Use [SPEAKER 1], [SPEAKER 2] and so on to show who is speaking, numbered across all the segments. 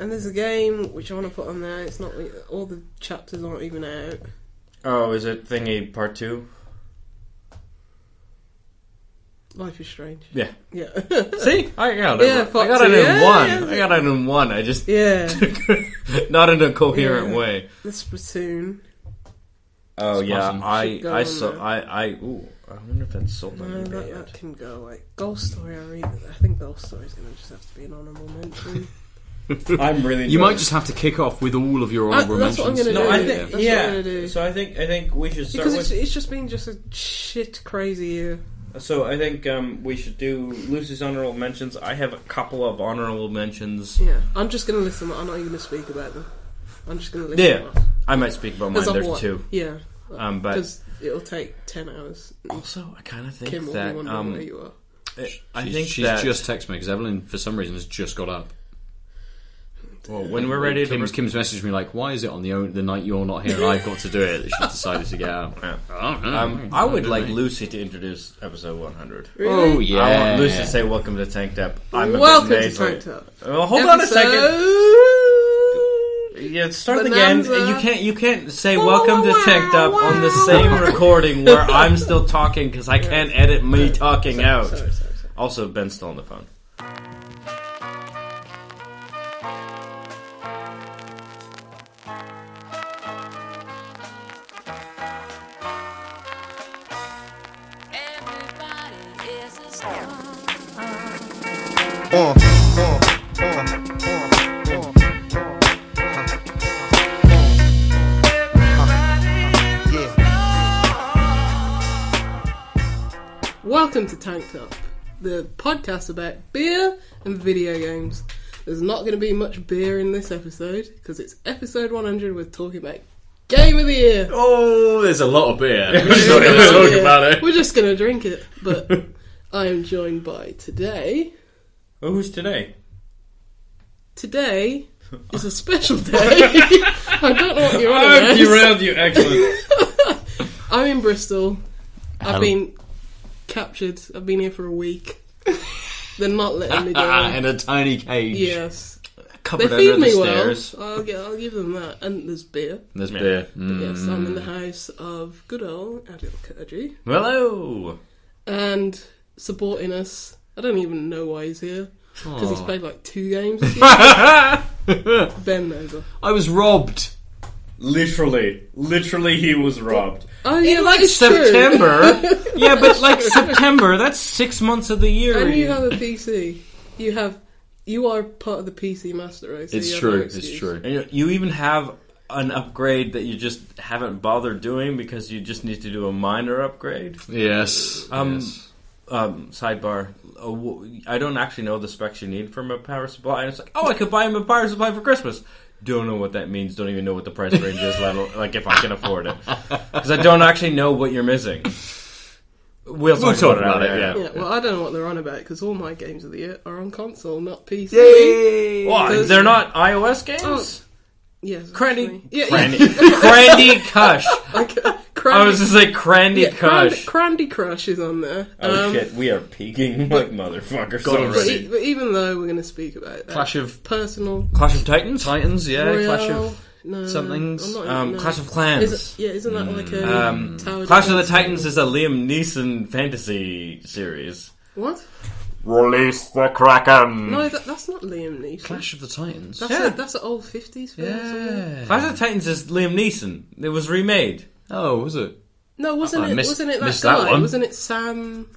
[SPEAKER 1] And there's a game which I want to put on there. It's not re- all the chapters aren't even out.
[SPEAKER 2] Oh, is it thingy part two?
[SPEAKER 1] Life is strange.
[SPEAKER 2] Yeah.
[SPEAKER 1] Yeah.
[SPEAKER 2] See, I got it.
[SPEAKER 1] Yeah,
[SPEAKER 2] I
[SPEAKER 1] part
[SPEAKER 2] got
[SPEAKER 1] two,
[SPEAKER 2] it in
[SPEAKER 1] yeah,
[SPEAKER 2] one.
[SPEAKER 1] yeah.
[SPEAKER 2] I got it in one. I just
[SPEAKER 1] yeah.
[SPEAKER 2] not in a coherent
[SPEAKER 1] Yeah.
[SPEAKER 2] way.
[SPEAKER 1] The Splatoon.
[SPEAKER 2] Oh
[SPEAKER 3] It's
[SPEAKER 2] yeah,
[SPEAKER 3] awesome.
[SPEAKER 2] I
[SPEAKER 1] Should go
[SPEAKER 2] I
[SPEAKER 1] on
[SPEAKER 2] saw
[SPEAKER 1] there.
[SPEAKER 2] I I ooh. I wonder if that's sold on
[SPEAKER 1] No,
[SPEAKER 2] eBay
[SPEAKER 1] that,
[SPEAKER 2] yet.
[SPEAKER 1] that can go away. Goal Story, I read. I think Goal Story's going to just have to be an honourable mention.
[SPEAKER 2] I'm really.
[SPEAKER 3] You might just have to kick off with all of your
[SPEAKER 1] Uh,
[SPEAKER 3] honorable
[SPEAKER 1] that's what I'm
[SPEAKER 3] mentions.
[SPEAKER 1] gonna
[SPEAKER 2] No,
[SPEAKER 1] do.
[SPEAKER 2] I think
[SPEAKER 1] That's what I'm
[SPEAKER 2] yeah.
[SPEAKER 1] gonna do.
[SPEAKER 2] So I think I think we should start
[SPEAKER 1] because it's,
[SPEAKER 2] with.
[SPEAKER 1] it's just been just a shit crazy year.
[SPEAKER 2] So I think um, we should do Lucy's honorable mentions. I have a couple of honorable mentions.
[SPEAKER 1] Yeah. I'm just going to listen. I'm not even going to speak about them. I'm just going to listen.
[SPEAKER 2] Yeah, I might speak about mine.
[SPEAKER 1] Because
[SPEAKER 2] There's two.
[SPEAKER 1] Yeah.
[SPEAKER 2] Um, but
[SPEAKER 1] Because it'll take 10 hours.
[SPEAKER 2] also, I kind of think
[SPEAKER 1] Kim will
[SPEAKER 2] that
[SPEAKER 1] be wondering
[SPEAKER 2] um,
[SPEAKER 1] where you are.
[SPEAKER 2] I
[SPEAKER 3] she's,
[SPEAKER 2] think
[SPEAKER 3] she's
[SPEAKER 2] that
[SPEAKER 3] just texted me because Evelyn, for some reason, has just got up.
[SPEAKER 2] well, when we're ready to
[SPEAKER 3] Kim's, Kim's messaged me like, "Why is it on the own, the night you're not here and I've got to do it?" That she decided to get out.
[SPEAKER 2] Yeah.
[SPEAKER 3] I don't know.
[SPEAKER 2] Um, I would
[SPEAKER 3] don't
[SPEAKER 2] like
[SPEAKER 3] know.
[SPEAKER 2] Lucy to introduce episode 100.
[SPEAKER 3] Oh yeah.
[SPEAKER 2] I want Lucy to say, "Welcome to Tanked Up." I'm a bit
[SPEAKER 1] Welcome to
[SPEAKER 2] nasally.
[SPEAKER 1] Tanked Up.
[SPEAKER 2] Well, hold on a second. Yeah, start again.
[SPEAKER 1] Bonanza.
[SPEAKER 2] You can't. You can't say
[SPEAKER 1] Wah,
[SPEAKER 2] "Welcome
[SPEAKER 1] wah,
[SPEAKER 2] to Tanked
[SPEAKER 1] wah,
[SPEAKER 2] Up" on the
[SPEAKER 1] wah.
[SPEAKER 2] same recording where I'm still talking because I can't edit me talking out.
[SPEAKER 1] Sorry, sorry, sorry.
[SPEAKER 2] Also, Ben's still on the phone.
[SPEAKER 4] Everybody is a star.
[SPEAKER 1] Welcome to Tanked Up, the podcast about beer and video games. There's not going to be much beer in this episode because it's episode 100. We're talking about game of the year.
[SPEAKER 3] Oh, there's a lot of beer. We're just not
[SPEAKER 1] Game
[SPEAKER 3] going
[SPEAKER 1] of
[SPEAKER 3] to
[SPEAKER 1] the
[SPEAKER 3] talk
[SPEAKER 1] year.
[SPEAKER 3] about it.
[SPEAKER 1] We're just going to drink it. But I am joined by today.
[SPEAKER 2] Oh, who's today?
[SPEAKER 1] Today is a special day. I don't know what you're on about.
[SPEAKER 2] you, excellent.
[SPEAKER 1] I'm in Bristol. I've
[SPEAKER 3] Hello.
[SPEAKER 1] been captured. I've been here for a week. They're not letting me
[SPEAKER 3] Ah,
[SPEAKER 1] go.
[SPEAKER 3] in a tiny cage.
[SPEAKER 1] yes. They
[SPEAKER 2] Covered
[SPEAKER 1] feed
[SPEAKER 2] under the
[SPEAKER 1] me well.
[SPEAKER 2] stairs.
[SPEAKER 1] I'll, get, I'll give them that. And there's beer.
[SPEAKER 3] There's
[SPEAKER 2] Yeah.
[SPEAKER 3] beer.
[SPEAKER 1] But
[SPEAKER 3] Mm.
[SPEAKER 1] yes, I'm in the house of good old Adil Kurdi.
[SPEAKER 2] Hello.
[SPEAKER 1] And supporting us. I don't even know why he's here. Because he's
[SPEAKER 3] Aw.
[SPEAKER 1] played like two games this year. ben knows. her.
[SPEAKER 3] I was robbed.
[SPEAKER 2] Literally, literally, he was robbed.
[SPEAKER 1] Oh, yeah, that is true.
[SPEAKER 2] September. yeah, but like September, that's six months of the year.
[SPEAKER 1] And you have a PC. You have. You are part of the PC master race. so you
[SPEAKER 3] It's
[SPEAKER 1] have
[SPEAKER 3] true.
[SPEAKER 1] no
[SPEAKER 3] It's
[SPEAKER 1] excuse.
[SPEAKER 3] true.
[SPEAKER 2] And you- you even have an upgrade that you just haven't bothered doing because you just need to do a minor upgrade.
[SPEAKER 3] Yes.
[SPEAKER 2] Um,
[SPEAKER 3] yes.
[SPEAKER 2] Um, sidebar. uh, w- I don't actually know the specs you need from a power supply. And it's like, oh, I could buy him a power supply for Christmas. Don't know what that means. Don't even know what the price range is. let al- Like if I can afford it, because I don't actually know what you're missing. We'll talk,
[SPEAKER 3] talk
[SPEAKER 2] about,
[SPEAKER 3] about
[SPEAKER 2] it.
[SPEAKER 3] it,
[SPEAKER 2] Yeah.
[SPEAKER 1] Yeah, well, I don't know what they're on about because all my games of the year are on console, not PC.
[SPEAKER 2] Why?
[SPEAKER 1] Those-
[SPEAKER 2] They're not iOS games.
[SPEAKER 1] Yes,
[SPEAKER 2] Cranny,
[SPEAKER 1] actually. Oh, Yeah,
[SPEAKER 2] Cranny,
[SPEAKER 1] yeah.
[SPEAKER 2] Crandy Cush.
[SPEAKER 1] Like, uh,
[SPEAKER 2] I
[SPEAKER 1] Crandy,
[SPEAKER 2] was just like Crandy
[SPEAKER 1] yeah,
[SPEAKER 2] Cush.
[SPEAKER 1] Crandy, Crandy Crush is on there.
[SPEAKER 2] Oh
[SPEAKER 1] Um,
[SPEAKER 2] shit, we are peaking like motherfuckers
[SPEAKER 3] God, I'm
[SPEAKER 1] But,
[SPEAKER 2] already.
[SPEAKER 1] e- but even though we're going to speak about that,
[SPEAKER 3] Clash of
[SPEAKER 1] personal,
[SPEAKER 2] Clash of Titans?
[SPEAKER 3] Titans.
[SPEAKER 2] Uh,
[SPEAKER 3] Yeah.
[SPEAKER 1] Royale,
[SPEAKER 3] Clash of.
[SPEAKER 1] no,
[SPEAKER 3] somethings.
[SPEAKER 1] I'm not even-
[SPEAKER 2] Um,
[SPEAKER 1] Oh, no.
[SPEAKER 2] Clash of
[SPEAKER 1] Is
[SPEAKER 2] Clans.
[SPEAKER 1] it- yeah, isn't that like a
[SPEAKER 2] Um,
[SPEAKER 1] tower
[SPEAKER 2] Clash of the
[SPEAKER 1] defense
[SPEAKER 2] Titans
[SPEAKER 1] thing?
[SPEAKER 2] is a Liam Neeson fantasy series.
[SPEAKER 1] what?
[SPEAKER 5] Release the Kraken!
[SPEAKER 1] No, that, that's not Liam Neeson.
[SPEAKER 3] Clash of the Titans.
[SPEAKER 1] that's
[SPEAKER 2] Mm. Yeah.
[SPEAKER 1] a, that's an old fifties film. or something.
[SPEAKER 2] Clash of the Titans is Liam Neeson. It was remade.
[SPEAKER 3] Oh, was it
[SPEAKER 1] No, wasn't
[SPEAKER 3] I
[SPEAKER 1] it?
[SPEAKER 3] missed-
[SPEAKER 1] wasn't it that
[SPEAKER 3] missed that
[SPEAKER 1] guy?
[SPEAKER 3] one.
[SPEAKER 1] Wasn't it Sam?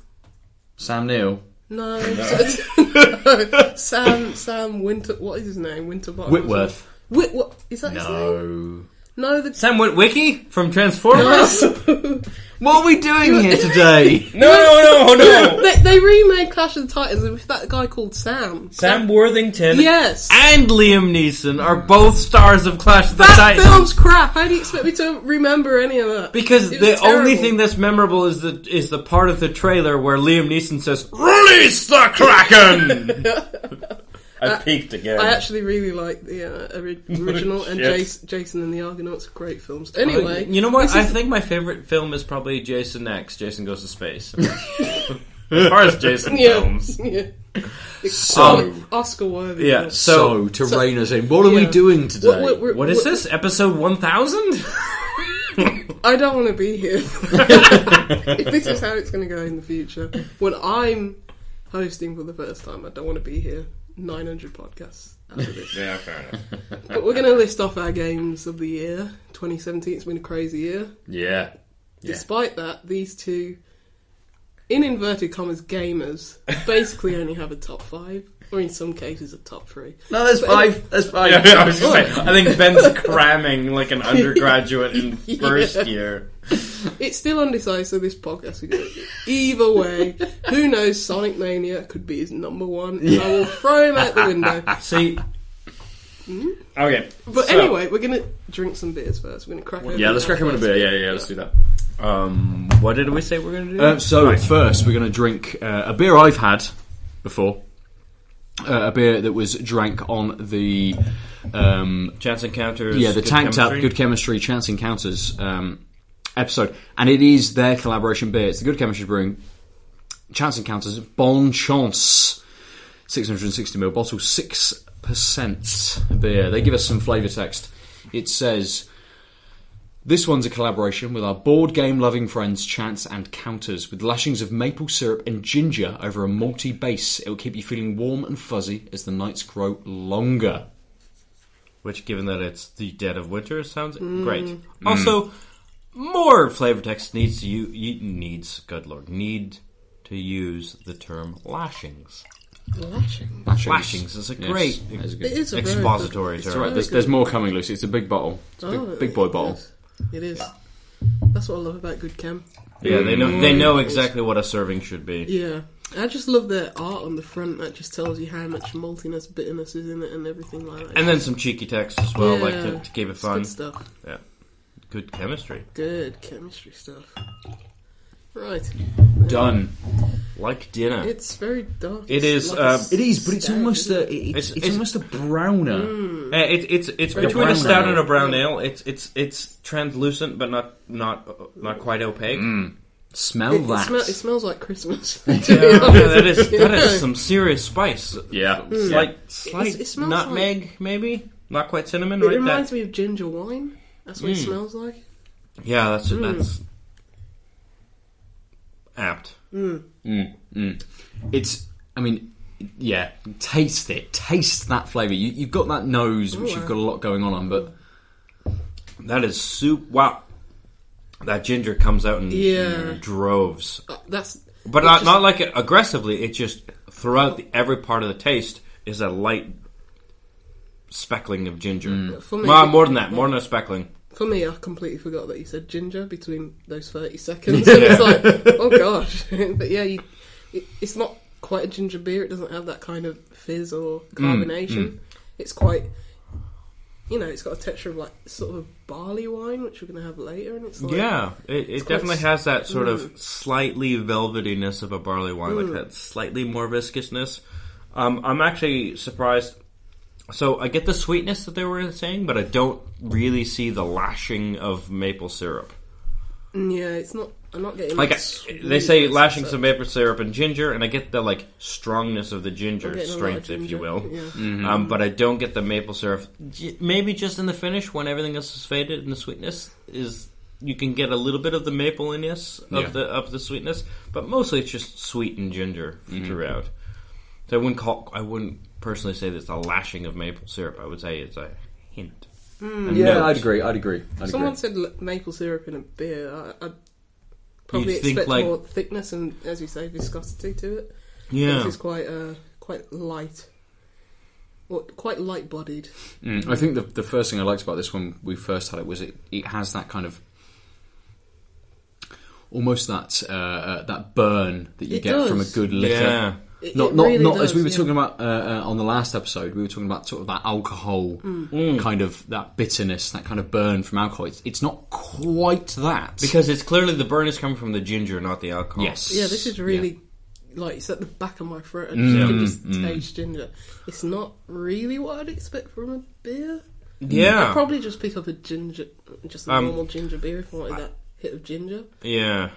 [SPEAKER 3] Sam Neill?
[SPEAKER 1] No, no. Sam Sam Winter. What is his name? Winterbottom.
[SPEAKER 3] Whitworth.
[SPEAKER 1] Whit, what, is that his name?
[SPEAKER 3] No.
[SPEAKER 1] No, the
[SPEAKER 2] Sam Witwicky from Transformers?
[SPEAKER 3] What are we doing here today?
[SPEAKER 2] no, no, no, no!
[SPEAKER 1] they, they remade Clash of the Titans with that guy called Sam.
[SPEAKER 2] Sam Worthington
[SPEAKER 1] Yes.
[SPEAKER 2] and Liam Neeson are both stars of Clash of the
[SPEAKER 1] that
[SPEAKER 2] Titans.
[SPEAKER 1] film's crap. How do you expect me to remember any of that?
[SPEAKER 2] Because
[SPEAKER 1] It
[SPEAKER 2] the
[SPEAKER 1] was
[SPEAKER 2] only
[SPEAKER 1] terrible.
[SPEAKER 2] thing that's memorable is the is the part of the trailer where Liam Neeson says, "Release the Kraken." I peaked again.
[SPEAKER 1] I actually really like the uh, ori- original and
[SPEAKER 2] Oh, Shit. Oh,
[SPEAKER 1] Jason, Jason and the Argonauts. are Great films. Anyway,
[SPEAKER 2] Uh, you know what?
[SPEAKER 1] this
[SPEAKER 2] I
[SPEAKER 1] is-
[SPEAKER 2] think my favorite film is probably Jason X. Jason Goes to Space. as far as Jason
[SPEAKER 1] yeah,
[SPEAKER 2] films, Oh.
[SPEAKER 1] yeah.
[SPEAKER 3] So-
[SPEAKER 1] Oscar worthy.
[SPEAKER 2] Yeah, so,
[SPEAKER 3] So, to rein us in, what are we
[SPEAKER 1] yeah.
[SPEAKER 3] doing today?
[SPEAKER 1] What- what- we're-
[SPEAKER 2] what is
[SPEAKER 1] we're-
[SPEAKER 2] this? Episode 1000?
[SPEAKER 1] I don't want to be here. if this is how it's going to go in the future, when I'm hosting for the first time, I don't want to be here. 900 podcasts after this.
[SPEAKER 2] yeah, fair enough.
[SPEAKER 1] but we're going to list off our games of the year. 2017, it's been a crazy year.
[SPEAKER 3] yeah.
[SPEAKER 1] Despite that, these two, in inverted commas, gamers, basically only have a top five, or in some cases, a top three.
[SPEAKER 3] No, that's five. That's five.
[SPEAKER 2] Yeah, I was just saying, I think Ben's cramming like an undergraduate in first year.
[SPEAKER 1] It's still undecided, so this podcast is going either way. Who knows? Sonic Mania could be his number one. and I will throw him out the window.
[SPEAKER 2] See? Okay.
[SPEAKER 1] But
[SPEAKER 2] so-
[SPEAKER 1] anyway, we're gonna drink some beers first. We're gonna crack. open
[SPEAKER 3] Yeah, let's
[SPEAKER 1] that
[SPEAKER 3] crack him in a
[SPEAKER 1] first.
[SPEAKER 3] bit. Yeah, yeah, let's do that.
[SPEAKER 2] Um, what did we say we're going to do?
[SPEAKER 3] Uh, so first, we're going to drink uh, a beer I've had before, uh, a beer that was drank on the um,
[SPEAKER 2] Chance Encounters.
[SPEAKER 3] yeah the
[SPEAKER 2] Good
[SPEAKER 3] Tank Tap
[SPEAKER 2] Chemistry?
[SPEAKER 3] Good Chemistry Chance Encounters um, episode, and it is their collaboration beer. It's the Good Chemistry Brewing Chance Encounters Bon Chance, six hundred and sixty ml bottle, six percent beer. They give us some flavour text. It says. This one's a collaboration with our board game loving friends Chance and Counters, with lashings of maple syrup and ginger over a malty base. It will keep you feeling warm and fuzzy as the nights grow longer.
[SPEAKER 2] Which, given that it's the dead of winter, sounds great. Also, more flavor text needs to you, you needs good lord need to use the term lashings.
[SPEAKER 1] Lashing.
[SPEAKER 3] Lashings,
[SPEAKER 2] Lashings is a great
[SPEAKER 3] that is good.
[SPEAKER 1] It is a very good-
[SPEAKER 2] expository term.
[SPEAKER 3] It's all right. There's, there's more coming, Lucy. It's a big bottle. It's a big,
[SPEAKER 1] Oh,
[SPEAKER 3] big boy bottle.
[SPEAKER 1] It is. That's what I love about Good Chem.
[SPEAKER 2] Yeah, they know they know exactly what a serving should be.
[SPEAKER 1] Yeah. I just love their art on the front that just tells you how much maltiness, bitterness is in it, and everything like that.
[SPEAKER 2] And then some cheeky text as well, like
[SPEAKER 1] Yeah.
[SPEAKER 2] to, to keep it
[SPEAKER 1] It's
[SPEAKER 2] fun.
[SPEAKER 1] Good stuff.
[SPEAKER 2] Yeah. Good chemistry.
[SPEAKER 1] Good chemistry stuff. Right.
[SPEAKER 3] Done.
[SPEAKER 2] Like dinner.
[SPEAKER 1] It's very dark.
[SPEAKER 2] It
[SPEAKER 1] It's
[SPEAKER 2] is,
[SPEAKER 1] a
[SPEAKER 2] um,
[SPEAKER 3] It is, but it's
[SPEAKER 1] stout,
[SPEAKER 3] almost
[SPEAKER 1] isn't it?
[SPEAKER 3] a it's,
[SPEAKER 2] It's-
[SPEAKER 3] it's,
[SPEAKER 2] it's-
[SPEAKER 3] almost a browner.
[SPEAKER 1] Mm.
[SPEAKER 2] Uh, it, it's it's between a
[SPEAKER 3] brown
[SPEAKER 2] stout
[SPEAKER 3] ale.
[SPEAKER 2] and a brown ale. It's it's it's translucent, but not not uh, not quite opaque.
[SPEAKER 1] Mm.
[SPEAKER 3] Smell
[SPEAKER 1] It, it,
[SPEAKER 3] that.
[SPEAKER 1] smell, it smells like Christmas.
[SPEAKER 2] Yeah, yeah, that is that is some serious spice.
[SPEAKER 3] yeah.
[SPEAKER 2] Slight
[SPEAKER 3] Like
[SPEAKER 2] slight
[SPEAKER 1] Hmm. it smells
[SPEAKER 2] nutmeg, maybe not quite cinnamon,
[SPEAKER 1] It
[SPEAKER 2] right? Hmm.
[SPEAKER 1] reminds
[SPEAKER 2] That-
[SPEAKER 1] me of ginger wine. That's what it smells like.
[SPEAKER 2] yeah, that's
[SPEAKER 1] Hmm.
[SPEAKER 2] that's apt.
[SPEAKER 3] Mm. it's. I mean, yeah. Taste it. Taste that flavour. You, you've got that
[SPEAKER 1] Oh,
[SPEAKER 3] nose, which you've got a lot going on, on but
[SPEAKER 2] That is soup. Wow, that ginger comes out in
[SPEAKER 1] Yeah.
[SPEAKER 2] droves,
[SPEAKER 1] Uh, That's
[SPEAKER 2] but
[SPEAKER 1] it
[SPEAKER 2] not
[SPEAKER 1] just-
[SPEAKER 2] not like it aggressively. It just throughout the, every part of the taste is a light speckling of ginger.
[SPEAKER 1] for me.
[SPEAKER 2] Well, more than that, more than a speckling.
[SPEAKER 1] For me, I completely forgot that you said ginger between those 30 seconds. And it's like, oh gosh. but yeah, you, it, it's not quite a ginger beer. It doesn't have that kind of fizz or
[SPEAKER 2] Mm,
[SPEAKER 1] carbonation. It's quite, you know, it's got a texture of like sort of barley wine, which we're going to have later. And it's like,
[SPEAKER 2] Yeah, it, it
[SPEAKER 1] quite
[SPEAKER 2] definitely
[SPEAKER 1] s-
[SPEAKER 2] has that sort of slightly velvetiness of a barley wine, like that slightly more viscousness. Um, I'm actually surprised. So I get the sweetness that they were saying, but I don't really see the lashing of maple syrup.
[SPEAKER 1] Mm, yeah, it's not, I'm not getting
[SPEAKER 2] Like
[SPEAKER 1] that
[SPEAKER 2] I, they
[SPEAKER 1] sweetness,
[SPEAKER 2] say, lashing
[SPEAKER 1] so-
[SPEAKER 2] some maple syrup and ginger, and I get the like strongness of the ginger
[SPEAKER 1] getting a lot of
[SPEAKER 2] strength, if
[SPEAKER 1] ginger,
[SPEAKER 2] you will.
[SPEAKER 1] yeah.
[SPEAKER 2] Um, but I don't get the maple syrup. J- Maybe just in the finish, when everything else is faded and the sweetness is, you can get a little bit of the mapliness of
[SPEAKER 3] Yeah.
[SPEAKER 2] the of the sweetness, but mostly it's just sweet and ginger
[SPEAKER 1] Mm-hmm.
[SPEAKER 2] throughout. So I wouldn't call. I wouldn't personally say that it's a lashing of maple syrup. I would say it's a hint.
[SPEAKER 1] Mm.
[SPEAKER 3] yeah,
[SPEAKER 2] note.
[SPEAKER 3] I'd agree. I'd agree. I'd
[SPEAKER 1] Someone
[SPEAKER 3] agree.
[SPEAKER 1] said l- maple syrup in a beer. I, I'd probably
[SPEAKER 2] You'd
[SPEAKER 1] expect
[SPEAKER 2] think, like-
[SPEAKER 1] more thickness and, as you say, viscosity to it.
[SPEAKER 2] Yeah,
[SPEAKER 1] This is quite uh, quite light. Well, quite light bodied.
[SPEAKER 3] Mm, I think the the first thing I liked about this when we first had it was it, it has that kind of almost that uh, uh, that burn that you
[SPEAKER 1] It
[SPEAKER 3] get from a
[SPEAKER 1] does.
[SPEAKER 3] good liquor.
[SPEAKER 2] yeah.
[SPEAKER 3] Not not not as we were talking about uh, uh, on the last episode. We were talking about sort of that alcohol
[SPEAKER 2] Mm.
[SPEAKER 3] kind of that bitterness, that kind of burn from alcohol. It's, it's not quite that
[SPEAKER 2] Because it's clearly the burn is coming from the ginger, not the alcohol.
[SPEAKER 3] yes,
[SPEAKER 1] Yeah, this is really like it's at the back of my throat. I just can just taste ginger. It's not really what I'd expect from a beer.
[SPEAKER 2] Yeah.
[SPEAKER 1] Probably just pick up a ginger, just a
[SPEAKER 2] Um,
[SPEAKER 1] normal ginger beer if I wanted that hit of ginger.
[SPEAKER 2] yeah.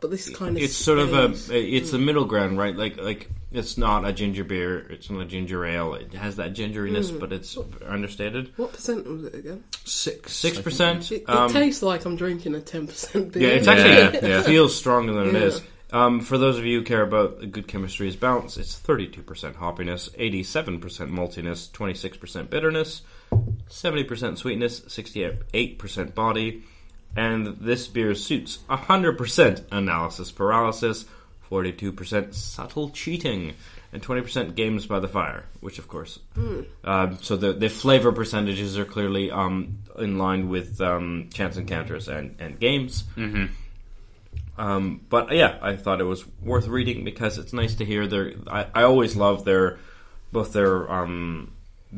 [SPEAKER 1] But this kind of
[SPEAKER 2] it's sort of um,
[SPEAKER 1] stays.
[SPEAKER 2] a it's the middle ground, right? Like like It's not a ginger beer. It's not a ginger ale. It has that gingeriness, but it's understated.
[SPEAKER 1] What percent was it again?
[SPEAKER 3] Six.
[SPEAKER 2] Six percent.
[SPEAKER 1] It, it tastes like I'm drinking a 10% beer.
[SPEAKER 2] um, Yeah, it's
[SPEAKER 3] Yeah,
[SPEAKER 2] actually it
[SPEAKER 3] yeah.
[SPEAKER 2] feels stronger than it
[SPEAKER 1] Yeah.
[SPEAKER 2] is. Um, for those of you who care about a good chemistry's balance, it's 32% hoppiness, 87% maltiness, 26% bitterness, 70% sweetness, 68% body, and this beer suits 100% analysis paralysis, 42% subtle cheating, and 20% games by the fire, which of course. Um, so the, the flavor percentages are clearly um, in line with um, chance encounters and, and games. Um, but yeah, I thought it was worth reading because it's nice to hear their. I, I always love their both their um,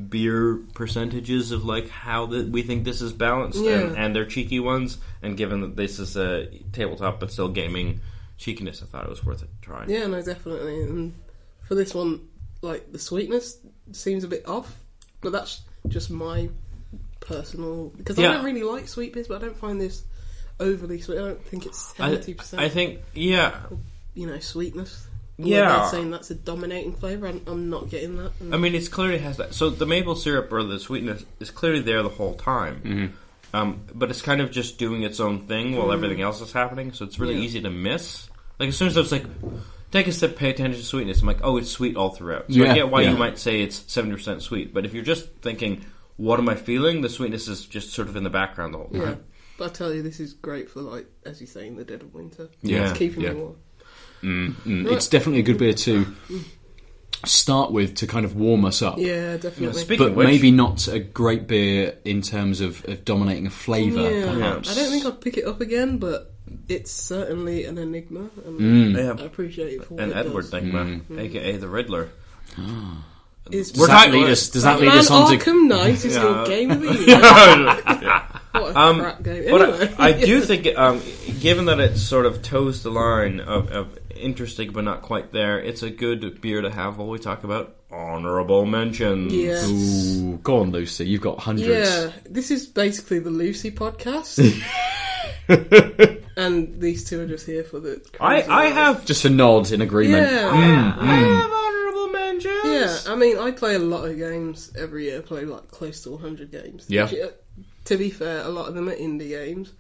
[SPEAKER 2] beer percentages of like how that we think this is balanced and,
[SPEAKER 1] Yeah.
[SPEAKER 2] and their cheeky ones. And given that this is a tabletop but still gaming cheekiness, I thought it was worth a try.
[SPEAKER 1] Yeah, no, definitely. And for this one, like the sweetness seems a bit off, but that's just my personal because
[SPEAKER 2] Yeah.
[SPEAKER 1] I don't really like sweet beers, but I don't find this overly sweet. I don't think it's
[SPEAKER 2] I,
[SPEAKER 1] seventy
[SPEAKER 2] I
[SPEAKER 1] percent.
[SPEAKER 2] think yeah.
[SPEAKER 1] You know, sweetness.
[SPEAKER 2] Yeah. Um,
[SPEAKER 1] Without saying that's a dominating flavor. I'm, I'm not getting that. And
[SPEAKER 2] I mean, it's clearly has that. So the maple syrup or the sweetness is clearly there the whole time.
[SPEAKER 3] Mm-hmm.
[SPEAKER 2] Um, but it's kind of just doing its own thing while everything else is happening. So it's really
[SPEAKER 1] Mm-hmm. Yeah.
[SPEAKER 2] easy to miss. Like as soon as I was like, take a sip, pay attention to sweetness. I'm like, oh, it's sweet all throughout. So I
[SPEAKER 3] Yeah,
[SPEAKER 2] get why
[SPEAKER 3] yeah.
[SPEAKER 2] you might say it's seventy percent sweet. But if you're just thinking, what am I feeling? The sweetness is just sort of in the background the whole time.
[SPEAKER 1] yeah, but I tell you, this is great for like as you say in the dead of winter.
[SPEAKER 2] Yeah,
[SPEAKER 1] it's keeping
[SPEAKER 3] yeah.
[SPEAKER 1] me warm.
[SPEAKER 3] Mm, It's definitely a good beer to start with to kind of warm us up.
[SPEAKER 1] Yeah, definitely.
[SPEAKER 2] Speaking
[SPEAKER 3] But
[SPEAKER 2] of which,
[SPEAKER 3] maybe not a great beer in terms of, of dominating a flavour,
[SPEAKER 1] yeah,
[SPEAKER 3] perhaps.
[SPEAKER 1] I don't think I'd pick it up again, but it's certainly an enigma, and
[SPEAKER 2] Yeah.
[SPEAKER 1] I appreciate it for what
[SPEAKER 2] an
[SPEAKER 1] it
[SPEAKER 2] Edward
[SPEAKER 1] does.
[SPEAKER 2] thing, man,
[SPEAKER 3] Mm-hmm.
[SPEAKER 2] aka the Riddler.
[SPEAKER 1] Is
[SPEAKER 3] Does
[SPEAKER 2] We're
[SPEAKER 3] that
[SPEAKER 2] talking-
[SPEAKER 3] lead us? Does that lead
[SPEAKER 1] Batman
[SPEAKER 3] us on to?
[SPEAKER 1] Arkham Knight is
[SPEAKER 2] Yeah.
[SPEAKER 1] your game of the year. What a
[SPEAKER 2] Um,
[SPEAKER 1] crap game. Anyway.
[SPEAKER 2] But I, I do think, um, given that it sort of toes the line of, of interesting but not quite there, it's a good beer to have while we talk about honorable mentions.
[SPEAKER 1] Yes.
[SPEAKER 3] Ooh, go on, Lucy. You've got hundreds.
[SPEAKER 1] Yeah, this is basically the Lucy podcast. and these two are just here for the.
[SPEAKER 2] I, I have. hmm,
[SPEAKER 3] Just a nod in agreement.
[SPEAKER 1] Yeah.
[SPEAKER 2] I have honorable mentions.
[SPEAKER 1] Yeah, I mean, I play a lot of games every year. I play like close to 100 games.
[SPEAKER 3] Yeah.
[SPEAKER 1] Which, uh, to be fair, a lot of them are indie games.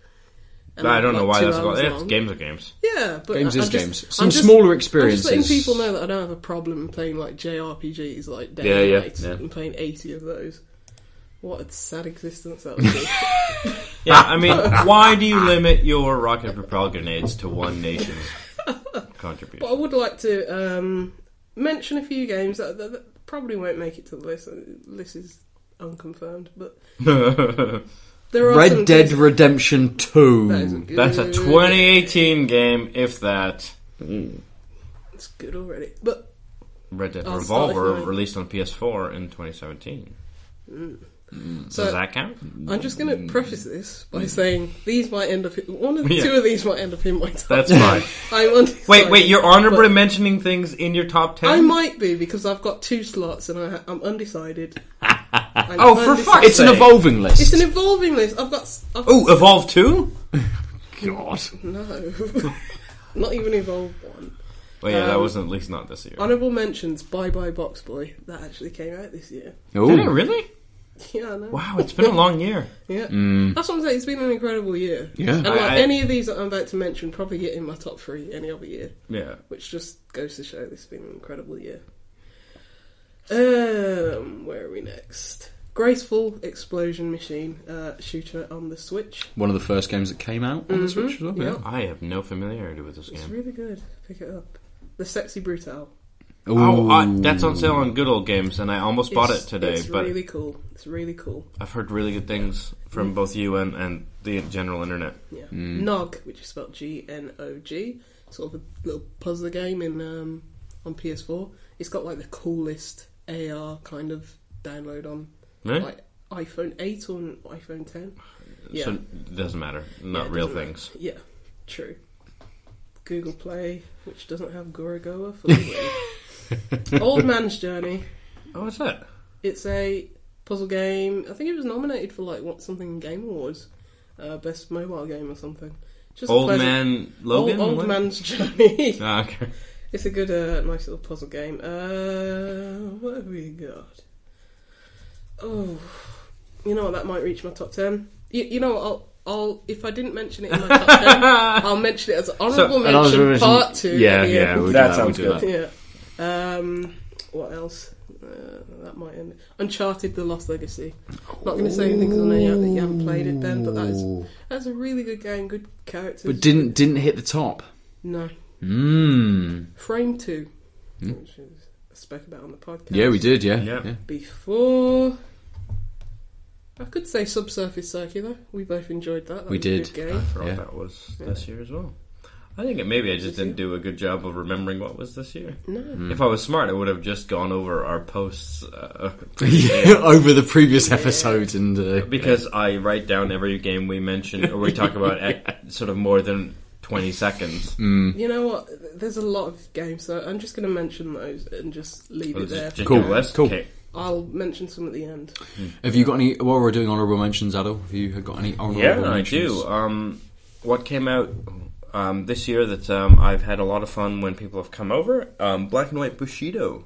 [SPEAKER 1] And
[SPEAKER 2] I don't know
[SPEAKER 1] like
[SPEAKER 2] why
[SPEAKER 1] two
[SPEAKER 2] that's
[SPEAKER 1] hours
[SPEAKER 2] called. It's
[SPEAKER 1] long.
[SPEAKER 2] games are games.
[SPEAKER 1] Yeah, but
[SPEAKER 3] Games
[SPEAKER 1] I,
[SPEAKER 3] is
[SPEAKER 1] I just,
[SPEAKER 3] games. Some
[SPEAKER 1] I'm just-
[SPEAKER 3] smaller
[SPEAKER 1] I'm
[SPEAKER 3] experiences.
[SPEAKER 1] just letting people know that I don't have a problem playing like JRPGs like Day
[SPEAKER 3] Yeah,
[SPEAKER 1] and
[SPEAKER 3] yeah,
[SPEAKER 1] Night
[SPEAKER 3] yeah.
[SPEAKER 1] and playing 80 of those. What a sad existence that would be.
[SPEAKER 2] Yeah, I mean, why do you limit your rocket propelled grenades to one nation's
[SPEAKER 1] but I
[SPEAKER 2] contribution?
[SPEAKER 1] would like to um, mention a few games that, that, that probably won't make it to the list. Uh, This is unconfirmed, but there are some
[SPEAKER 3] Red Dead
[SPEAKER 1] games
[SPEAKER 3] Redemption Two.
[SPEAKER 1] that isn't good.
[SPEAKER 2] That's a 2018 game, if that.
[SPEAKER 1] It's good already, but
[SPEAKER 2] Red Dead
[SPEAKER 1] I'll start with
[SPEAKER 2] Revolver
[SPEAKER 1] mine.
[SPEAKER 2] released on PS4 in 2017.
[SPEAKER 1] so
[SPEAKER 2] Does that count?
[SPEAKER 1] I'm just going to preface this by saying these might end up one of the
[SPEAKER 2] Yeah.
[SPEAKER 1] two of these might end up in my top.
[SPEAKER 2] That's fine.
[SPEAKER 1] I'm
[SPEAKER 2] wait, wait,
[SPEAKER 1] undecided,
[SPEAKER 2] you're honorable
[SPEAKER 1] but-
[SPEAKER 2] mentioning things in your top ten?
[SPEAKER 1] I might be because I've got two slots and I, ha- I'm undecided. I'm
[SPEAKER 2] Oh, for fuck's
[SPEAKER 1] undecided.
[SPEAKER 3] It's an
[SPEAKER 2] Say.
[SPEAKER 3] evolving list.
[SPEAKER 1] It's an evolving list. I've got. s- I've
[SPEAKER 2] Ooh, Evolve 2?
[SPEAKER 3] God.
[SPEAKER 1] no, not even evolved one.
[SPEAKER 2] Well, yeah, that
[SPEAKER 1] Um,
[SPEAKER 2] wasn't at least not this year.
[SPEAKER 1] Honorable mentions. Bye bye Box Boy. That actually came out this year.
[SPEAKER 2] Did it
[SPEAKER 3] Ooh.
[SPEAKER 2] really?
[SPEAKER 1] Yeah, I know.
[SPEAKER 2] Wow, it's been a long year.
[SPEAKER 1] Yeah, that's what I'm saying. It's been an incredible year.
[SPEAKER 3] Yeah.
[SPEAKER 1] and
[SPEAKER 2] I-
[SPEAKER 1] like
[SPEAKER 2] Hmm. I-
[SPEAKER 1] any of these that I'm about to mention, probably get in my top three any other year,
[SPEAKER 2] Yeah.
[SPEAKER 1] which just goes to show this has been an incredible year. Um, where are we next? Graceful Explosion Machine uh, shooter on the Switch.
[SPEAKER 3] One of the first games that came out
[SPEAKER 1] Mm-hmm.
[SPEAKER 3] on the Switch as well. Yeah.
[SPEAKER 2] I have no familiarity with this
[SPEAKER 1] It's
[SPEAKER 2] game.
[SPEAKER 1] really good. Pick it up. The Sexy Brutal.
[SPEAKER 2] Oh, I,
[SPEAKER 3] Ooh.
[SPEAKER 2] that's on sale on Good Old Games, and I almost bought it
[SPEAKER 1] It's-
[SPEAKER 2] today,
[SPEAKER 1] It's
[SPEAKER 2] but
[SPEAKER 1] really cool. It's really cool.
[SPEAKER 2] I've heard really good things from both you and, and the general internet.
[SPEAKER 1] Yeah.
[SPEAKER 2] Mm.
[SPEAKER 1] Nog, which is spelled G N O G, sort of a little puzzler game in um, on PS4. It's got like the coolest AR kind of download on
[SPEAKER 2] Really?
[SPEAKER 1] like iPhone 8 or an iPhone 10. Yeah.
[SPEAKER 2] So it doesn't matter. Not
[SPEAKER 1] Yeah, it
[SPEAKER 2] real
[SPEAKER 1] doesn't
[SPEAKER 2] things.
[SPEAKER 1] matter. Yeah, true. Google Play, which doesn't have Gorogoa for the win. Old Man's Journey.
[SPEAKER 2] Oh, what's that?
[SPEAKER 1] It's a puzzle game. I think it was nominated for like what something in Game Awards, uh, best mobile game or something. Just a
[SPEAKER 2] Old
[SPEAKER 1] pleasant-
[SPEAKER 2] Man Logan?
[SPEAKER 1] Old,
[SPEAKER 2] What?
[SPEAKER 1] old Man's Journey.
[SPEAKER 2] Ah, okay.
[SPEAKER 1] It's a good, uh, nice little puzzle game. Uh, what have we got? Oh, you know what? That might reach my top ten. You, you know what? I'll, I'll if I didn't mention it in my top ten, I'll mention it as an honourable
[SPEAKER 3] an honourable
[SPEAKER 1] mention,
[SPEAKER 3] mention-
[SPEAKER 1] part two.
[SPEAKER 3] Yeah,
[SPEAKER 1] at the
[SPEAKER 3] yeah,
[SPEAKER 1] end.
[SPEAKER 3] we'll do
[SPEAKER 2] That
[SPEAKER 3] that.
[SPEAKER 2] sounds
[SPEAKER 3] we'll do
[SPEAKER 2] good.
[SPEAKER 3] That.
[SPEAKER 1] yeah. Um, what else? Uh, that might end. Uncharted: The Lost Legacy. Not going to say anything because I know you, that you haven't played it then, but that is that's a really good game. Good characters.
[SPEAKER 3] But didn't didn't hit the top.
[SPEAKER 1] no
[SPEAKER 3] Mmm.
[SPEAKER 1] Frame Two, which is, I spoke about on the podcast.
[SPEAKER 3] Yeah, we did. Yeah.
[SPEAKER 2] Hmm? Yeah.
[SPEAKER 1] Before. I could say Subsurface Circular. We both enjoyed that. that
[SPEAKER 3] We
[SPEAKER 1] was a good
[SPEAKER 3] did.
[SPEAKER 1] game.
[SPEAKER 2] I forgot
[SPEAKER 3] Yeah.
[SPEAKER 2] that was this year as well. I think it, maybe I just didn't do a good job of remembering what was this year.
[SPEAKER 1] No.
[SPEAKER 3] Mm-hmm.
[SPEAKER 2] If I was smart, I would have just gone over our posts uh,
[SPEAKER 3] Yeah, Over the previous episode and uh,
[SPEAKER 2] because I write down every game we mention or we talk about at sort of more than twenty seconds.
[SPEAKER 3] Mm.
[SPEAKER 1] You know what? There's a lot of games, so I'm just going to mention those and just leave
[SPEAKER 2] We'll
[SPEAKER 1] it there.
[SPEAKER 2] just- just
[SPEAKER 3] Cool.
[SPEAKER 2] go, let's
[SPEAKER 3] Cool.
[SPEAKER 2] kick.
[SPEAKER 1] I'll mention some at the end.
[SPEAKER 3] have you got any? While we're doing honourable mentions, Adol, have you got any honourable
[SPEAKER 2] Yeah, I
[SPEAKER 3] mentions?
[SPEAKER 2] do. Um, what came out um, this year that um, I've had a lot of fun when people have come over? Um, Black and White Bushido.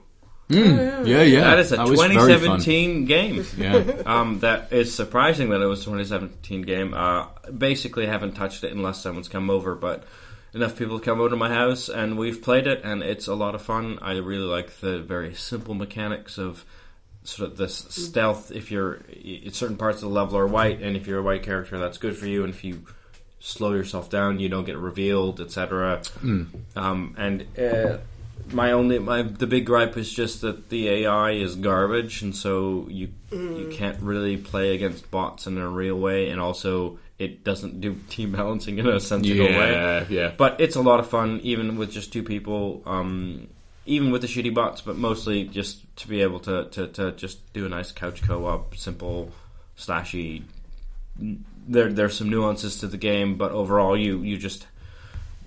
[SPEAKER 3] Mm, yeah, yeah.
[SPEAKER 2] Oh, That is a
[SPEAKER 3] was very fun.
[SPEAKER 2] 2017 game.
[SPEAKER 3] Yeah.
[SPEAKER 2] Um, that is surprising that it was a 2017 game. Uh, basically, haven't touched it unless someone's come over, but enough people come over to my house and we've played it, and it's a lot of fun. I really like the very simple mechanics of sort of this stealth. If you're i- certain parts of the level are white, and if you're a white character, that's good for you, and if you slow yourself down, you don't get revealed, etc. Um, and uh, my only my the big gripe is just that the AI is garbage, and so you you can't really play against bots in a real way, and also it doesn't do team balancing in a sensible
[SPEAKER 3] Yeah,
[SPEAKER 2] way.
[SPEAKER 3] yeah.
[SPEAKER 2] But it's a lot of fun, even with just two people. Um, even with the shitty bots, but mostly just to be able to, to, to just do a nice couch co-op, simple, slashy. There there's some nuances to the game, but overall you you just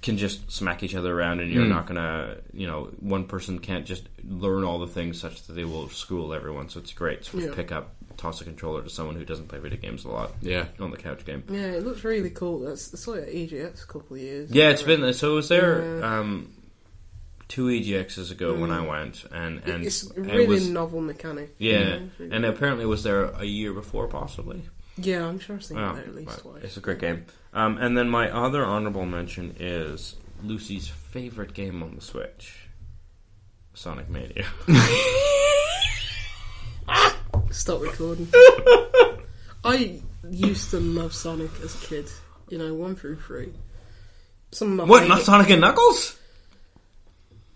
[SPEAKER 2] can just smack each other around and you're not gonna you know one person can't just learn all the things such that they will school everyone so it's great to
[SPEAKER 1] Yeah.
[SPEAKER 2] pick up toss a controller to someone who doesn't play video games a lot
[SPEAKER 3] Yeah.
[SPEAKER 2] on the couch game
[SPEAKER 1] Yeah, it looks really cool. That's, I saw it at EGX a E couple of years.
[SPEAKER 2] yeah it's been so it was there um two egxs ago when i went and and
[SPEAKER 1] It's a
[SPEAKER 2] and
[SPEAKER 1] Mm. really
[SPEAKER 2] was-
[SPEAKER 1] novel mechanic.
[SPEAKER 2] yeah
[SPEAKER 1] it's really
[SPEAKER 2] and
[SPEAKER 1] good.
[SPEAKER 2] apparently it was there a year before possibly
[SPEAKER 1] yeah, I'm sure I've seen
[SPEAKER 2] Oh,
[SPEAKER 1] that at least
[SPEAKER 2] right.
[SPEAKER 1] twice.
[SPEAKER 2] It's a great game. Um, and then my other honorable mention is Lucy's favorite game on the Switch, Sonic Mania.
[SPEAKER 1] Stop recording. I used to love Sonic as a kid. You know, one through three. Some of my
[SPEAKER 2] what?
[SPEAKER 1] favourite-
[SPEAKER 2] Not Sonic and Knuckles?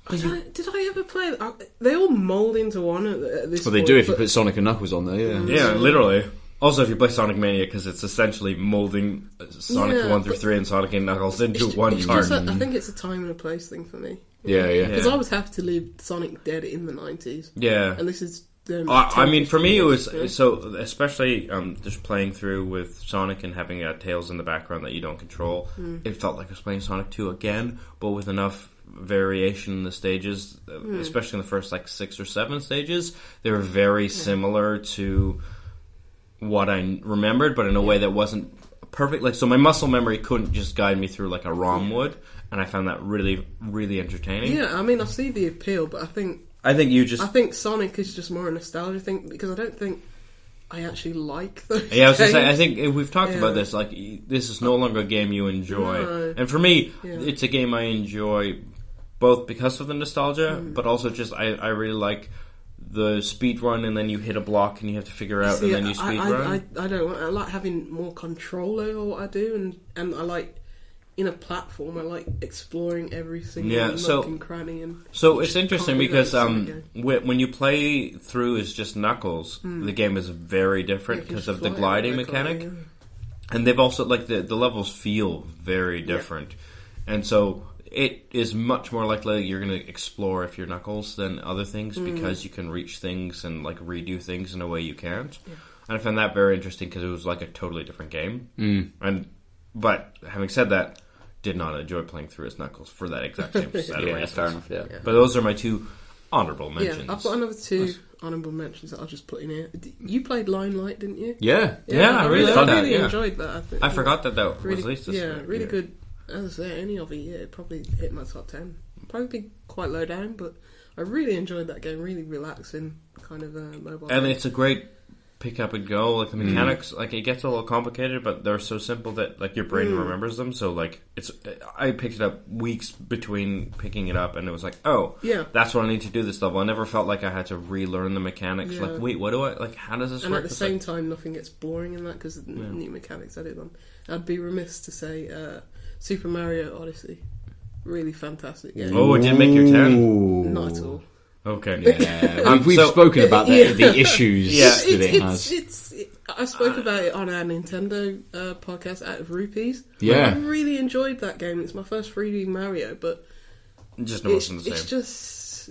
[SPEAKER 1] I don't- Did I ever play? I, they all mold into one at, at this.
[SPEAKER 3] Well, they
[SPEAKER 1] point,
[SPEAKER 3] do if you
[SPEAKER 1] but
[SPEAKER 3] put Sonic and Knuckles on there. Yeah.
[SPEAKER 2] Yeah, literally. Also, if you play Sonic Mania, because it's essentially molding uh, Sonic
[SPEAKER 1] Yeah,
[SPEAKER 2] one through
[SPEAKER 1] but-
[SPEAKER 2] three and Sonic and Knuckles into
[SPEAKER 1] it's ju-
[SPEAKER 2] one
[SPEAKER 1] it's
[SPEAKER 2] card.
[SPEAKER 1] just a- I think it's a time and a place thing for me
[SPEAKER 3] Yeah, yeah.
[SPEAKER 1] because
[SPEAKER 2] Yeah.
[SPEAKER 1] I was happy to leave Sonic dead in the nineties,
[SPEAKER 2] yeah.
[SPEAKER 1] and this is. Um,
[SPEAKER 2] I, I mean, for me, it was
[SPEAKER 1] Yeah.
[SPEAKER 2] so especially um, just playing through with Sonic and having uh, Tails in the background that you don't control. It felt like I was playing Sonic Two again, but with enough variation in the stages, uh, especially in the first like six or seven stages. They were very similar to what I n- remembered, but in a way that wasn't perfect. Like, so my muscle memory couldn't just guide me through like a ROM would, and I found that really, really entertaining.
[SPEAKER 1] yeah, I mean, I see the appeal, but I think
[SPEAKER 2] I think you just
[SPEAKER 1] I think Sonic is just more a nostalgia thing because I don't think I actually like those.
[SPEAKER 2] Yeah, I was gonna say.
[SPEAKER 1] games.
[SPEAKER 2] I think uh, we've talked
[SPEAKER 1] Yeah.
[SPEAKER 2] about this. Like, y- this is no longer a game you enjoy,
[SPEAKER 1] No.
[SPEAKER 2] and for me,
[SPEAKER 1] Yeah.
[SPEAKER 2] it's a game I enjoy both because of the nostalgia,
[SPEAKER 1] Mm.
[SPEAKER 2] but also just I, I really like the speed run, and then you hit a block and you have to figure out,
[SPEAKER 1] See,
[SPEAKER 2] and then you
[SPEAKER 1] I,
[SPEAKER 2] speed
[SPEAKER 1] I,
[SPEAKER 2] run.
[SPEAKER 1] I, I don't. want- I like having more control over what I do, and and I like in a platform. I like exploring every single
[SPEAKER 2] Yeah,
[SPEAKER 1] nook
[SPEAKER 2] so-
[SPEAKER 1] and cranny. And
[SPEAKER 2] So it's interesting
[SPEAKER 1] Can't do
[SPEAKER 2] because
[SPEAKER 1] that in
[SPEAKER 2] um,
[SPEAKER 1] Sonic
[SPEAKER 2] whe- when you play through as just Knuckles, the game is very different
[SPEAKER 1] Yeah, you
[SPEAKER 2] because
[SPEAKER 1] Mm. just
[SPEAKER 2] of the
[SPEAKER 1] fly
[SPEAKER 2] gliding
[SPEAKER 1] everywhere,
[SPEAKER 2] mechanic.
[SPEAKER 1] gliding,
[SPEAKER 2] and they've also like the the levels feel very different, and so it is much more likely you're going to explore if you're Knuckles than other things
[SPEAKER 1] Mm-hmm.
[SPEAKER 2] because you can reach things and like redo things in a way you can't. And I found that very interesting because it was like a totally different game. Mm. And but having said that, did not enjoy playing through as Knuckles for that exact same set of reasons.
[SPEAKER 3] enough. Yeah.
[SPEAKER 2] But those are my two honorable
[SPEAKER 1] yeah.
[SPEAKER 2] mentions.
[SPEAKER 1] yeah, I've got another two honorable mentions that I'll just put in here. D- You played Line Light, didn't you?
[SPEAKER 3] Yeah.
[SPEAKER 2] Yeah, I really
[SPEAKER 1] I
[SPEAKER 2] liked
[SPEAKER 1] really,
[SPEAKER 2] that, yeah.
[SPEAKER 1] enjoyed that. I, think.
[SPEAKER 2] I forgot that that
[SPEAKER 1] Really,
[SPEAKER 2] was released this
[SPEAKER 1] yeah,
[SPEAKER 2] year.
[SPEAKER 1] really good. As I say, any of it, yeah, it probably hit my top ten. probably be quite low down, but I really enjoyed that game. Really relaxing kind of uh, mobile.
[SPEAKER 2] And
[SPEAKER 1] game.
[SPEAKER 2] it's a great pick up and go. Like the mechanics, like it gets a little complicated, but they're so simple that like your
[SPEAKER 1] Mm.
[SPEAKER 2] brain remembers them. So like it's, I picked it up weeks between picking it up, and it was like, oh,
[SPEAKER 1] Yeah.
[SPEAKER 2] that's what I need to do this level. I never felt like I had to relearn the mechanics.
[SPEAKER 1] Yeah.
[SPEAKER 2] Like, wait, what do I like? How does this
[SPEAKER 1] And
[SPEAKER 2] work?
[SPEAKER 1] at the
[SPEAKER 2] It's
[SPEAKER 1] same
[SPEAKER 2] like-
[SPEAKER 1] time, nothing gets boring in that because new mechanics added on. I'd be remiss to say uh, Super Mario Odyssey, really fantastic game.
[SPEAKER 2] oh, it didn't make your ten.
[SPEAKER 1] Not at all.
[SPEAKER 2] Okay.
[SPEAKER 3] Um, we've
[SPEAKER 2] so-
[SPEAKER 3] spoken about the,
[SPEAKER 1] Yeah.
[SPEAKER 3] the issues
[SPEAKER 2] Yeah.
[SPEAKER 3] that it,
[SPEAKER 1] it's,
[SPEAKER 3] has.
[SPEAKER 1] It's, it, I spoke about it on our Nintendo uh, podcast out of rupees.
[SPEAKER 3] Yeah.
[SPEAKER 1] I really enjoyed that game. It's my first 3D Mario, but
[SPEAKER 2] Just no,
[SPEAKER 1] it's,
[SPEAKER 2] wasn't the
[SPEAKER 1] it's
[SPEAKER 2] same.
[SPEAKER 1] just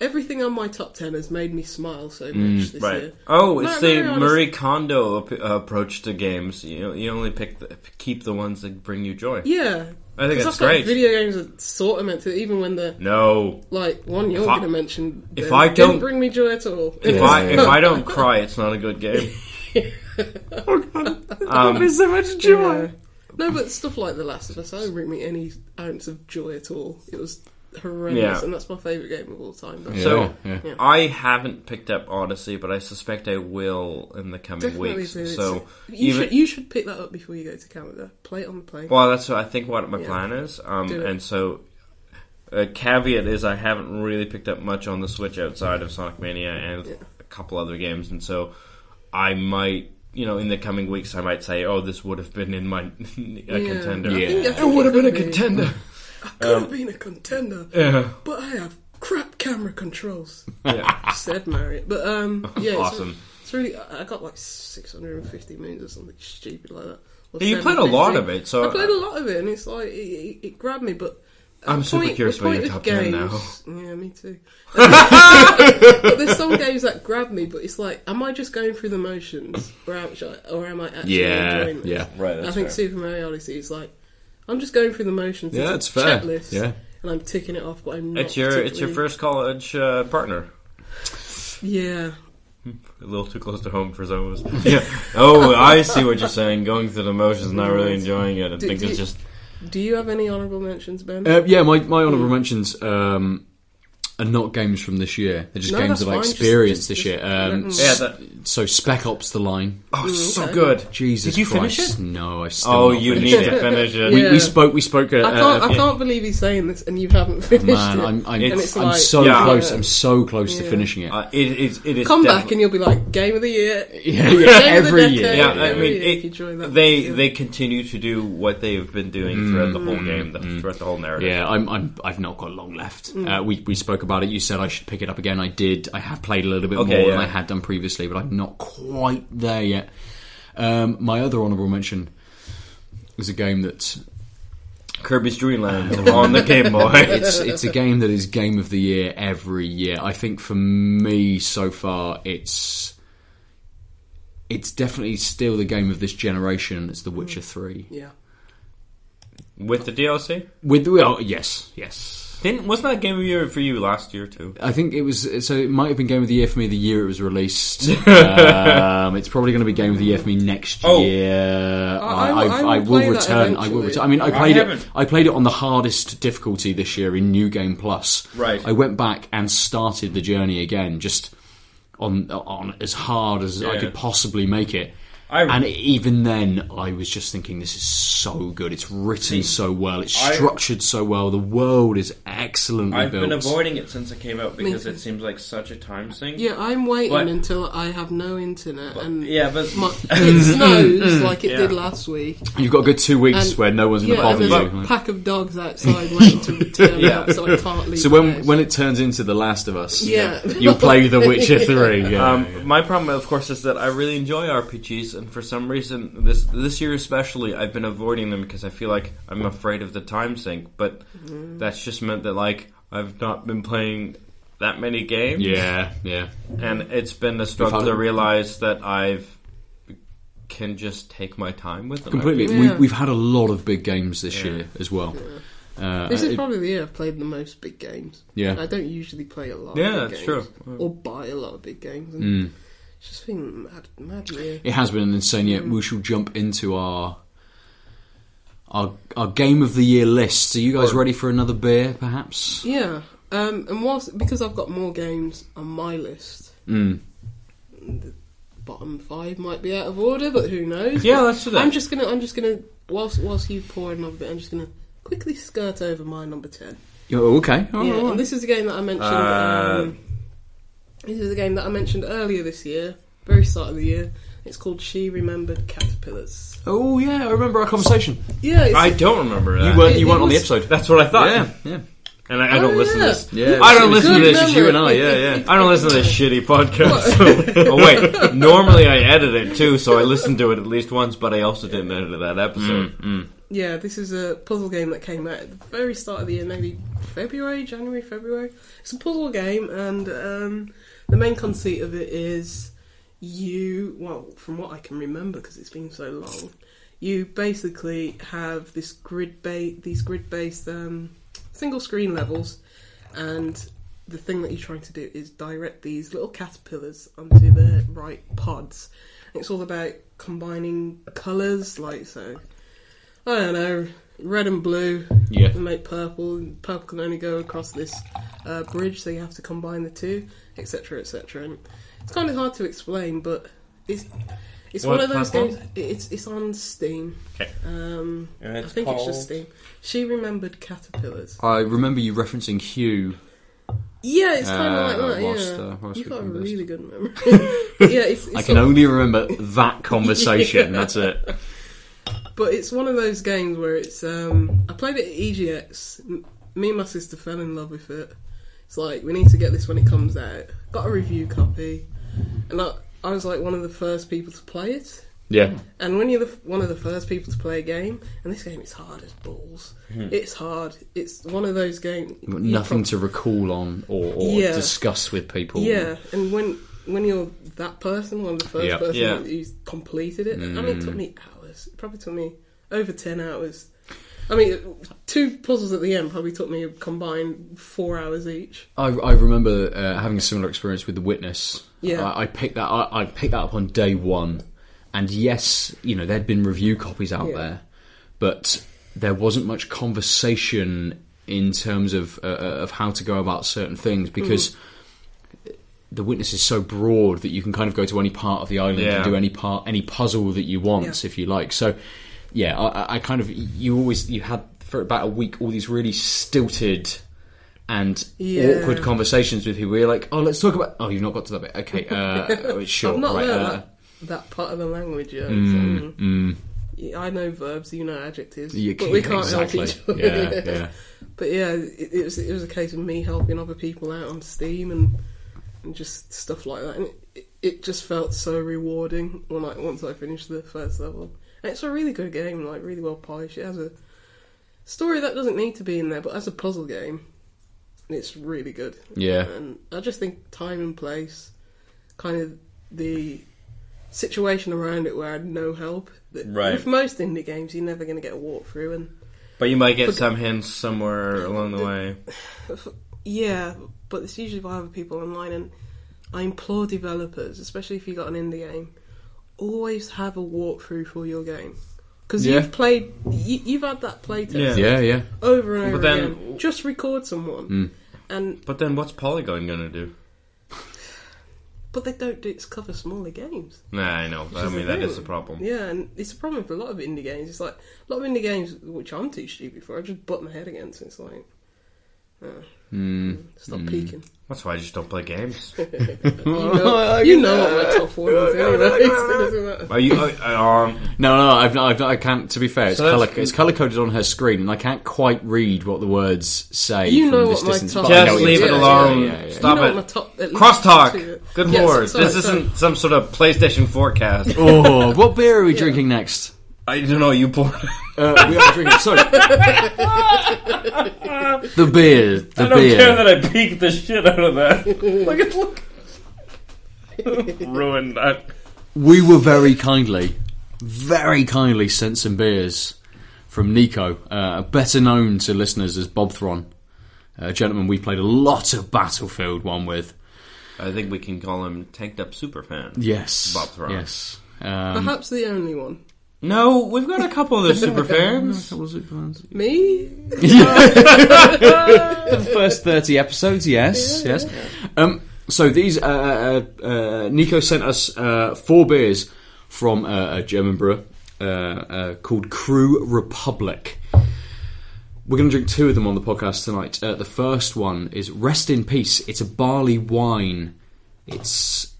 [SPEAKER 1] everything on my top ten has made me smile so much this year.
[SPEAKER 2] Mm, Right. Oh,
[SPEAKER 1] Mario-
[SPEAKER 2] it's the
[SPEAKER 1] Mario
[SPEAKER 2] Murray Kondo ap- approach to games. You you only pick the, keep the ones that bring you joy.
[SPEAKER 1] Yeah,
[SPEAKER 2] I think
[SPEAKER 1] 'Cause
[SPEAKER 2] that's
[SPEAKER 1] feel like
[SPEAKER 2] great.
[SPEAKER 1] Video games are sort of meant to, even when they're
[SPEAKER 2] No,
[SPEAKER 1] like one you're
[SPEAKER 2] If I-
[SPEAKER 1] going to mention.
[SPEAKER 2] if
[SPEAKER 1] then
[SPEAKER 2] I
[SPEAKER 1] didn't
[SPEAKER 2] don't-
[SPEAKER 1] bring me joy at all.
[SPEAKER 2] if I if I don't cry, it's not a good game.
[SPEAKER 1] Oh,
[SPEAKER 2] Um,
[SPEAKER 3] so much
[SPEAKER 1] Yeah. No, but stuff like The Last of Us, I don't bring me any ounce of joy at all. It was horrendous,
[SPEAKER 2] Yeah.
[SPEAKER 1] and that's my favourite game of all time. That's
[SPEAKER 2] So
[SPEAKER 3] Yeah, yeah.
[SPEAKER 2] I haven't picked up Odyssey, but I suspect I will in the coming
[SPEAKER 1] definitely
[SPEAKER 2] weeks.
[SPEAKER 1] do it.
[SPEAKER 2] So
[SPEAKER 1] you
[SPEAKER 2] even
[SPEAKER 1] should you should pick that up before you go to Canada. Play it on the plane.
[SPEAKER 2] well, that's what I think what my
[SPEAKER 1] Yeah.
[SPEAKER 2] plan is. Um,
[SPEAKER 1] Do it.
[SPEAKER 2] and so a caveat is I haven't really picked up much on the Switch outside of Sonic Mania and
[SPEAKER 1] Yeah.
[SPEAKER 2] a couple other games, and so I might. You know, in the coming weeks, I might say, "Oh, this would have been in my a contender."
[SPEAKER 1] I think- I
[SPEAKER 3] Yeah.
[SPEAKER 1] think it would have been a contender.
[SPEAKER 2] contender.
[SPEAKER 1] I could
[SPEAKER 2] um,
[SPEAKER 1] have been a contender,
[SPEAKER 2] Yeah.
[SPEAKER 1] but I have crap camera controls.
[SPEAKER 2] Yeah.
[SPEAKER 1] Said Marriott, but um, yeah, it's-
[SPEAKER 2] Awesome.
[SPEAKER 1] It's, really. I I got like 650 moons or something stupid like that. Or
[SPEAKER 2] You played a lot
[SPEAKER 1] 750.
[SPEAKER 2] of it, so-
[SPEAKER 1] I played a lot of it, and it's like it, it, it grabbed me, but.
[SPEAKER 2] I'm
[SPEAKER 1] the
[SPEAKER 2] super
[SPEAKER 1] point-
[SPEAKER 2] curious
[SPEAKER 1] the
[SPEAKER 2] about your
[SPEAKER 1] point of
[SPEAKER 2] top 10 now.
[SPEAKER 1] games- Yeah, me too. but there's some games that grab me, but it's like, am I just going through the motions, or am I, or am I actually
[SPEAKER 3] Yeah,
[SPEAKER 1] enjoying this?
[SPEAKER 3] yeah.
[SPEAKER 2] Right.
[SPEAKER 1] I think Super Mario Odyssey is like, I'm just going through the motions.
[SPEAKER 3] Yeah,
[SPEAKER 1] it's
[SPEAKER 3] it's
[SPEAKER 1] a
[SPEAKER 3] fair.
[SPEAKER 1] Checklist,
[SPEAKER 3] Yeah.
[SPEAKER 1] and I'm ticking it off, but I'm not.
[SPEAKER 2] it's your it's your
[SPEAKER 1] particularly-
[SPEAKER 2] first college uh, partner.
[SPEAKER 1] Yeah,
[SPEAKER 2] A little too close to home for some of us. yeah. Oh, I see what you're saying. Going through the motions, not really enjoying it. I
[SPEAKER 1] Do-
[SPEAKER 2] think
[SPEAKER 1] do
[SPEAKER 2] it's
[SPEAKER 1] you-
[SPEAKER 2] just
[SPEAKER 1] Do you have any honourable mentions, Ben?
[SPEAKER 3] Uh, yeah, my, my honourable mentions um, are not games from this year. They're just
[SPEAKER 1] No, that's
[SPEAKER 3] games that I
[SPEAKER 1] fine. Just-
[SPEAKER 3] experienced
[SPEAKER 1] just-
[SPEAKER 3] this year.
[SPEAKER 1] just
[SPEAKER 3] Um,
[SPEAKER 1] let
[SPEAKER 3] s-
[SPEAKER 1] them-
[SPEAKER 2] yeah. That,
[SPEAKER 3] so Spec Ops: The Line.
[SPEAKER 2] oh, it's so
[SPEAKER 1] okay.
[SPEAKER 2] good.
[SPEAKER 3] Jesus
[SPEAKER 2] Did you
[SPEAKER 3] Christ!
[SPEAKER 2] finish it?
[SPEAKER 3] No, I still.
[SPEAKER 2] Oh,
[SPEAKER 3] not
[SPEAKER 2] you
[SPEAKER 3] finished
[SPEAKER 2] need
[SPEAKER 3] it.
[SPEAKER 2] to finish it.
[SPEAKER 1] Yeah.
[SPEAKER 3] We, we spoke. We spoke. At,
[SPEAKER 1] I can't.
[SPEAKER 3] uh,
[SPEAKER 1] I can't believe he's saying this, and you haven't finished
[SPEAKER 3] man,
[SPEAKER 1] it.
[SPEAKER 3] I'm I'm,
[SPEAKER 1] and
[SPEAKER 3] I'm
[SPEAKER 1] it's like,
[SPEAKER 3] so
[SPEAKER 2] Yeah.
[SPEAKER 3] close. I'm so close
[SPEAKER 1] Yeah.
[SPEAKER 3] to finishing it.
[SPEAKER 2] Uh, it, it, it is
[SPEAKER 1] Come
[SPEAKER 2] definitely-
[SPEAKER 1] back, and you'll be like, game of the year.
[SPEAKER 3] yeah, yeah,
[SPEAKER 1] Game of the
[SPEAKER 3] every
[SPEAKER 1] decade.
[SPEAKER 3] year.
[SPEAKER 2] yeah,
[SPEAKER 1] Yeah,
[SPEAKER 2] I mean,
[SPEAKER 1] yeah, if
[SPEAKER 2] it,
[SPEAKER 1] you join that
[SPEAKER 2] they
[SPEAKER 1] one, yeah.
[SPEAKER 2] they continue to do what they've been doing throughout the whole game, the, throughout the whole narrative.
[SPEAKER 3] Mm. Yeah, I'm, I'm, I've not got long left. Uh, we, we spoke about it. You said I should pick it up again. I did. I have played a little bit
[SPEAKER 2] Okay,
[SPEAKER 3] more than
[SPEAKER 2] yeah.
[SPEAKER 3] I had done previously, but I'm not quite there yet. Um, my other honourable mention is a game that
[SPEAKER 2] Kirby's Dream Land on the Game Boy.
[SPEAKER 3] it's it's a game that is game of the year every year. I think for me so far, it's it's definitely still the game of this generation. It's The Witcher Three.
[SPEAKER 1] Yeah.
[SPEAKER 2] With the DLC,
[SPEAKER 3] With well, yes, yes.
[SPEAKER 2] didn't wasn't that Game of the Year for you last year too?
[SPEAKER 3] I think it was so. It might have been game of the year for me the year it was released. um, it's probably going to be game of the year for me next
[SPEAKER 2] Oh.
[SPEAKER 3] year. Uh,
[SPEAKER 1] I- I will-
[SPEAKER 3] I've-
[SPEAKER 1] I will
[SPEAKER 3] I
[SPEAKER 1] play
[SPEAKER 3] will
[SPEAKER 1] that
[SPEAKER 3] return. I will
[SPEAKER 1] eventually.
[SPEAKER 3] return. I mean, I played
[SPEAKER 2] haven't.
[SPEAKER 3] it. I played it on the hardest difficulty this year in New Game Plus.
[SPEAKER 2] Right.
[SPEAKER 3] I went back and started the journey again, just on on as hard as I
[SPEAKER 2] Yeah.
[SPEAKER 3] could possibly make it.
[SPEAKER 2] I-
[SPEAKER 3] and even then, I was just thinking, this is so good. It's written so well. It's
[SPEAKER 2] I-
[SPEAKER 3] structured so well. The world is excellently
[SPEAKER 2] I've
[SPEAKER 3] built.
[SPEAKER 2] been avoiding it since it came out because
[SPEAKER 1] too.
[SPEAKER 2] it seems like such a time sink.
[SPEAKER 1] Yeah, I'm waiting
[SPEAKER 2] But-
[SPEAKER 1] until I have no internet and
[SPEAKER 2] yeah, but
[SPEAKER 1] my, it snows like it
[SPEAKER 2] Yeah.
[SPEAKER 1] did last week.
[SPEAKER 3] You've got a good two weeks
[SPEAKER 1] And-
[SPEAKER 3] where no one's going to
[SPEAKER 1] Yeah, and
[SPEAKER 3] bother
[SPEAKER 1] there's
[SPEAKER 3] you.
[SPEAKER 1] a pack of dogs outside waiting to return
[SPEAKER 3] Yeah.
[SPEAKER 1] up, so I can't leave.
[SPEAKER 3] so
[SPEAKER 1] the
[SPEAKER 3] when
[SPEAKER 1] house.
[SPEAKER 3] when it turns into The Last of Us,
[SPEAKER 1] Yeah.
[SPEAKER 3] you'll play The Witcher Three. Yeah.
[SPEAKER 2] Um, My problem, of course, is that I really enjoy RPGs, and for some reason, this this year especially, I've been avoiding them because I feel like I'm afraid of the time sink. But
[SPEAKER 1] Mm-hmm.
[SPEAKER 2] that's just meant that like I've not been playing that many games,
[SPEAKER 3] yeah, yeah.
[SPEAKER 2] and it's been a struggle
[SPEAKER 3] had-
[SPEAKER 2] to realize that I've can just take my time with them.
[SPEAKER 3] Completely.
[SPEAKER 1] Yeah.
[SPEAKER 3] We've, we've had a lot of big games this year as well. Uh,
[SPEAKER 1] this is
[SPEAKER 3] it-
[SPEAKER 1] probably the year I've played the most big games.
[SPEAKER 3] Yeah.
[SPEAKER 1] I don't usually play a lot.
[SPEAKER 2] Yeah,
[SPEAKER 1] of big
[SPEAKER 2] that's
[SPEAKER 1] games,
[SPEAKER 2] true.
[SPEAKER 1] Or buy a lot of big games. And
[SPEAKER 3] Mm.
[SPEAKER 1] It's just been mad, mad year.
[SPEAKER 3] it has been an insane year. We shall jump into our our our game of the year lists. Are you guys ready for another beer, perhaps?
[SPEAKER 1] Yeah. Um, and whilst because I've got more games on my list,
[SPEAKER 3] Mm.
[SPEAKER 1] the bottom five might be out of order, but who knows?
[SPEAKER 2] Yeah, let's do that.
[SPEAKER 1] I'm just gonna. I'm just gonna. Whilst whilst you pour another bit, I'm just gonna quickly skirt over my number ten.
[SPEAKER 3] Yeah, oh, okay. All
[SPEAKER 1] yeah,
[SPEAKER 3] right.
[SPEAKER 1] and this is a game that I mentioned.
[SPEAKER 2] Uh,
[SPEAKER 1] um, this is a game that I mentioned earlier this year, very start of the year. It's called She Remembered Caterpillars.
[SPEAKER 3] Oh yeah, I remember our conversation.
[SPEAKER 1] Yeah, it's,
[SPEAKER 2] I don't remember that.
[SPEAKER 3] You weren't
[SPEAKER 1] It-
[SPEAKER 3] you
[SPEAKER 1] it
[SPEAKER 3] weren't on the
[SPEAKER 1] was-
[SPEAKER 3] episode.
[SPEAKER 2] That's what I thought.
[SPEAKER 3] Yeah, yeah.
[SPEAKER 2] And I, I don't
[SPEAKER 1] Oh,
[SPEAKER 2] listen to
[SPEAKER 1] yeah.
[SPEAKER 2] this.
[SPEAKER 3] Yeah,
[SPEAKER 2] I don't
[SPEAKER 3] it's-
[SPEAKER 2] listen to
[SPEAKER 1] Good
[SPEAKER 2] this.
[SPEAKER 1] memory.
[SPEAKER 3] you and I, yeah,
[SPEAKER 1] It- it-
[SPEAKER 3] yeah.
[SPEAKER 1] it-
[SPEAKER 2] I don't listen to this shitty podcast. oh wait, normally I edit it too, so I listen to it at least once, but I also didn't edit that
[SPEAKER 1] Mm,
[SPEAKER 2] episode.
[SPEAKER 1] Yeah, this is a puzzle game that came out at the very start of the year, maybe February, January, February. It's a puzzle game, and um, the main conceit of it is you, well, from what I can remember because it's been so long, you basically have this grid ba- these grid based um, single screen levels, and the thing that you're trying to do is direct these little caterpillars onto the right pods. And it's all about combining colours, like so. I don't know, red and blue
[SPEAKER 3] Yeah.
[SPEAKER 1] and make purple, and purple can only go across this uh, bridge, so you have to combine the two, etc., etc. And it's kind of hard to explain, but it's it's
[SPEAKER 2] What
[SPEAKER 1] one of those
[SPEAKER 2] platform?
[SPEAKER 1] games. It's it's on Steam.
[SPEAKER 2] Okay.
[SPEAKER 1] Um,
[SPEAKER 2] And
[SPEAKER 1] I
[SPEAKER 2] it's
[SPEAKER 1] think it's
[SPEAKER 2] called-
[SPEAKER 1] just Steam. She remembered caterpillars.
[SPEAKER 3] I remember you referencing Hugh.
[SPEAKER 1] Yeah, it's kind
[SPEAKER 3] Uh,
[SPEAKER 1] of like that.
[SPEAKER 3] whilst,
[SPEAKER 1] yeah,
[SPEAKER 3] uh, whilst
[SPEAKER 1] you've
[SPEAKER 3] we
[SPEAKER 1] got a
[SPEAKER 3] conversed.
[SPEAKER 1] really good memory. yeah, it's, it's
[SPEAKER 3] I can
[SPEAKER 1] sort of-
[SPEAKER 3] only remember that conversation. That's it.
[SPEAKER 1] But it's one of those games where it's. Um, I played it at EGX. M- Me and my sister fell in love with it. It's like we need to get this when it comes out. Got a review copy, and I, I was like one of the first people to play it.
[SPEAKER 3] Yeah.
[SPEAKER 1] And when you're the, one of the first people to play a game, and this game is hard as balls. It's hard. It's one of those games.
[SPEAKER 3] You've got nothing to recall on or, or
[SPEAKER 1] Yeah.
[SPEAKER 3] discuss with people.
[SPEAKER 1] Yeah, and when when you're that person, one of the first
[SPEAKER 3] Yeah. Mm.
[SPEAKER 1] person
[SPEAKER 2] Yeah.
[SPEAKER 1] that who's completed it, I mean, it took me hours. It probably took me over ten hours. I mean, two puzzles at the end probably took me a combined four hours each.
[SPEAKER 3] I, I remember uh, having a similar experience with The Witness.
[SPEAKER 1] Yeah.
[SPEAKER 3] I, I picked that. I, I picked that up on day one, and yes, you know there'd been review copies out
[SPEAKER 1] Yeah.
[SPEAKER 3] there, but there wasn't much conversation in terms of uh, of how to go about certain things because.
[SPEAKER 1] Mm.
[SPEAKER 3] The witness is so broad that you can kind of go to any part of the island
[SPEAKER 2] Yeah.
[SPEAKER 3] and do any part, any puzzle that you want,
[SPEAKER 1] Yeah.
[SPEAKER 3] if you like. So, yeah, I, I- I kind of you always you had for about a week all these really stilted and
[SPEAKER 1] Yeah.
[SPEAKER 3] awkward conversations with people. We're like, oh, let's talk about. Oh, you've not got to that bit. Okay, uh, sure. Mm,
[SPEAKER 1] I've not
[SPEAKER 3] right,
[SPEAKER 1] learned
[SPEAKER 3] uh,
[SPEAKER 1] that, that part of the language yet. so, yeah, I know verbs, you know adjectives,
[SPEAKER 3] you
[SPEAKER 1] but
[SPEAKER 3] can-
[SPEAKER 1] we can't
[SPEAKER 3] exactly.
[SPEAKER 1] help each
[SPEAKER 3] Yeah,
[SPEAKER 1] other.
[SPEAKER 3] yeah.
[SPEAKER 1] But yeah, it, it was it was a case of me helping other people out on Steam and and just stuff like that, and it, it just felt so rewarding when I once I finished the first level. And it's a really good game, like really well polished. It has a story that doesn't need to be in there, but as a puzzle game, it's really good.
[SPEAKER 3] Yeah.
[SPEAKER 1] and I just think time and place, kind of the situation around it where I had no help. That
[SPEAKER 2] Right.
[SPEAKER 1] With most indie games, you're never going to get a walkthrough, and
[SPEAKER 2] But you might get some hints somewhere along the way.
[SPEAKER 1] Yeah, but it's usually by other people online, and I implore developers, especially if you've got an indie game, always have a walkthrough for your game. Because
[SPEAKER 3] Yeah.
[SPEAKER 1] you've played, you, you've had that playtest
[SPEAKER 3] yeah, yeah.
[SPEAKER 1] over and over
[SPEAKER 2] But then-
[SPEAKER 1] again. Just record someone, and
[SPEAKER 2] But then what's Polygon gonna do?
[SPEAKER 1] but they don't do it's cover smaller games.
[SPEAKER 2] Nah, I know. I
[SPEAKER 1] is
[SPEAKER 2] mean,
[SPEAKER 1] the
[SPEAKER 2] that
[SPEAKER 1] thing.
[SPEAKER 2] is the problem.
[SPEAKER 1] Yeah, and it's a problem for a lot of indie games. It's like a lot of indie games, which I'm too stupid for. I just butt my head against. It's like, uh,
[SPEAKER 3] Hmm.
[SPEAKER 1] stop peeking.
[SPEAKER 2] That's why I just don't play games.
[SPEAKER 1] You know, you know what my top one is. Anyway, it doesn't matter.
[SPEAKER 2] Are you? Uh, um,
[SPEAKER 3] No, no, I've not, I've not, I can't. To be fair, it's
[SPEAKER 2] So that's-
[SPEAKER 3] color it's color coded on her screen, and I can't quite read what the words say.
[SPEAKER 1] You
[SPEAKER 3] from
[SPEAKER 1] know
[SPEAKER 3] this
[SPEAKER 1] what my
[SPEAKER 3] distance,
[SPEAKER 1] top-
[SPEAKER 3] but I know
[SPEAKER 2] Just
[SPEAKER 3] what
[SPEAKER 2] leave
[SPEAKER 3] you're
[SPEAKER 2] it
[SPEAKER 3] saying.
[SPEAKER 2] alone.
[SPEAKER 3] Yeah, yeah, yeah.
[SPEAKER 1] You
[SPEAKER 2] Stop
[SPEAKER 1] know
[SPEAKER 2] it.
[SPEAKER 1] what my top- at least top two-
[SPEAKER 2] Crosstalk. Good
[SPEAKER 1] Yeah,
[SPEAKER 2] lord,
[SPEAKER 1] sorry,
[SPEAKER 2] this
[SPEAKER 1] sorry.
[SPEAKER 2] isn't some sort of PlayStation forecast.
[SPEAKER 3] Oh, what beer are we drinking next?
[SPEAKER 2] I don't know. You pour.
[SPEAKER 3] Uh, we are drinking. Sorry. the beer.
[SPEAKER 2] I
[SPEAKER 3] The
[SPEAKER 2] don't
[SPEAKER 3] beer.
[SPEAKER 2] care that I peeked the shit out of that. look at look. Ruined that.
[SPEAKER 3] we were very kindly, very kindly sent some beers from Nico, uh, better known to listeners as Bob Thron, a gentleman we played a lot of Battlefield one with.
[SPEAKER 2] I think we can call him tanked up superfan.
[SPEAKER 3] Yes,
[SPEAKER 2] Bob Thron.
[SPEAKER 3] Yes. Um,
[SPEAKER 1] Perhaps the only one.
[SPEAKER 2] No, we've got a couple of the super fans.
[SPEAKER 1] Me?
[SPEAKER 3] For the first 30 episodes, yes, yes. Um, so these, uh, uh, uh, Nico sent us uh, four beers from uh, a German brewer uh, uh, called Crew Republic. We're going to drink two of them on the podcast tonight. Uh, the first one is Rest in Peace. It's a barley wine. It's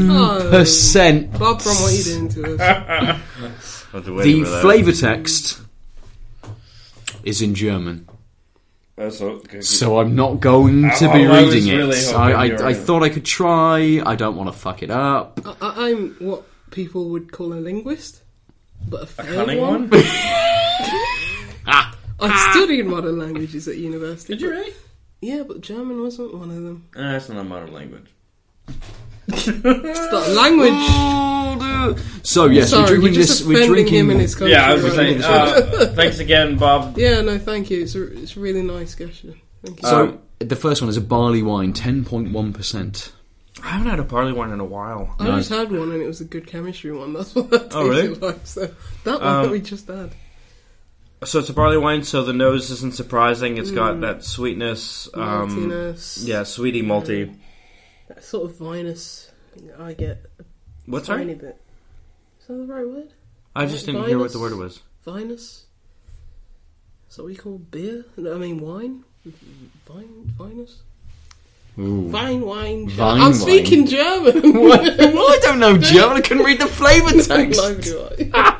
[SPEAKER 3] 10.1%.
[SPEAKER 1] Bob, from what you doing to us?
[SPEAKER 2] I'll have to wait
[SPEAKER 3] The
[SPEAKER 2] for that.
[SPEAKER 3] flavour text is in German.
[SPEAKER 2] That's okay.
[SPEAKER 3] So I'm not going to
[SPEAKER 2] Oh,
[SPEAKER 3] be
[SPEAKER 2] I was
[SPEAKER 3] reading it.
[SPEAKER 2] really hoping
[SPEAKER 3] I,
[SPEAKER 2] you were
[SPEAKER 3] I, I
[SPEAKER 2] gonna-
[SPEAKER 3] thought I could try. I don't want to fuck it up.
[SPEAKER 1] I, I, I'm what people would call a linguist, but a failed
[SPEAKER 2] cunning
[SPEAKER 1] one.
[SPEAKER 2] one.
[SPEAKER 1] I studied modern languages at university.
[SPEAKER 2] Did you really?
[SPEAKER 1] Yeah, but German wasn't one of them.
[SPEAKER 2] Uh, that's not a modern language.
[SPEAKER 1] It's
[SPEAKER 2] Uh,
[SPEAKER 1] not language.
[SPEAKER 2] Oh,
[SPEAKER 3] So yes,
[SPEAKER 1] Sorry,
[SPEAKER 3] we're drinking
[SPEAKER 1] we're just
[SPEAKER 3] this. We're
[SPEAKER 1] offending
[SPEAKER 3] drinking.
[SPEAKER 1] him in his country.
[SPEAKER 2] Yeah, I was just
[SPEAKER 1] right
[SPEAKER 2] saying.
[SPEAKER 1] now.
[SPEAKER 2] Uh, thanks again, Bob.
[SPEAKER 1] yeah, no, thank you. It's a, it's a really nice question. Thank you.
[SPEAKER 3] so the first one is a barley wine, ten point one percent.
[SPEAKER 2] I haven't had a barley wine in a while.
[SPEAKER 1] I just had one and it was a good chemistry one. That's what that tasted
[SPEAKER 2] uh, Oh, really? Um,
[SPEAKER 1] like. So that one that we just had.
[SPEAKER 2] So it's a barley wine, so the nose isn't surprising. It's got that sweetness. Um,
[SPEAKER 1] Maltiness.
[SPEAKER 2] Yeah, sweetie malty.
[SPEAKER 1] That sort of vinous. I get a
[SPEAKER 2] What's
[SPEAKER 1] tiny
[SPEAKER 2] that?
[SPEAKER 1] bit. Is that the right word?
[SPEAKER 2] I just didn't hear what the word was.
[SPEAKER 1] Vinous. Is that what you call beer? No, I mean wine. Vine, vinous. Vine wine. Ger-
[SPEAKER 3] Vine
[SPEAKER 1] I'm
[SPEAKER 3] wine.
[SPEAKER 1] speaking German.
[SPEAKER 3] well, I don't know German. I couldn't read the flavour
[SPEAKER 1] Neither
[SPEAKER 3] text.
[SPEAKER 1] do I.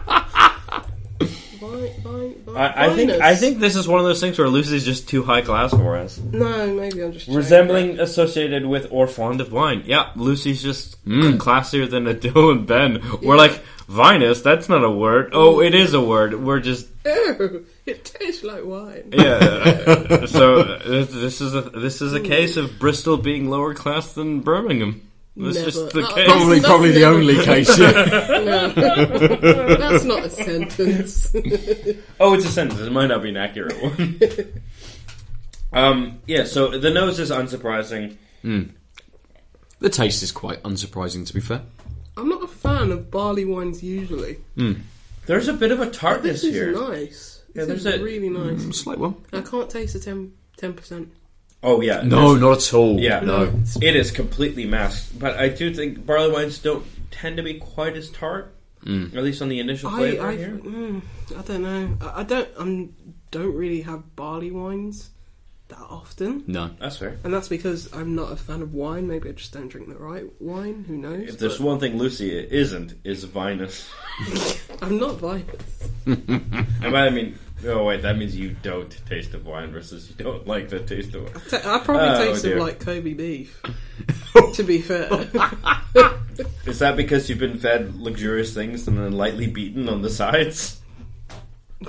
[SPEAKER 1] Vine, vine, vine,
[SPEAKER 2] I, I think
[SPEAKER 1] vinous.
[SPEAKER 2] I think this is one of those things where Lucy's just too high class for us.
[SPEAKER 1] no, maybe I'm just joking.
[SPEAKER 2] Resembling, associated with, or fond of wine. Yeah, Lucy's just classier than Adele and Ben. We're like, vinous, that's not a word. Oh,
[SPEAKER 1] Mm.
[SPEAKER 2] it is a word. We're just,
[SPEAKER 1] Ew, it tastes like wine.
[SPEAKER 2] yeah. so uh, this, this is a this
[SPEAKER 1] Mm.
[SPEAKER 2] is a case of Bristol being lower class than Birmingham. That's
[SPEAKER 1] Never.
[SPEAKER 2] just the
[SPEAKER 1] Uh,
[SPEAKER 2] case.
[SPEAKER 1] that's-
[SPEAKER 3] Probably, probably the only case. Yeah.
[SPEAKER 1] No. That's not a sentence.
[SPEAKER 2] Oh, it's a sentence. It might not be an accurate one. um, yeah. So the nose is unsurprising.
[SPEAKER 3] the taste is quite unsurprising, to be fair.
[SPEAKER 1] I'm not a fan of barley wines usually.
[SPEAKER 2] There's a bit of a tartness
[SPEAKER 1] This is
[SPEAKER 2] here.
[SPEAKER 1] nice.
[SPEAKER 2] Yeah,
[SPEAKER 1] This
[SPEAKER 2] there's
[SPEAKER 1] is
[SPEAKER 2] a- Mm-hmm.
[SPEAKER 1] really nice.
[SPEAKER 3] Slight one.
[SPEAKER 1] I can't taste the 10 percent. Mm.
[SPEAKER 2] Oh yeah.
[SPEAKER 3] No, not at all.
[SPEAKER 2] Yeah.
[SPEAKER 3] no.
[SPEAKER 2] It is completely masked, but I do think barley wines don't tend to be quite as tart. At least on the initial
[SPEAKER 1] I
[SPEAKER 2] flavor
[SPEAKER 1] I,
[SPEAKER 2] here.
[SPEAKER 1] mm, I don't know. I, I don't I don't really have barley wines that often,
[SPEAKER 3] no.
[SPEAKER 2] That's fair.
[SPEAKER 1] and that's because I'm not a fan of wine. Maybe I just don't drink the right wine. Who knows?
[SPEAKER 2] If there's one thing Lucy isn't, is vinous.
[SPEAKER 1] But I'm not vinous.
[SPEAKER 2] And by I mean, oh wait, that means you don't taste of wine versus you don't like the taste of wine.
[SPEAKER 1] T- I probably
[SPEAKER 2] Oh,
[SPEAKER 1] taste
[SPEAKER 2] dear.
[SPEAKER 1] them like Kobe beef. to be fair,
[SPEAKER 2] Is that because you've been fed luxurious things and then lightly beaten on the sides?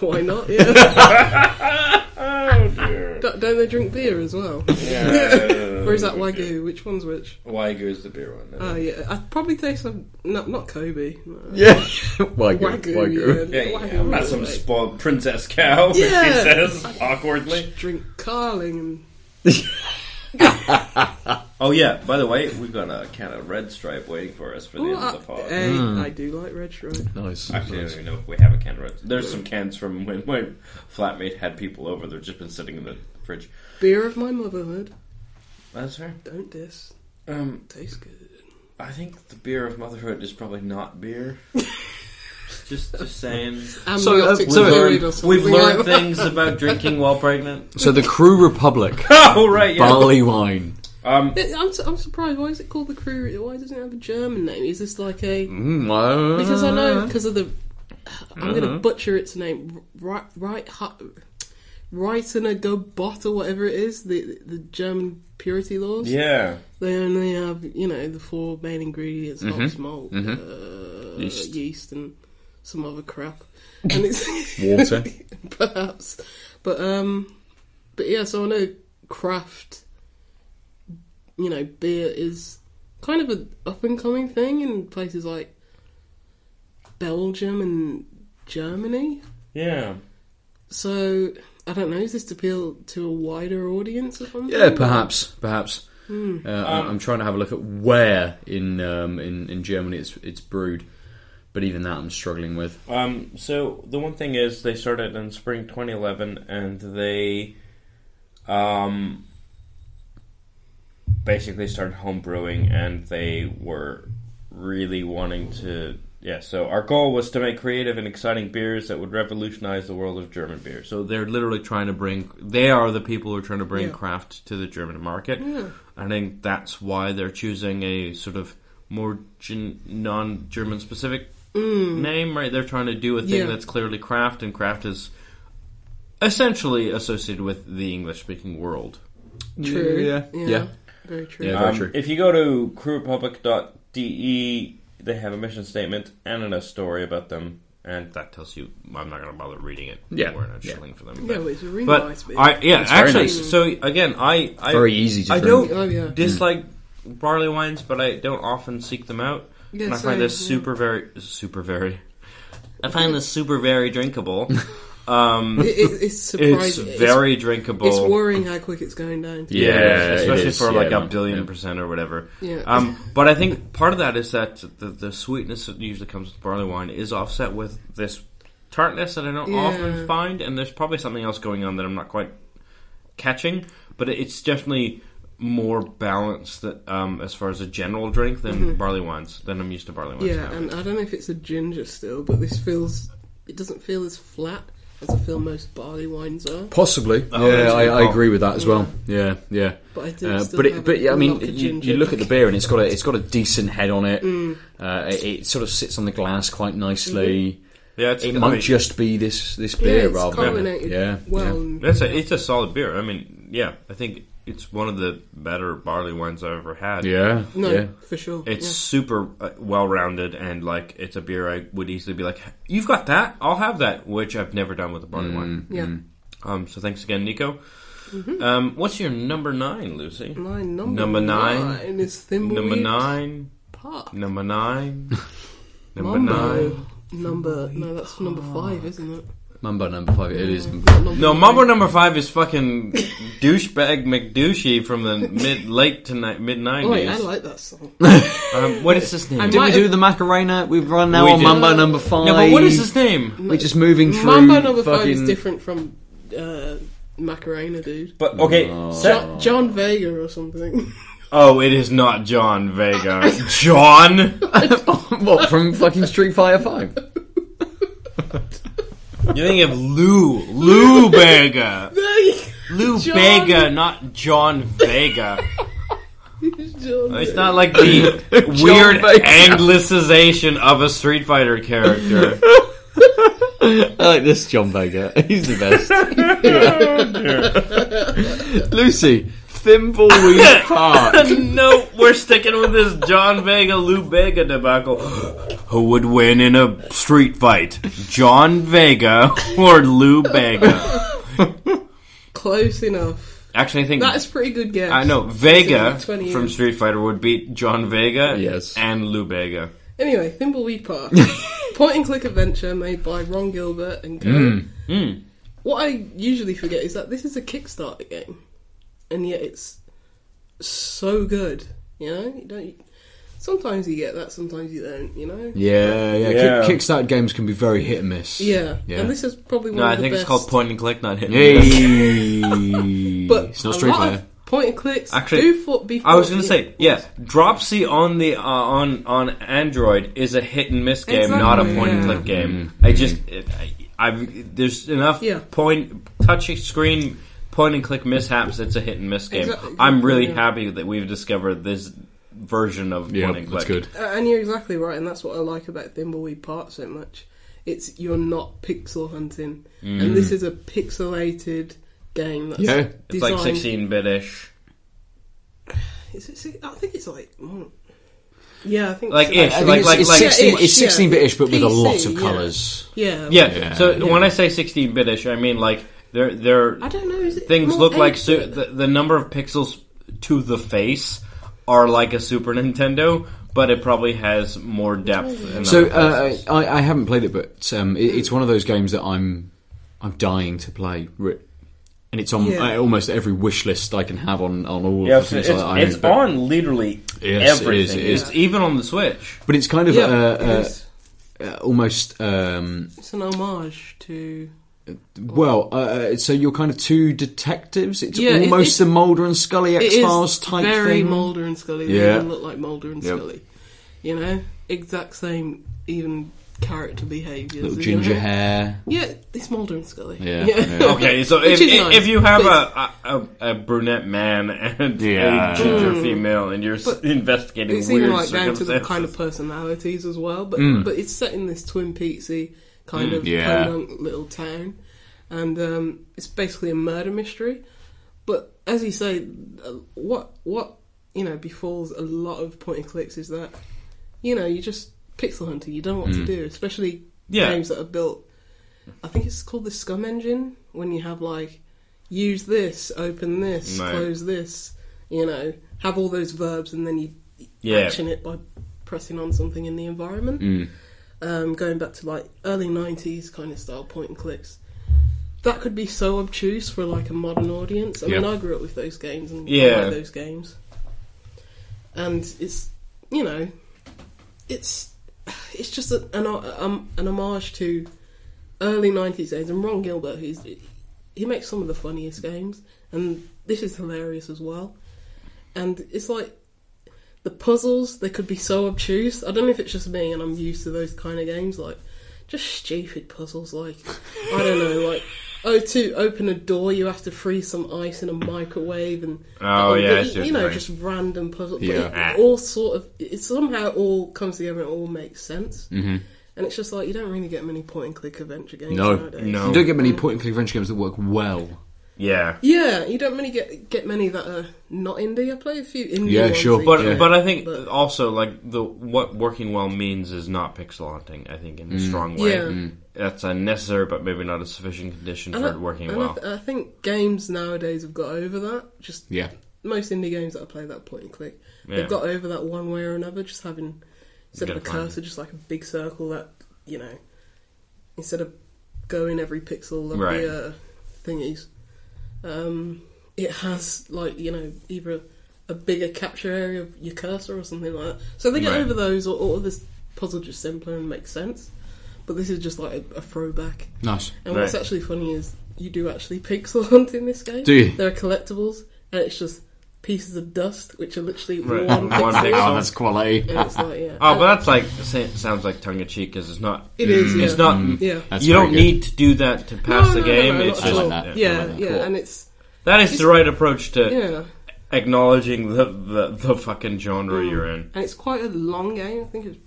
[SPEAKER 1] why not? Yeah.
[SPEAKER 2] Oh dear.
[SPEAKER 1] don't don't they drink beer as well?
[SPEAKER 2] Yeah.
[SPEAKER 1] Or is that wagyu? Which one's which?
[SPEAKER 2] Wagyu is the beer one.
[SPEAKER 1] Oh yeah, I probably taste some. No, not Kobe. No.
[SPEAKER 3] Yeah. Wagyu.
[SPEAKER 1] Wagyu.
[SPEAKER 3] Wagyu.
[SPEAKER 2] yeah,
[SPEAKER 1] Yeah,
[SPEAKER 2] yeah,
[SPEAKER 1] Wagyu
[SPEAKER 2] I'm not
[SPEAKER 1] is
[SPEAKER 2] some
[SPEAKER 1] like-
[SPEAKER 2] spoiled princess cow, she
[SPEAKER 1] Yeah.
[SPEAKER 2] says awkwardly.
[SPEAKER 1] drink Carling and
[SPEAKER 2] Oh yeah, by the way, we've got a can of red stripe waiting for us for the
[SPEAKER 1] Ooh,
[SPEAKER 2] end
[SPEAKER 1] I,
[SPEAKER 2] of the pod.
[SPEAKER 1] hey,
[SPEAKER 3] Mm.
[SPEAKER 1] I do like red stripe.
[SPEAKER 3] Nice.
[SPEAKER 2] Actually, I don't even know if we have a can of red. There's some cans from when my flatmate had people over. They've just been sitting in the fridge.
[SPEAKER 1] Beer of my motherhood.
[SPEAKER 2] That's fair.
[SPEAKER 1] Don't diss.
[SPEAKER 2] Um,
[SPEAKER 1] Tastes good.
[SPEAKER 2] I think the beer of motherhood is probably not beer. just, just saying.
[SPEAKER 1] I'm
[SPEAKER 3] So,
[SPEAKER 1] not
[SPEAKER 3] uh,
[SPEAKER 1] six
[SPEAKER 3] so-
[SPEAKER 1] period or
[SPEAKER 3] We've
[SPEAKER 2] Learned-
[SPEAKER 1] something
[SPEAKER 2] we've learned
[SPEAKER 1] like that.
[SPEAKER 2] things about drinking while pregnant.
[SPEAKER 3] So the Crew Republic
[SPEAKER 2] Oh right, yeah.
[SPEAKER 3] barley wine.
[SPEAKER 2] Um,
[SPEAKER 1] It- I'm, su- I'm surprised. Why is it called the crew? Why doesn't it have a German name? Is this like a?
[SPEAKER 3] Mm, Mm-hmm. uh,
[SPEAKER 1] Because I know because of the. I'm going to butcher its name. Right, right, right, and a go bot or whatever it is. The the German purity laws.
[SPEAKER 2] yeah.
[SPEAKER 1] They only have, you know, the four main ingredients: hops, malt, uh,
[SPEAKER 3] Mm-hmm. Yeast.
[SPEAKER 1] yeast. and some other crap, and it's
[SPEAKER 3] Water.
[SPEAKER 1] perhaps. But um, but yeah, so I know craft, you know, beer is kind of an up and coming thing in places like Belgium and Germany.
[SPEAKER 2] Yeah.
[SPEAKER 1] So I don't know, is this to appeal to a wider audience or something?
[SPEAKER 3] Yeah, perhaps, perhaps.
[SPEAKER 1] Hmm.
[SPEAKER 3] Uh, I'm- I'm trying to have a look at where in um, in, in Germany it's it's brewed. But even that, I'm struggling with.
[SPEAKER 2] Um, so the one thing is they started in spring 2011, and they, um, basically started home brewing, and they were really wanting to. Yeah, so our goal was to make creative and exciting beers that would revolutionize the world of German beer. So they're literally trying to bring. They are the people who are trying to bring
[SPEAKER 1] Yeah.
[SPEAKER 2] craft to the German market. I think that's why they're choosing a sort of more gen, non-German specific name, right? They're trying to do a thing
[SPEAKER 1] Mm. Yeah.
[SPEAKER 2] that's clearly craft, and craft is essentially associated with the English-speaking world.
[SPEAKER 1] True.
[SPEAKER 3] Yeah.
[SPEAKER 1] Yeah.
[SPEAKER 3] Yeah.
[SPEAKER 1] Very true.
[SPEAKER 3] Yeah. Very
[SPEAKER 2] Um,
[SPEAKER 3] true.
[SPEAKER 2] if you go to crewrepublic.de, E, they have a mission statement and a story about them, and that tells you. I'm not going to bother reading it.
[SPEAKER 3] Yeah.
[SPEAKER 2] we're not
[SPEAKER 3] Yeah.
[SPEAKER 2] shilling for them.
[SPEAKER 1] Yeah,
[SPEAKER 2] but-
[SPEAKER 1] but it's a really
[SPEAKER 2] but
[SPEAKER 1] nice bit.
[SPEAKER 2] I, yeah,
[SPEAKER 3] very
[SPEAKER 2] actually,
[SPEAKER 3] nice.
[SPEAKER 2] so again, I, I
[SPEAKER 3] Very easy to
[SPEAKER 2] I
[SPEAKER 3] drink.
[SPEAKER 2] don't
[SPEAKER 1] Oh, yeah.
[SPEAKER 2] dislike barley wines, but I don't often seek them out,
[SPEAKER 1] Yeah,
[SPEAKER 2] and I
[SPEAKER 1] same,
[SPEAKER 2] find this
[SPEAKER 1] yeah.
[SPEAKER 2] super very super very. I find this super very drinkable. um,
[SPEAKER 1] It, it, it's
[SPEAKER 2] it's
[SPEAKER 1] surprising.
[SPEAKER 2] very drinkable.
[SPEAKER 1] It's, worrying how quick it's going down.
[SPEAKER 3] Yeah, it
[SPEAKER 2] especially
[SPEAKER 3] is.
[SPEAKER 2] for
[SPEAKER 3] Yeah,
[SPEAKER 2] like a
[SPEAKER 3] man.
[SPEAKER 2] billion
[SPEAKER 3] Yeah.
[SPEAKER 2] percent or whatever.
[SPEAKER 1] Yeah.
[SPEAKER 2] Um, but I think part of that is that the, the sweetness that usually comes with barley wine is offset with this tartness that I don't
[SPEAKER 1] Yeah.
[SPEAKER 2] often find, and there's probably something else going on that I'm not quite catching. But it's definitely more balanced that, um, as far as a general drink than barley wines than I'm used to barley wines.
[SPEAKER 1] Mm-hmm. Yeah,
[SPEAKER 2] having.
[SPEAKER 1] and I don't know if it's a ginger still, but this feels. It doesn't feel as flat as I feel most barley wines are.
[SPEAKER 3] Possibly.
[SPEAKER 2] Oh,
[SPEAKER 3] yeah,
[SPEAKER 2] that's a
[SPEAKER 3] I,
[SPEAKER 2] good
[SPEAKER 3] I
[SPEAKER 2] call.
[SPEAKER 3] agree with that as well. Yeah, yeah.
[SPEAKER 1] But I do
[SPEAKER 3] Uh,
[SPEAKER 1] still
[SPEAKER 3] but
[SPEAKER 1] have
[SPEAKER 3] it, but yeah, I
[SPEAKER 1] a
[SPEAKER 3] mean,
[SPEAKER 1] lock of
[SPEAKER 3] you,
[SPEAKER 1] ginger. Hmm.
[SPEAKER 3] you look at the beer and it's got a it's got a decent head on it. Uh, it, it sort of sits on the glass quite nicely.
[SPEAKER 2] yeah, it's,
[SPEAKER 3] It
[SPEAKER 2] I
[SPEAKER 3] might
[SPEAKER 2] mean,
[SPEAKER 3] just be this this
[SPEAKER 1] Mm-hmm. Yeah,
[SPEAKER 3] beer
[SPEAKER 1] it's
[SPEAKER 3] rather
[SPEAKER 1] carbonated
[SPEAKER 3] than yeah,
[SPEAKER 1] well.
[SPEAKER 3] yeah.
[SPEAKER 1] and-
[SPEAKER 2] That's a, it's a solid beer. I mean, yeah, I think it's one of the better barley wines I've ever had.
[SPEAKER 3] yeah,
[SPEAKER 1] no,
[SPEAKER 3] yeah.
[SPEAKER 1] for sure.
[SPEAKER 2] It's super uh, well rounded and like it's a beer I would easily be like, you've got that, I'll have that, which I've never done with a barley wine.
[SPEAKER 1] yeah.
[SPEAKER 3] mm.
[SPEAKER 1] yeah.
[SPEAKER 2] Um, so thanks again, Nico. Um, what's your number nine, Lucy?
[SPEAKER 1] My number,
[SPEAKER 2] Number nine.
[SPEAKER 1] nine is Thimbleweed
[SPEAKER 2] Number nine,
[SPEAKER 1] Park.
[SPEAKER 2] number nine, number
[SPEAKER 1] Mambo.
[SPEAKER 2] nine.
[SPEAKER 1] Number no, that's number five, isn't it?
[SPEAKER 3] Mumbo number five. It is.
[SPEAKER 1] Not number
[SPEAKER 2] No,
[SPEAKER 1] nine.
[SPEAKER 2] Mambo number five is fucking douchebag McDouchey from the mid late to ni- mid
[SPEAKER 1] Oh, wait, I
[SPEAKER 2] nineties.
[SPEAKER 1] like that song.
[SPEAKER 2] Um, what is his name?
[SPEAKER 1] I'm
[SPEAKER 3] Did we
[SPEAKER 1] might
[SPEAKER 3] do
[SPEAKER 1] have-
[SPEAKER 3] the Macarena? We've run now
[SPEAKER 2] We
[SPEAKER 3] on
[SPEAKER 2] did.
[SPEAKER 3] Mumbo number five.
[SPEAKER 2] no, but what is his name?
[SPEAKER 3] We're just moving through.
[SPEAKER 1] Mambo number
[SPEAKER 3] fucking...
[SPEAKER 1] five is different from uh, Macarena, dude.
[SPEAKER 2] But okay, so-
[SPEAKER 1] John, John Vega or something.
[SPEAKER 2] oh, it is not John Vega. John.
[SPEAKER 3] what from fucking Street Fighter Five?
[SPEAKER 2] You're thinking of Lou. Lou Vega.
[SPEAKER 1] John
[SPEAKER 2] Lou
[SPEAKER 1] John.
[SPEAKER 2] Vega, not John Vega. It's
[SPEAKER 1] Vega.
[SPEAKER 2] not like the weird
[SPEAKER 3] Vega.
[SPEAKER 2] anglicization of a Street Fighter character.
[SPEAKER 3] I like this John Vega. He's the best. Lucy, Thimbleweed Park.
[SPEAKER 2] no, we're sticking with this John Vega, Lou Vega debacle. Who would win in a street fight? John Vega or Lou Vega?
[SPEAKER 1] Close enough.
[SPEAKER 2] Actually, I think.
[SPEAKER 1] That is pretty good guess.
[SPEAKER 2] I know. Vega
[SPEAKER 1] It's been like 20
[SPEAKER 2] from
[SPEAKER 1] years.
[SPEAKER 2] Street Fighter would beat John Vega
[SPEAKER 3] Yes.
[SPEAKER 2] and Lou Vega.
[SPEAKER 1] Anyway, Thimbleweed Park, point and click adventure made by Ron Gilbert and Co.
[SPEAKER 2] Hmm.
[SPEAKER 1] What I usually forget is that this is a Kickstarter game, and yet it's so good. You know, you don't. Sometimes you get that, sometimes you don't. You know.
[SPEAKER 3] Yeah, yeah.
[SPEAKER 2] Yeah.
[SPEAKER 3] Kick, Kickstart games can be very hit and miss.
[SPEAKER 1] Yeah.
[SPEAKER 3] Yeah.
[SPEAKER 1] And this is probably one
[SPEAKER 2] No,
[SPEAKER 1] of
[SPEAKER 2] I
[SPEAKER 1] the
[SPEAKER 2] think
[SPEAKER 1] best.
[SPEAKER 2] it's called point and click, not hit. and
[SPEAKER 3] Hey.
[SPEAKER 2] miss.
[SPEAKER 1] But
[SPEAKER 3] it's not Street
[SPEAKER 1] a lot
[SPEAKER 3] Fighter.
[SPEAKER 1] of point and clicks.
[SPEAKER 2] Actually,
[SPEAKER 1] do for, be
[SPEAKER 2] I was
[SPEAKER 1] going to
[SPEAKER 2] say, yeah, Dropsy on the uh, on on Android is a hit and miss game,
[SPEAKER 1] Exactly,
[SPEAKER 2] not a point and
[SPEAKER 1] yeah.
[SPEAKER 2] click game.
[SPEAKER 3] Mm-hmm.
[SPEAKER 2] I just, it, I, I've there's enough
[SPEAKER 1] Yeah.
[SPEAKER 2] point touch screen point and click mishaps. It's a hit and miss game.
[SPEAKER 1] Exactly,
[SPEAKER 2] I'm really
[SPEAKER 1] yeah.
[SPEAKER 2] happy that we've discovered this version of
[SPEAKER 3] Yeah,
[SPEAKER 2] point and click.
[SPEAKER 3] that's good.
[SPEAKER 1] Uh, and you're exactly right, and that's what I like about Thimbleweed Park so much. It's you're not pixel hunting,
[SPEAKER 2] Mm.
[SPEAKER 1] and this is a pixelated game. That's
[SPEAKER 3] Yeah.
[SPEAKER 1] designed,
[SPEAKER 2] It's like 16 bit ish.
[SPEAKER 1] Is it si- I think it's like. mm. yeah, I think
[SPEAKER 2] Like
[SPEAKER 1] it's about-
[SPEAKER 2] ish,
[SPEAKER 3] I think
[SPEAKER 2] like-
[SPEAKER 3] it's,
[SPEAKER 2] like-
[SPEAKER 3] it's
[SPEAKER 2] like-
[SPEAKER 3] 16,
[SPEAKER 1] Yeah,
[SPEAKER 3] it's
[SPEAKER 1] yeah.
[SPEAKER 3] 16 bit ish, but with a
[SPEAKER 1] PC,
[SPEAKER 3] lot of
[SPEAKER 1] yeah.
[SPEAKER 3] colours.
[SPEAKER 1] yeah,
[SPEAKER 2] Yeah.
[SPEAKER 3] Yeah.
[SPEAKER 2] So when I say 16 bit ish, I mean like they're they're
[SPEAKER 1] I don't know. Is it
[SPEAKER 2] things
[SPEAKER 1] more
[SPEAKER 2] look like
[SPEAKER 1] eight-
[SPEAKER 2] su- the, the number of pixels to the face are like a Super Nintendo, but it probably has more depth. in
[SPEAKER 3] So
[SPEAKER 2] other
[SPEAKER 3] uh,
[SPEAKER 2] places.
[SPEAKER 3] I, I haven't played it, but um, it, it's one of those games that I'm I'm dying to play, re- and it's on
[SPEAKER 1] Yeah.
[SPEAKER 3] uh, almost every wish list I can have on on all
[SPEAKER 2] yeah,
[SPEAKER 3] of
[SPEAKER 2] so
[SPEAKER 3] the things
[SPEAKER 2] it's,
[SPEAKER 3] that I
[SPEAKER 2] it's
[SPEAKER 3] own, but,
[SPEAKER 2] on literally
[SPEAKER 3] Yes, it is,
[SPEAKER 2] everything.
[SPEAKER 3] it is.
[SPEAKER 2] It's even on the Switch.
[SPEAKER 3] but it's kind of
[SPEAKER 1] Yeah,
[SPEAKER 3] uh,
[SPEAKER 1] it
[SPEAKER 3] uh,
[SPEAKER 1] is.
[SPEAKER 3] uh, almost um,
[SPEAKER 1] It's an homage to.
[SPEAKER 3] well. Uh, so you're kind of two detectives. It's
[SPEAKER 1] Yeah, it-
[SPEAKER 3] almost
[SPEAKER 1] it's-
[SPEAKER 3] the Mulder and Scully
[SPEAKER 1] It
[SPEAKER 3] X Files
[SPEAKER 1] is
[SPEAKER 3] type
[SPEAKER 1] very
[SPEAKER 3] thing.
[SPEAKER 1] Mulder and Scully. They
[SPEAKER 3] Yeah.
[SPEAKER 1] all look like Mulder and
[SPEAKER 3] Yep.
[SPEAKER 1] Scully. You know, exact same even character behaviours.
[SPEAKER 3] Little
[SPEAKER 1] you
[SPEAKER 3] ginger
[SPEAKER 1] know?
[SPEAKER 3] hair.
[SPEAKER 1] Yeah, it's Mulder and Scully.
[SPEAKER 3] Yeah, yeah.
[SPEAKER 2] Okay, so
[SPEAKER 1] Which
[SPEAKER 2] if,
[SPEAKER 1] is
[SPEAKER 2] if,
[SPEAKER 1] nice,
[SPEAKER 2] if you have
[SPEAKER 1] but it's- Hmm.
[SPEAKER 2] a, a a brunette man and
[SPEAKER 3] Yeah.
[SPEAKER 2] a ginger female, and you're s
[SPEAKER 1] But
[SPEAKER 2] investigating
[SPEAKER 1] it's
[SPEAKER 2] weird
[SPEAKER 1] even like down to the
[SPEAKER 2] circumstances,
[SPEAKER 1] kind of personalities as well. But but it's set in this Twin Peaksy
[SPEAKER 2] Mm.
[SPEAKER 1] kind of
[SPEAKER 3] yeah.
[SPEAKER 1] podunk little town, and um, it's basically a murder mystery. But as you say, uh, what what you know befalls a lot of point and clicks is that you know you just pixel hunting. You don't know what to do, especially
[SPEAKER 2] Yeah.
[SPEAKER 1] games that are built. I think it's called the Scum Engine when you have like use this, open this,
[SPEAKER 2] Right.
[SPEAKER 1] close this. You know, have all those verbs, and then you
[SPEAKER 2] yeah, Mm.
[SPEAKER 1] action it by pressing on something in the environment. Um, going back to like early '90s kind of style point and clicks, that could be so obtuse for like a modern audience. I mean,
[SPEAKER 3] Yeah.
[SPEAKER 1] I grew up with those games and
[SPEAKER 2] Yeah.
[SPEAKER 1] like those games, and it's you know, it's it's just a, an o- um, an homage to early '90s games. And Ron Gilbert, who's he makes some of the funniest games, and this is hilarious as well. And it's like the puzzles they could be so obtuse. I don't know if it's just me and I'm used to those kind of games, like just stupid puzzles. Like I don't know, like oh to open a door you have to freeze some ice in a microwave and
[SPEAKER 2] Oh,
[SPEAKER 1] and,
[SPEAKER 2] yeah,
[SPEAKER 1] you-
[SPEAKER 2] it's
[SPEAKER 1] you,
[SPEAKER 2] just
[SPEAKER 1] know
[SPEAKER 2] like-
[SPEAKER 1] just random puzzles. But
[SPEAKER 3] Yeah.
[SPEAKER 1] it, all sort of it somehow all comes together. and It all makes sense. Mm-hmm. And it's just like you don't really get many point and click adventure games
[SPEAKER 3] No,
[SPEAKER 1] nowadays.
[SPEAKER 2] no.
[SPEAKER 3] You don't get many point and click adventure games that work well.
[SPEAKER 2] yeah.
[SPEAKER 1] Yeah, you don't really get get many that are not indie. I play a few indie.
[SPEAKER 3] Yeah,
[SPEAKER 1] ones
[SPEAKER 3] sure,
[SPEAKER 1] that you
[SPEAKER 2] But
[SPEAKER 3] Yeah.
[SPEAKER 2] but I think
[SPEAKER 1] But-
[SPEAKER 2] also like the what working well means is not pixel hunting. I think in a strong way.
[SPEAKER 1] Yeah. Mm.
[SPEAKER 2] That's a necessary but maybe not a sufficient condition for
[SPEAKER 1] And I-
[SPEAKER 2] it working
[SPEAKER 1] and I,
[SPEAKER 2] well.
[SPEAKER 1] th- I think games nowadays have got over that. Just
[SPEAKER 3] Yeah.
[SPEAKER 1] most indie games that I play that are point and click,
[SPEAKER 2] Yeah.
[SPEAKER 1] they've got over that one way or another. Just having instead of a
[SPEAKER 2] gotta find
[SPEAKER 1] cursor, just like a big circle that you know, instead of going every pixel of
[SPEAKER 2] Right.
[SPEAKER 1] the uh, thingies, um, it has like you know either a, a bigger capture area of your cursor or something like that. So they get
[SPEAKER 2] Right.
[SPEAKER 1] over those, or, or this puzzle just simpler and makes sense. But this is just like a, a throwback.
[SPEAKER 3] Nice.
[SPEAKER 1] And what's
[SPEAKER 2] Right.
[SPEAKER 1] actually funny is you do actually pixel hunt in this game.
[SPEAKER 3] Do you?
[SPEAKER 1] There are collectibles, and it's just pieces of dust, which are literally
[SPEAKER 2] Right.
[SPEAKER 1] one
[SPEAKER 2] One
[SPEAKER 1] pixel.
[SPEAKER 2] pixel.
[SPEAKER 3] Oh, that's quality.
[SPEAKER 1] and it's like, yeah.
[SPEAKER 2] Oh, but that's like sa- sounds like tongue in cheek because it's not.
[SPEAKER 1] It is, yeah. Mm.
[SPEAKER 2] It's not.
[SPEAKER 1] yeah.
[SPEAKER 3] Mm. That's
[SPEAKER 2] you
[SPEAKER 3] very
[SPEAKER 2] don't
[SPEAKER 3] good.
[SPEAKER 2] need to do that to pass the game. it's
[SPEAKER 1] not at
[SPEAKER 2] just
[SPEAKER 1] all.
[SPEAKER 3] I like that.
[SPEAKER 1] yeah,
[SPEAKER 3] I like that.
[SPEAKER 1] yeah,
[SPEAKER 3] Cool.
[SPEAKER 1] and it's
[SPEAKER 2] that is the right approach to
[SPEAKER 1] yeah,
[SPEAKER 2] acknowledging the, the the fucking genre you're in.
[SPEAKER 1] and it's quite a long game. I think it's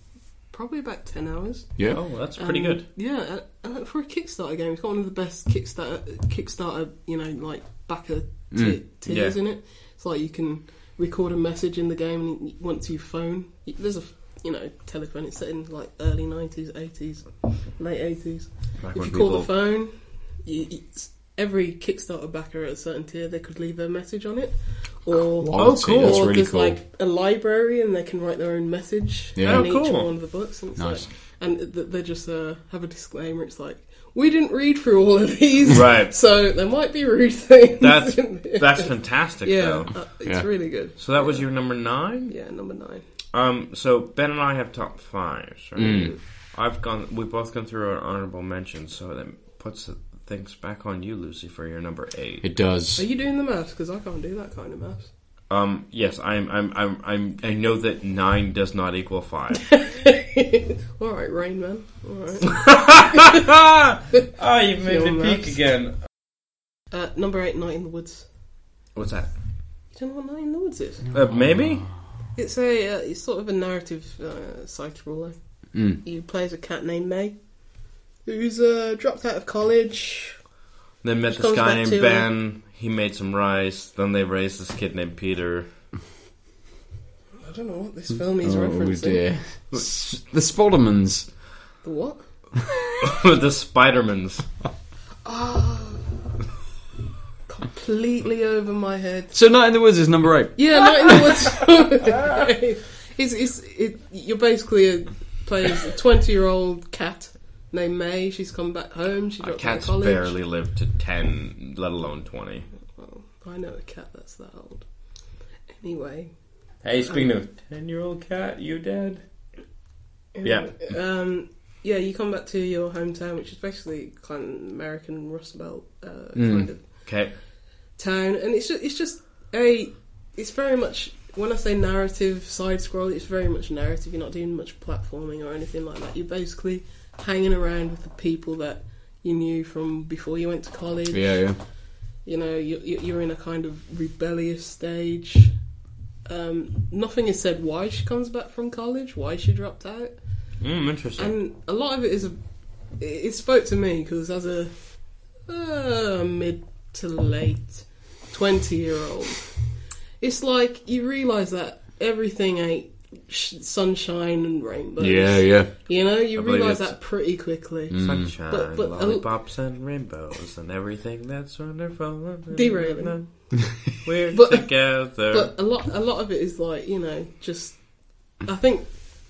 [SPEAKER 1] probably about ten hours.
[SPEAKER 3] Yeah.
[SPEAKER 2] Oh, that's pretty
[SPEAKER 1] Um,
[SPEAKER 2] good.
[SPEAKER 1] Yeah, and, and for a Kickstarter game, it's got one of the best Kickstarter Kickstarter you know like backer
[SPEAKER 3] Mm.
[SPEAKER 1] tier tiers
[SPEAKER 2] yeah.
[SPEAKER 1] in it. It's like you can record a message in the game, and you- once you phone, you- there's a you know telephone. It's set in like early nineties, eighties, late eighties.
[SPEAKER 2] Back
[SPEAKER 1] If
[SPEAKER 2] when
[SPEAKER 1] you call the
[SPEAKER 2] people-
[SPEAKER 1] phone, you, it's- every Kickstarter backer at a certain tier, they could leave a message on it. Or
[SPEAKER 3] Quality,
[SPEAKER 2] cool.
[SPEAKER 3] That's
[SPEAKER 1] or
[SPEAKER 3] really
[SPEAKER 1] there's
[SPEAKER 3] cool.
[SPEAKER 1] like a library and they can write their own message in
[SPEAKER 3] Yeah.
[SPEAKER 2] Oh,
[SPEAKER 1] each
[SPEAKER 2] cool.
[SPEAKER 1] one of the books. And it's
[SPEAKER 3] Nice.
[SPEAKER 1] Like, and th- they just uh, have a disclaimer. It's like, we didn't read through all of these.
[SPEAKER 2] Right.
[SPEAKER 1] So there might be rude things.
[SPEAKER 2] That's
[SPEAKER 1] in there.
[SPEAKER 2] that's fantastic
[SPEAKER 1] Yeah.
[SPEAKER 2] though.
[SPEAKER 1] uh, it's
[SPEAKER 3] Yeah.
[SPEAKER 1] really good.
[SPEAKER 2] So that was your number nine.
[SPEAKER 1] Yeah, number nine.
[SPEAKER 2] Um. So Ben and I have top fives. Right. I've gone. We've both gone through our honorable mentions. So that puts things back on you, Lucy, for your number eight.
[SPEAKER 3] It
[SPEAKER 1] Are
[SPEAKER 3] does.
[SPEAKER 1] you doing the maths? Because I can't do that kind of maths.
[SPEAKER 2] Um. Yes. I'm. I'm. I'm. I'm. I know that nine does not equal five.
[SPEAKER 1] all right, Rain Man. All right.
[SPEAKER 2] ah! Oh, you made
[SPEAKER 1] Feel
[SPEAKER 2] me peek
[SPEAKER 1] that.
[SPEAKER 2] again.
[SPEAKER 1] uh, number eight, Night in the Woods.
[SPEAKER 2] What's that?
[SPEAKER 1] You don't know what Night in the Woods is?
[SPEAKER 2] Uh, maybe.
[SPEAKER 1] It's a uh, it's sort of a narrative uh, psychobrawler.
[SPEAKER 3] Hmm.
[SPEAKER 1] Mm. You play as a cat named May, who's uh, dropped out of college.
[SPEAKER 2] Then met this
[SPEAKER 1] goes
[SPEAKER 2] guy
[SPEAKER 1] back
[SPEAKER 2] named
[SPEAKER 1] to-
[SPEAKER 2] Ben. He made some rice. Then they raised this kid named Peter.
[SPEAKER 1] I don't know what this film is
[SPEAKER 3] Oh
[SPEAKER 1] referencing.
[SPEAKER 3] dear. S- The Spodermans.
[SPEAKER 1] The what?
[SPEAKER 2] the Spidermans.
[SPEAKER 1] Ah, Completely over my head.
[SPEAKER 3] So Night in the Woods is number eight.
[SPEAKER 1] Yeah, Night in the Woods. it's, it's, it, you're basically a, playing as a 20 year old cat named May. She's come back home. She dropped out of
[SPEAKER 2] Cats
[SPEAKER 1] college.
[SPEAKER 2] barely live to ten, let alone twenty.
[SPEAKER 1] Well, I know a cat that's that old. Anyway,
[SPEAKER 2] Hey, speaking of ten-year-old cat, you dead? Yeah.
[SPEAKER 1] Um, yeah, you come back to your hometown, which is basically kind of American Rust Belt uh, kind of
[SPEAKER 2] Okay.
[SPEAKER 1] town, and it's just, it's just a it's very much when I say narrative side scroll, it's very much narrative. You're not doing much platforming or anything like that. You're basically hanging around with the people that you knew from before you went to college.
[SPEAKER 3] Yeah, yeah.
[SPEAKER 1] You know, you, you- you're in a kind of rebellious stage. Um, nothing is said why she comes back from college, why she dropped out.
[SPEAKER 2] Mm, interesting.
[SPEAKER 1] And a lot of it is a. It it spoke to me because as a uh, mid to late twenty year old, it's like you realise that everything ain't sh- sunshine and rainbows.
[SPEAKER 3] Yeah, yeah.
[SPEAKER 1] You know, you
[SPEAKER 2] I believe Mm.
[SPEAKER 1] realise
[SPEAKER 2] it's-
[SPEAKER 1] that pretty quickly.
[SPEAKER 2] Sunshine,
[SPEAKER 1] But- oh. but a-
[SPEAKER 2] lollipops, and rainbows, and everything that's wonderful.
[SPEAKER 1] Derailing.
[SPEAKER 2] We're
[SPEAKER 1] But-
[SPEAKER 2] together.
[SPEAKER 1] But a lot, a lot of it is like you know, just I think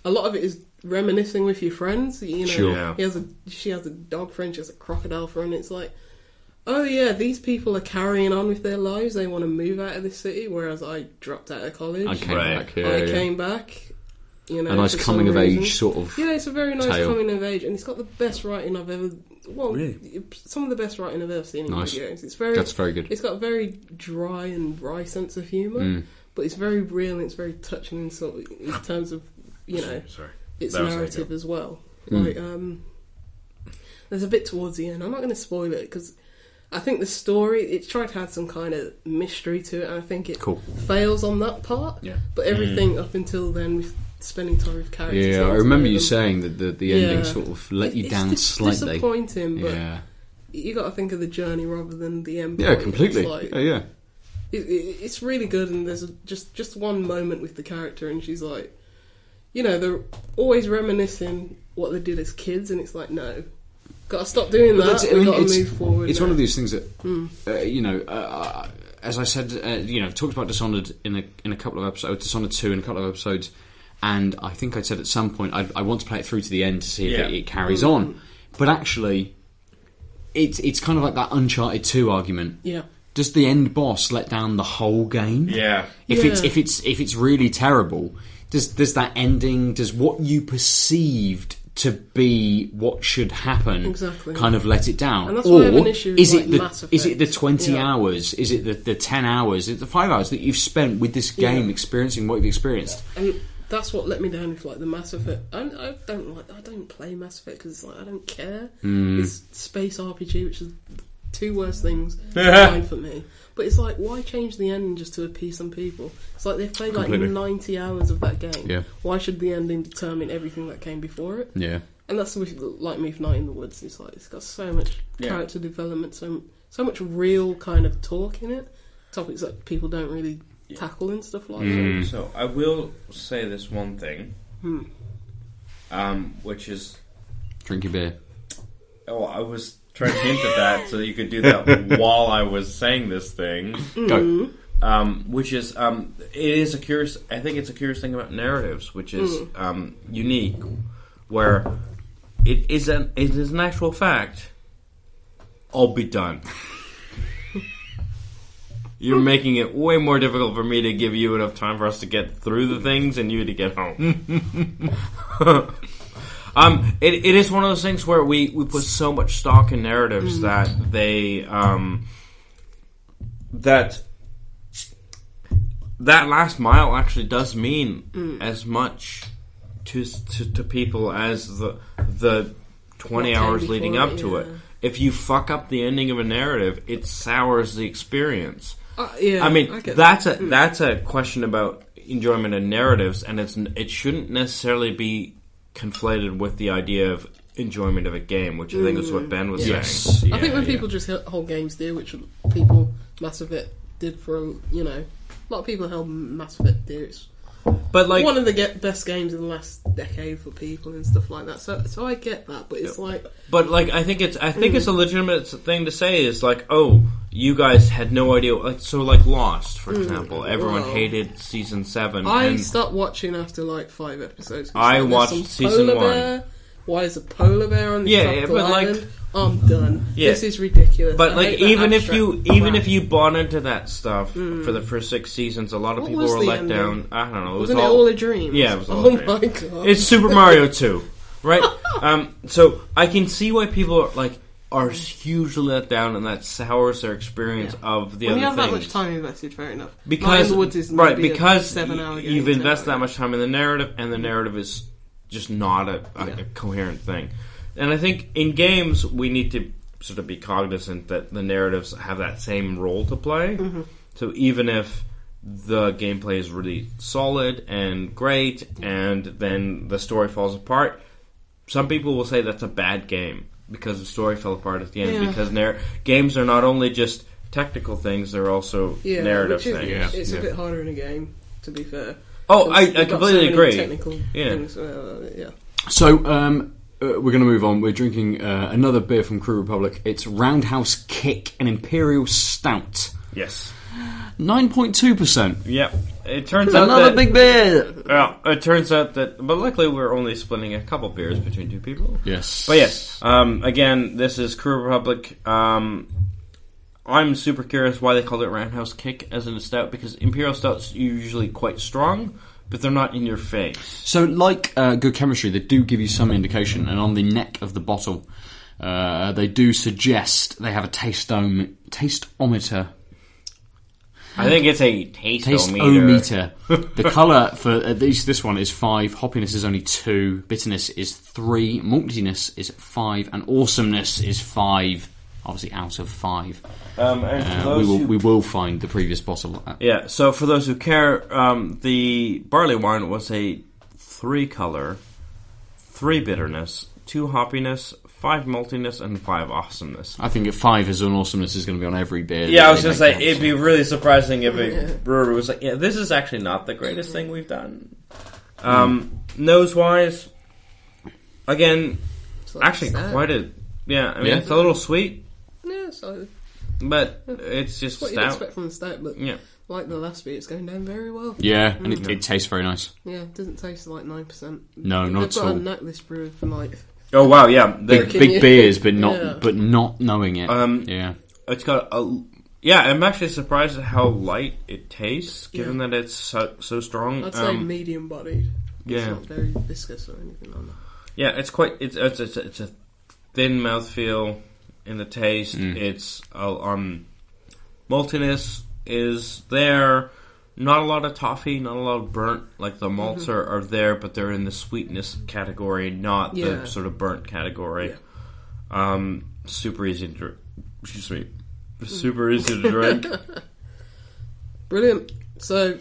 [SPEAKER 1] a lot of it is reminiscing with your friends. You know,
[SPEAKER 3] Sure.
[SPEAKER 2] Yeah.
[SPEAKER 1] he has a she has a dog friend, she has a crocodile friend. It's like, oh yeah, these people are carrying on with their lives. They want to move out of this city, whereas I dropped out of college.
[SPEAKER 3] I came
[SPEAKER 2] Right.
[SPEAKER 3] back. Yeah,
[SPEAKER 1] I
[SPEAKER 3] yeah.
[SPEAKER 1] came back. You know,
[SPEAKER 3] a nice
[SPEAKER 1] for some
[SPEAKER 3] coming of
[SPEAKER 1] reason.
[SPEAKER 3] age sort of.
[SPEAKER 1] Yeah, it's a very nice
[SPEAKER 3] tale.
[SPEAKER 1] coming of age, and it's got the best writing I've ever. Well,
[SPEAKER 2] Really?
[SPEAKER 1] some of the best writing I've ever seen in
[SPEAKER 3] Nice.
[SPEAKER 1] video games. It's very
[SPEAKER 3] That's very good.
[SPEAKER 1] it's got a very dry and wry sense of humour,
[SPEAKER 3] Mm.
[SPEAKER 1] but it's very real and it's very touching in sort of, in terms of you know
[SPEAKER 2] Sorry.
[SPEAKER 1] its
[SPEAKER 2] That was
[SPEAKER 1] narrative
[SPEAKER 2] echo.
[SPEAKER 1] as well.
[SPEAKER 3] Mm.
[SPEAKER 1] Like um, there's a bit towards the end. I'm not going to spoil it because I think the story it tried to add some kind of mystery to it, and I think it
[SPEAKER 3] Cool.
[SPEAKER 1] fails on that part.
[SPEAKER 3] Yeah.
[SPEAKER 2] Mm.
[SPEAKER 1] But everything up until then, with spending time with characters.
[SPEAKER 3] Yeah,
[SPEAKER 1] getting
[SPEAKER 3] I
[SPEAKER 1] to
[SPEAKER 3] remember
[SPEAKER 1] know
[SPEAKER 3] you
[SPEAKER 1] them,
[SPEAKER 3] saying that the, the
[SPEAKER 1] Yeah.
[SPEAKER 3] ending sort of let you
[SPEAKER 1] it's
[SPEAKER 3] down
[SPEAKER 1] dis-
[SPEAKER 3] slightly.
[SPEAKER 1] Disappointing, but
[SPEAKER 3] Yeah,
[SPEAKER 1] you got to think of the journey rather than the end.
[SPEAKER 3] yeah,
[SPEAKER 1] point. It's
[SPEAKER 3] completely.
[SPEAKER 1] like-
[SPEAKER 3] yeah, yeah.
[SPEAKER 1] it, it, it's really good and there's a, just just one moment with the character and she's like you know they're always reminiscing what they did as kids and it's like no gotta stop doing
[SPEAKER 3] But
[SPEAKER 1] that
[SPEAKER 3] that's- I
[SPEAKER 1] we
[SPEAKER 3] mean,
[SPEAKER 1] gotta
[SPEAKER 3] it's,
[SPEAKER 1] move forward
[SPEAKER 3] It's
[SPEAKER 1] now.
[SPEAKER 3] one of these things that uh, you know. Uh, as I said, uh, you know, talked about Dishonored in a in a couple of episodes, Dishonored two in a couple of episodes, and I think I said at some point I, I want to play it through to the end to see if
[SPEAKER 2] Yeah.
[SPEAKER 3] it, it carries on. But actually, it's it's kind of like that Uncharted two argument.
[SPEAKER 1] yeah
[SPEAKER 3] Does the end boss let down the whole game?
[SPEAKER 2] Yeah.
[SPEAKER 3] If it's
[SPEAKER 1] Yeah.
[SPEAKER 3] if it's if it's really terrible, does does that ending does what you perceived to be what should happen
[SPEAKER 1] Exactly.
[SPEAKER 3] kind of let it down?
[SPEAKER 1] And that's
[SPEAKER 3] or
[SPEAKER 1] why I have an issue with,
[SPEAKER 3] is
[SPEAKER 1] like,
[SPEAKER 3] it the
[SPEAKER 1] Mass
[SPEAKER 3] is it the
[SPEAKER 1] Effect.
[SPEAKER 3] twenty
[SPEAKER 1] Yeah.
[SPEAKER 3] hours? Is it the, the ten hours? Is it the five hours that you've spent with this game experiencing what you've experienced?
[SPEAKER 1] and that's what let me down with like the Mass Effect I, I don't like I don't play Mass Effect because it's like I don't care
[SPEAKER 3] Hmm.
[SPEAKER 1] it's space RPG which is the two worst things fine for me but it's like why change the ending just to appease some people it's like they've played
[SPEAKER 3] Completely.
[SPEAKER 1] like 90 hours of that game
[SPEAKER 3] Yeah.
[SPEAKER 1] why should the ending determine everything that came before it
[SPEAKER 3] Yeah.
[SPEAKER 1] and that's with, like me with Night in the Woods. It's like it's got so much
[SPEAKER 2] Yeah.
[SPEAKER 1] character development, so so much real kind of talk in it, topics that people don't really tackle and stuff like
[SPEAKER 3] Hmm. Mm.
[SPEAKER 1] that.
[SPEAKER 2] So I will say this one thing,
[SPEAKER 1] Hmm.
[SPEAKER 2] um, which is
[SPEAKER 3] Drink your beer.
[SPEAKER 2] oh, I was trying to hint at that so you could do that while I was saying this thing,
[SPEAKER 3] Go.
[SPEAKER 2] um, which is um, it is a curious. I think it's a curious thing about narratives, which is um, unique, where it is an it is an actual fact. I'll be done. You're making it way more difficult for me to give you enough time for us to get through the things and you to get home. um, it, it is one of those things where we, we put so much stock in narratives
[SPEAKER 1] Mm.
[SPEAKER 2] that they um, that that last mile actually does mean
[SPEAKER 1] Mm.
[SPEAKER 2] as much to, to to people as the the twenty
[SPEAKER 1] What came
[SPEAKER 2] hours leading
[SPEAKER 1] before
[SPEAKER 2] up
[SPEAKER 1] it,
[SPEAKER 2] to it
[SPEAKER 1] yeah.
[SPEAKER 2] if you fuck up the ending of a narrative, it sours the experience.
[SPEAKER 1] Uh, yeah,
[SPEAKER 2] I mean,
[SPEAKER 1] get
[SPEAKER 2] that's
[SPEAKER 1] that. Hmm.
[SPEAKER 2] a that's a question about enjoyment and narratives, and it's n- it shouldn't necessarily be conflated with the idea of enjoyment of a game, which I think is
[SPEAKER 1] Hmm.
[SPEAKER 2] what Ben was saying.
[SPEAKER 3] Yes. Yeah,
[SPEAKER 1] I think when
[SPEAKER 3] yeah.
[SPEAKER 1] people just just whole games do, which people Mass Effect did for a- you know, a lot of people held Mass Effect dear. It's
[SPEAKER 2] But like,
[SPEAKER 1] one of the get best games in the last decade for people and stuff like that. So so I get that, but it's like
[SPEAKER 2] But like, I think it's I think
[SPEAKER 1] Hmm.
[SPEAKER 2] it's a legitimate thing to say is like, oh, you guys had no idea. Like, so like, Lost, for example, everyone
[SPEAKER 1] Wow.
[SPEAKER 2] hated season seven.
[SPEAKER 1] Hmm. I
[SPEAKER 2] and
[SPEAKER 1] stopped watching after like five episodes. 'cause
[SPEAKER 2] I
[SPEAKER 1] there's
[SPEAKER 2] watched
[SPEAKER 1] some
[SPEAKER 2] season
[SPEAKER 1] polar
[SPEAKER 2] one.
[SPEAKER 1] Bear. Why is a polar bear on this
[SPEAKER 2] Yeah,
[SPEAKER 1] tropical
[SPEAKER 2] yeah, but, like-
[SPEAKER 1] island? I'm done.
[SPEAKER 2] Yeah.
[SPEAKER 1] This is ridiculous. I
[SPEAKER 2] But like,
[SPEAKER 1] hate that
[SPEAKER 2] even if you
[SPEAKER 1] abstract
[SPEAKER 2] even
[SPEAKER 1] crap.
[SPEAKER 2] if you bought into that stuff for the first six seasons, a lot of
[SPEAKER 1] What
[SPEAKER 2] people
[SPEAKER 1] was
[SPEAKER 2] were
[SPEAKER 1] the
[SPEAKER 2] let
[SPEAKER 1] ending?
[SPEAKER 2] down. I don't know. It was
[SPEAKER 1] wasn't
[SPEAKER 2] all,
[SPEAKER 1] it all a dream?
[SPEAKER 2] Yeah, it was all
[SPEAKER 1] oh
[SPEAKER 2] a dream.
[SPEAKER 1] my god.
[SPEAKER 2] It's Super Mario Two. right? um, so I can see why people are like are hugely let down, and that sours their experience of the
[SPEAKER 1] when you
[SPEAKER 2] other
[SPEAKER 1] have that much
[SPEAKER 2] things.
[SPEAKER 1] time invested, fair enough.
[SPEAKER 2] because
[SPEAKER 1] Nine Woods is
[SPEAKER 2] right
[SPEAKER 1] maybe a
[SPEAKER 2] because
[SPEAKER 1] seven-hour
[SPEAKER 2] y-
[SPEAKER 1] game,
[SPEAKER 2] you've
[SPEAKER 1] ten
[SPEAKER 2] invested
[SPEAKER 1] hour
[SPEAKER 2] that much time in the narrative, and the narrative is just not a, a,
[SPEAKER 1] Yeah.
[SPEAKER 2] a coherent thing. And I think in games we need to sort of be cognizant that the narratives have that same role to play.
[SPEAKER 1] Mm-hmm.
[SPEAKER 2] So even if the gameplay is really solid and great, and then the story falls apart, some people will say that's a bad game because the story fell apart at the end.
[SPEAKER 1] Yeah.
[SPEAKER 2] Because narr- games are not only just technical things; they're also
[SPEAKER 1] game. Yeah,
[SPEAKER 2] narrative
[SPEAKER 1] which is,
[SPEAKER 2] things.
[SPEAKER 3] Yeah.
[SPEAKER 1] It's
[SPEAKER 3] Yeah.
[SPEAKER 1] a bit harder in a game, to be fair.
[SPEAKER 2] Oh, I,
[SPEAKER 1] You've got
[SPEAKER 2] I completely
[SPEAKER 1] so many
[SPEAKER 2] agree.
[SPEAKER 1] Technical
[SPEAKER 2] Yeah.
[SPEAKER 1] things, uh, yeah.
[SPEAKER 3] So um, uh, we're going to move on. We're drinking uh, another beer from Crew Republic. It's Roundhouse Kick, an Imperial Stout,
[SPEAKER 2] Yes.
[SPEAKER 3] nine point two percent.
[SPEAKER 2] Yep. It turns out
[SPEAKER 3] Another
[SPEAKER 2] that
[SPEAKER 3] big beer.
[SPEAKER 2] well, it turns out that but luckily we're only splitting a couple beers between two people.
[SPEAKER 3] Yes.
[SPEAKER 2] But yes, um, again, this is Crew Republic. Um, I'm super curious why they called it Roundhouse Kick as in a stout because Imperial stouts are usually quite strong, but they're not in your face.
[SPEAKER 3] So, like uh, good chemistry, they do give you some indication, and on the neck of the bottle, uh, they do suggest they have a taste-om- tasteometer.
[SPEAKER 2] I think it's a taste meter.
[SPEAKER 3] Tasteometer. the colour for at least this one is five. Hoppiness is only two. Bitterness is three. Maltiness is five, and awesomeness is five. Obviously, out of five,
[SPEAKER 2] Um, and for
[SPEAKER 3] uh,
[SPEAKER 2] those
[SPEAKER 3] we will
[SPEAKER 2] who
[SPEAKER 3] we will find the previous bottle. Uh, at-
[SPEAKER 2] Yeah, so for those who care, um, the barley wine was a three color, three bitterness, two hoppiness, five maltiness, and five awesomeness.
[SPEAKER 3] I think at five is an awesomeness is going to be on every beer.
[SPEAKER 2] Yeah,
[SPEAKER 3] that
[SPEAKER 2] I was
[SPEAKER 3] they
[SPEAKER 2] gonna
[SPEAKER 3] make
[SPEAKER 2] say
[SPEAKER 3] now,
[SPEAKER 2] it'd
[SPEAKER 3] so.
[SPEAKER 2] be really surprising if a brewery was like, "Yeah, this is actually not the greatest thing we've done." Um, Nose wise, again,
[SPEAKER 1] It's like
[SPEAKER 2] actually
[SPEAKER 1] sad.
[SPEAKER 2] quite a yeah. I mean,
[SPEAKER 3] Yeah.
[SPEAKER 2] it's a little sweet,
[SPEAKER 1] Yeah, so
[SPEAKER 2] but it's just
[SPEAKER 1] what you'd
[SPEAKER 2] stout.
[SPEAKER 1] expect from the stout, but
[SPEAKER 2] Yeah,
[SPEAKER 1] like the last beer, it's going down very well.
[SPEAKER 3] Yeah, and
[SPEAKER 2] Mm.
[SPEAKER 3] it, it tastes very nice.
[SPEAKER 1] Yeah, it doesn't taste like nine percent.
[SPEAKER 3] No, not at
[SPEAKER 1] They've got
[SPEAKER 3] all.
[SPEAKER 1] a knack this brewery for like
[SPEAKER 2] Oh wow, yeah. The,
[SPEAKER 1] Big- Can
[SPEAKER 3] big
[SPEAKER 1] you-
[SPEAKER 3] beers, but not
[SPEAKER 1] Yeah.
[SPEAKER 3] but not knowing it.
[SPEAKER 2] Um,
[SPEAKER 3] yeah,
[SPEAKER 2] It's got a yeah. I'm actually surprised at how light it tastes, given that it's so, so strong.
[SPEAKER 1] I'd say
[SPEAKER 2] Um,
[SPEAKER 1] medium bodied. It's
[SPEAKER 2] yeah,
[SPEAKER 1] not very viscous or anything like that.
[SPEAKER 2] yeah. It's quite. It's it's it's, it's a thin mouthfeel in the taste. It's uh, um, maltiness is there. Not a lot of toffee, not a lot of burnt. Like the malts are, are there, but they're in the sweetness category, not
[SPEAKER 1] Yeah.
[SPEAKER 2] the sort of burnt category. Um, super easy to drink. Excuse me. Super easy to drink.
[SPEAKER 1] Brilliant. So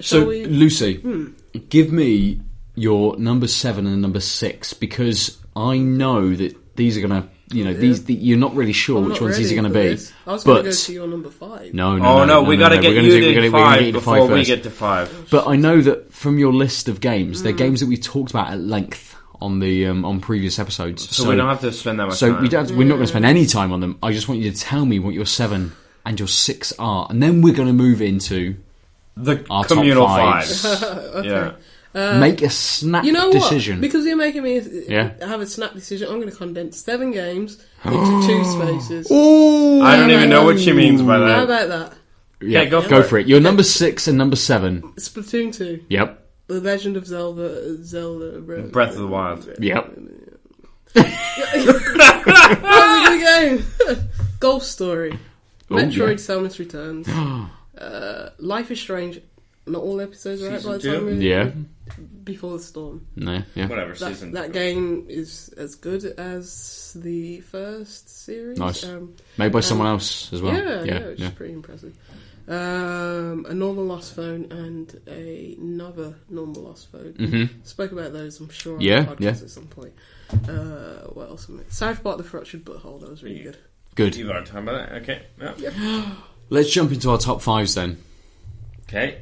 [SPEAKER 1] shall
[SPEAKER 3] So,
[SPEAKER 1] we Hmm.
[SPEAKER 3] Lucy, give me your number seven and number six because I know that these are gonna. You know, these the, you're not really sure
[SPEAKER 1] I'm
[SPEAKER 3] which
[SPEAKER 1] not
[SPEAKER 3] ones these are
[SPEAKER 1] ready
[SPEAKER 3] gonna
[SPEAKER 1] for
[SPEAKER 3] be.
[SPEAKER 1] this. I was
[SPEAKER 3] but
[SPEAKER 1] gonna go to your number five.
[SPEAKER 3] no, no,
[SPEAKER 2] Oh no, we gotta
[SPEAKER 3] no.
[SPEAKER 2] get
[SPEAKER 3] We're gonna
[SPEAKER 2] you
[SPEAKER 3] do-
[SPEAKER 2] to
[SPEAKER 3] we're gonna- we're gonna
[SPEAKER 2] five
[SPEAKER 3] get you to
[SPEAKER 2] before we
[SPEAKER 3] first.
[SPEAKER 2] get to five.
[SPEAKER 3] But I know that from your list of games,
[SPEAKER 1] Hmm.
[SPEAKER 3] they're games that we talked about at length on the um, on previous episodes.
[SPEAKER 2] So, we don't have to spend that much
[SPEAKER 3] So
[SPEAKER 2] time.
[SPEAKER 3] we don't. We're not going to spend any time on them. I just want you to tell me what your seven and your six are, and then we're going to move into
[SPEAKER 2] the
[SPEAKER 3] our
[SPEAKER 2] communal
[SPEAKER 3] top
[SPEAKER 2] fives.
[SPEAKER 3] fives.
[SPEAKER 2] Yeah.
[SPEAKER 3] Make a snap
[SPEAKER 1] Uh, You know
[SPEAKER 3] decision.
[SPEAKER 1] what? Because you're making me
[SPEAKER 3] Yeah.
[SPEAKER 1] have a snap decision, I'm going to condense seven games into two spaces.
[SPEAKER 2] I don't even know what she means by
[SPEAKER 1] How
[SPEAKER 2] that.
[SPEAKER 1] about that?
[SPEAKER 3] yeah,
[SPEAKER 2] go for
[SPEAKER 3] go
[SPEAKER 2] it.
[SPEAKER 3] for it. You're number six and number seven.
[SPEAKER 1] Splatoon 2,
[SPEAKER 3] Yep.
[SPEAKER 1] The Legend of Zelda, Zelda uh, Breath,
[SPEAKER 2] Breath of the Wild.
[SPEAKER 3] Yep.
[SPEAKER 1] Where are we going? Golf Story,
[SPEAKER 3] Oh,
[SPEAKER 1] Metroid:
[SPEAKER 3] yeah.
[SPEAKER 1] Samus Returns, uh, Life is Strange. Not all episodes are out by the
[SPEAKER 2] Season
[SPEAKER 1] time
[SPEAKER 2] two?
[SPEAKER 1] we're
[SPEAKER 3] Yeah.
[SPEAKER 1] before the storm.
[SPEAKER 3] No. Yeah.
[SPEAKER 2] Whatever
[SPEAKER 1] That,
[SPEAKER 2] season.
[SPEAKER 1] that game is as good as the first series.
[SPEAKER 3] Nice.
[SPEAKER 1] Um,
[SPEAKER 3] Made by someone else as well.
[SPEAKER 1] yeah, yeah,
[SPEAKER 3] Yeah.
[SPEAKER 1] which
[SPEAKER 3] yeah.
[SPEAKER 1] is pretty impressive. Um, a normal lost phone and another normal lost phone. Spoke about those, I'm sure, on
[SPEAKER 3] Mm-hmm. Yeah,
[SPEAKER 1] the podcast
[SPEAKER 3] yeah.
[SPEAKER 1] at some point. Uh, what else? am I- South Park: The Fractured Butthole. That was really good.
[SPEAKER 3] Good.
[SPEAKER 2] You want to talk about that? Okay. Yeah.
[SPEAKER 3] Let's jump into our top fives then.
[SPEAKER 2] Okay.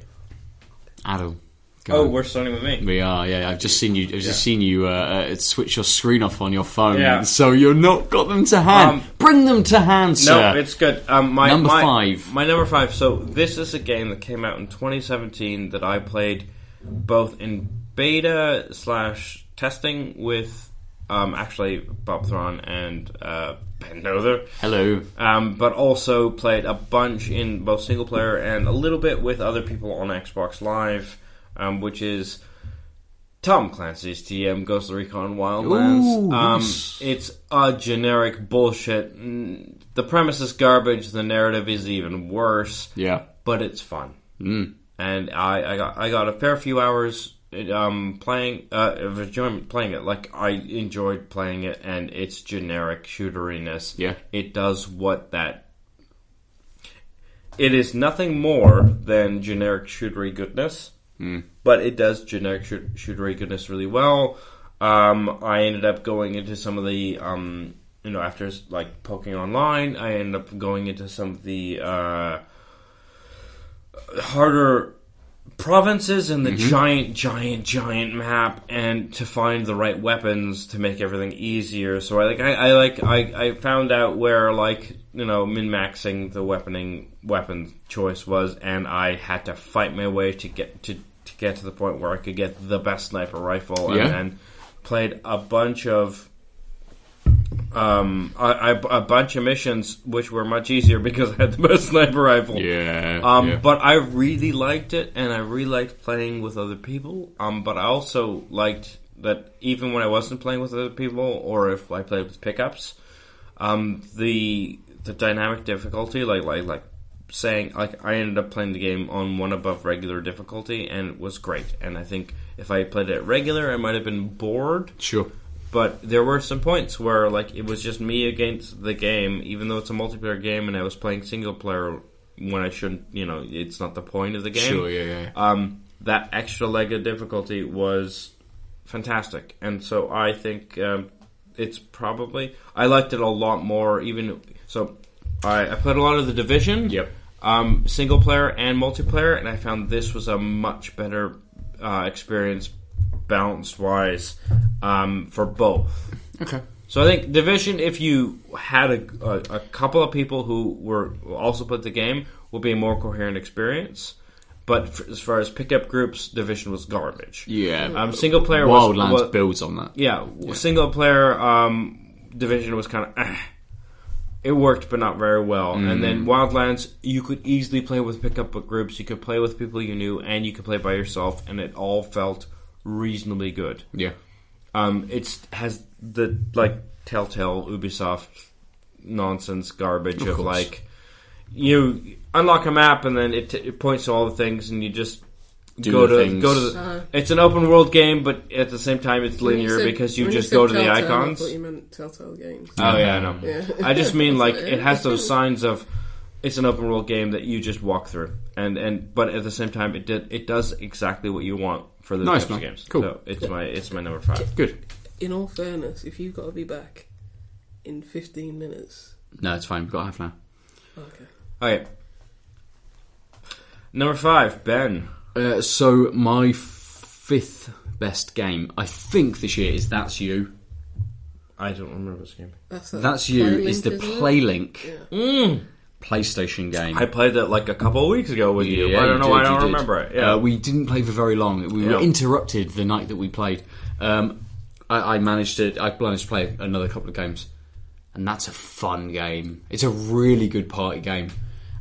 [SPEAKER 3] Adam. go
[SPEAKER 2] Oh,
[SPEAKER 3] on.
[SPEAKER 2] we're starting with me.
[SPEAKER 3] we are. Yeah. I've just seen you. I've just
[SPEAKER 2] Yeah.
[SPEAKER 3] seen you uh, uh, switch your screen off on your phone.
[SPEAKER 2] Yeah.
[SPEAKER 3] So you're not got them to hand.
[SPEAKER 2] Um,
[SPEAKER 3] Bring them to hand, sir.
[SPEAKER 2] No, it's good. Um, my
[SPEAKER 3] Number
[SPEAKER 2] my-
[SPEAKER 3] five.
[SPEAKER 2] My number five. So this is a game that came out in 2017 that I played both in beta slash testing with um, actually Bob Thron and uh, Ben Noether.
[SPEAKER 3] Hello.
[SPEAKER 2] um, but also played a bunch in both single player and a little bit with other people on Xbox Live, um, which is Tom Clancy's TM Ghost Recon Wildlands.
[SPEAKER 3] Ooh,
[SPEAKER 2] um,
[SPEAKER 3] nice.
[SPEAKER 2] It's a generic bullshit. Mm, The premise is garbage. The narrative is even worse.
[SPEAKER 3] Yeah.
[SPEAKER 2] but it's fun. Mm. And I, I got I got a fair few hours um, playing uh, of enjoyment playing it. Like I enjoyed playing it, and it's generic shooteriness.
[SPEAKER 3] Yeah.
[SPEAKER 2] it does what that. It is nothing more than generic shootery goodness, mm. but it does generic shoot, shootery goodness really well. Um, I ended up going into some of the um, you know after like poking online, I ended up going into some of the. Uh, harder provinces and the
[SPEAKER 3] Mm-hmm.
[SPEAKER 2] giant, giant, giant map, and to find the right weapons to make everything easier. So I like, I, I like, I, I found out where like you know min maxing the weaponing weapon choice was, and I had to fight my way to get to to get to the point where I could get the best sniper rifle,
[SPEAKER 3] Yeah.
[SPEAKER 2] and then played a bunch of um, a, a, a bunch of missions which were much easier because I had the best sniper rifle.
[SPEAKER 3] Yeah,
[SPEAKER 2] Um,
[SPEAKER 3] yeah.
[SPEAKER 2] but I really liked it, and I really liked playing with other people. Um, but I also liked that even when I wasn't playing with other people, or if I played with pickups, um, the the dynamic difficulty, like like like saying like I ended up playing the game on one above regular difficulty, and it was great. And I think if I had played it at regular, I might have been bored
[SPEAKER 3] Sure.
[SPEAKER 2] but there were some points where like it was just me against the game even though it's a multiplayer game and i was playing single player when i shouldn't you know it's not the point of the game
[SPEAKER 3] Sure, yeah, yeah.
[SPEAKER 2] um that extra leg of difficulty was fantastic and so i think um, it's probably i liked it a lot more even so i, I played a lot of the division
[SPEAKER 3] Yep.
[SPEAKER 2] um, single player and multiplayer, and I found this was a much better uh, experience, balance wise, um, for both.
[SPEAKER 3] Okay.
[SPEAKER 2] So I think division, if you had a, a, a couple of people who were also put the game, would be a more coherent experience. But f as far as pickup groups, division was garbage.
[SPEAKER 3] Yeah.
[SPEAKER 2] Um, single player was,
[SPEAKER 3] Wildlands
[SPEAKER 2] was-
[SPEAKER 3] builds on that.
[SPEAKER 2] yeah, single player um, division was kind of. Eh. It worked, but not very well. And then Wildlands, you could easily play with pickup groups. You could play with people you knew, and you could play by yourself, and it all felt reasonably good.
[SPEAKER 3] Yeah.
[SPEAKER 2] Um, it's has the like telltale Ubisoft nonsense garbage of,
[SPEAKER 3] course.
[SPEAKER 2] like you unlock a map and then it, t- it points to all the things and you just
[SPEAKER 3] Do
[SPEAKER 2] go
[SPEAKER 3] the
[SPEAKER 2] to
[SPEAKER 3] things.
[SPEAKER 2] go to. The,
[SPEAKER 1] Uh-huh.
[SPEAKER 2] It's an open world game, but at the same time it's
[SPEAKER 1] When
[SPEAKER 2] linear
[SPEAKER 1] said-
[SPEAKER 2] because you
[SPEAKER 1] when
[SPEAKER 2] just
[SPEAKER 1] said
[SPEAKER 2] go to the
[SPEAKER 1] Telltale, I
[SPEAKER 2] icons.
[SPEAKER 1] thought you meant Telltale Games.
[SPEAKER 3] Uh.
[SPEAKER 2] Oh yeah, I know.
[SPEAKER 1] Yeah.
[SPEAKER 2] I just mean like
[SPEAKER 1] Yeah.
[SPEAKER 2] it has those signs of it's an open world game that you just walk through, and and but at the same time it did it does exactly what you want for the
[SPEAKER 3] Nice,
[SPEAKER 2] types of
[SPEAKER 3] man.
[SPEAKER 2] games.
[SPEAKER 3] Cool.
[SPEAKER 2] So it's my it's my number five.
[SPEAKER 3] Good.
[SPEAKER 1] In all fairness, if you've got to be back in 15 minutes,
[SPEAKER 3] No, it's fine. We've got half an hour.
[SPEAKER 1] okay.
[SPEAKER 2] Okay. Number five, Ben.
[SPEAKER 3] Uh, so my fifth best game, I think this year is That's You.
[SPEAKER 2] I don't remember this game.
[SPEAKER 1] That's, that
[SPEAKER 3] That's You
[SPEAKER 1] Playlink,
[SPEAKER 3] is the
[SPEAKER 1] isn't it?
[SPEAKER 3] PlayLink
[SPEAKER 1] Yeah.
[SPEAKER 3] PlayStation game.
[SPEAKER 2] I played that like a couple of weeks ago with you.
[SPEAKER 3] Yeah,
[SPEAKER 2] but I don't know.
[SPEAKER 3] did,
[SPEAKER 2] why I don't
[SPEAKER 3] did.
[SPEAKER 2] remember it. Yeah.
[SPEAKER 3] Uh, we didn't play for very long. We
[SPEAKER 2] Yeah.
[SPEAKER 3] were interrupted the night that we played. Um, I, I managed to. I managed to play another couple of games, and that's a fun game. It's a really good party game,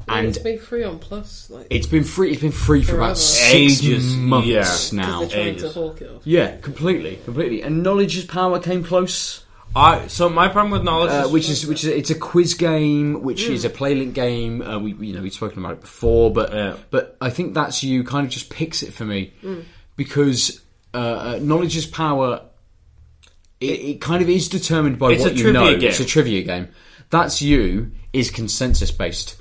[SPEAKER 3] and
[SPEAKER 1] It's been free on Plus. Like,
[SPEAKER 3] it's been free. It's been free for
[SPEAKER 1] Forever.
[SPEAKER 3] about six
[SPEAKER 2] Ages,
[SPEAKER 3] months
[SPEAKER 2] yeah.
[SPEAKER 3] now.
[SPEAKER 1] they're trying to
[SPEAKER 2] ages.
[SPEAKER 1] hawk it off.
[SPEAKER 3] Yeah, completely, completely. And knowledge is power came close.
[SPEAKER 2] I so my problem with knowledge,
[SPEAKER 3] Uh,
[SPEAKER 2] is,
[SPEAKER 3] which is which is it's a quiz game, which is
[SPEAKER 2] Hmm.
[SPEAKER 3] a playlink game. Uh, we you know we've spoken about it before, but uh,
[SPEAKER 2] Yeah.
[SPEAKER 3] but I think that's you kind of just picks it for me
[SPEAKER 2] Hmm.
[SPEAKER 3] because uh, uh, knowledge is power. It, it kind of is determined by
[SPEAKER 2] It's a
[SPEAKER 3] what you
[SPEAKER 2] trivia
[SPEAKER 3] know.
[SPEAKER 2] game.
[SPEAKER 3] It's a trivia game. That's you is consensus based.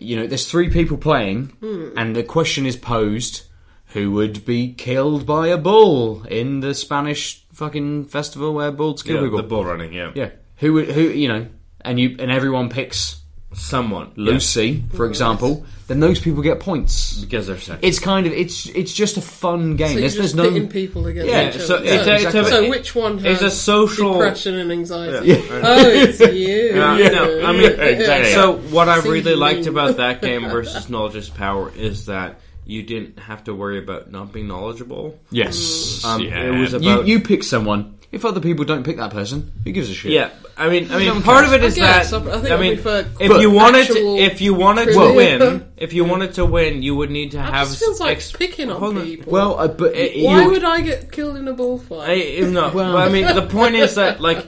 [SPEAKER 3] You know, there's three people playing,
[SPEAKER 2] Hmm.
[SPEAKER 3] and the question is posed: Who would be killed by a bull in the Spanish fucking festival where bulls kill
[SPEAKER 2] yeah,
[SPEAKER 3] people?
[SPEAKER 2] the bull running. Yeah,
[SPEAKER 3] Yeah. Who would who you know, and you and everyone picks
[SPEAKER 2] someone loose
[SPEAKER 3] Lucy, for example, then those people get points.
[SPEAKER 2] because they're second.
[SPEAKER 3] It's kind of it's it's just a fun game.
[SPEAKER 1] So you're
[SPEAKER 3] there's
[SPEAKER 1] just
[SPEAKER 3] there's no
[SPEAKER 1] pitting people against
[SPEAKER 2] Yeah,
[SPEAKER 1] each
[SPEAKER 2] so
[SPEAKER 1] other.
[SPEAKER 2] it's
[SPEAKER 3] a-
[SPEAKER 1] so,
[SPEAKER 3] it's a-
[SPEAKER 1] so which one has
[SPEAKER 2] it's a social-
[SPEAKER 1] depression and anxiety?
[SPEAKER 2] Yeah.
[SPEAKER 1] Oh, it's you.
[SPEAKER 2] Yeah, no, I mean,
[SPEAKER 5] exactly.
[SPEAKER 2] So what I really
[SPEAKER 1] Singing.
[SPEAKER 2] liked about that game versus Knowledge is Power is that you didn't have to worry about not being knowledgeable.
[SPEAKER 3] yes.
[SPEAKER 2] Um,
[SPEAKER 3] yeah.
[SPEAKER 2] It was
[SPEAKER 3] you
[SPEAKER 2] about
[SPEAKER 3] you pick someone. If other people don't pick that person, who gives a shit?
[SPEAKER 2] yeah, I mean, I mean,
[SPEAKER 3] Don't
[SPEAKER 2] part of it is
[SPEAKER 1] guess.
[SPEAKER 2] that
[SPEAKER 1] I think
[SPEAKER 2] I
[SPEAKER 1] it'd
[SPEAKER 2] mean,
[SPEAKER 1] be for
[SPEAKER 2] if you wanted, to,
[SPEAKER 1] actual
[SPEAKER 2] if you wanted to
[SPEAKER 1] trivia.
[SPEAKER 2] win, if you wanted to win, you would need to
[SPEAKER 1] That
[SPEAKER 2] have.
[SPEAKER 1] just feels like
[SPEAKER 2] ex-
[SPEAKER 1] picking on
[SPEAKER 2] hold on.
[SPEAKER 1] people.
[SPEAKER 3] Well, uh, but
[SPEAKER 1] Why
[SPEAKER 3] you-
[SPEAKER 1] would I get killed in a bullfight?
[SPEAKER 2] I, if not,
[SPEAKER 3] Well-
[SPEAKER 2] but I mean, the point is that like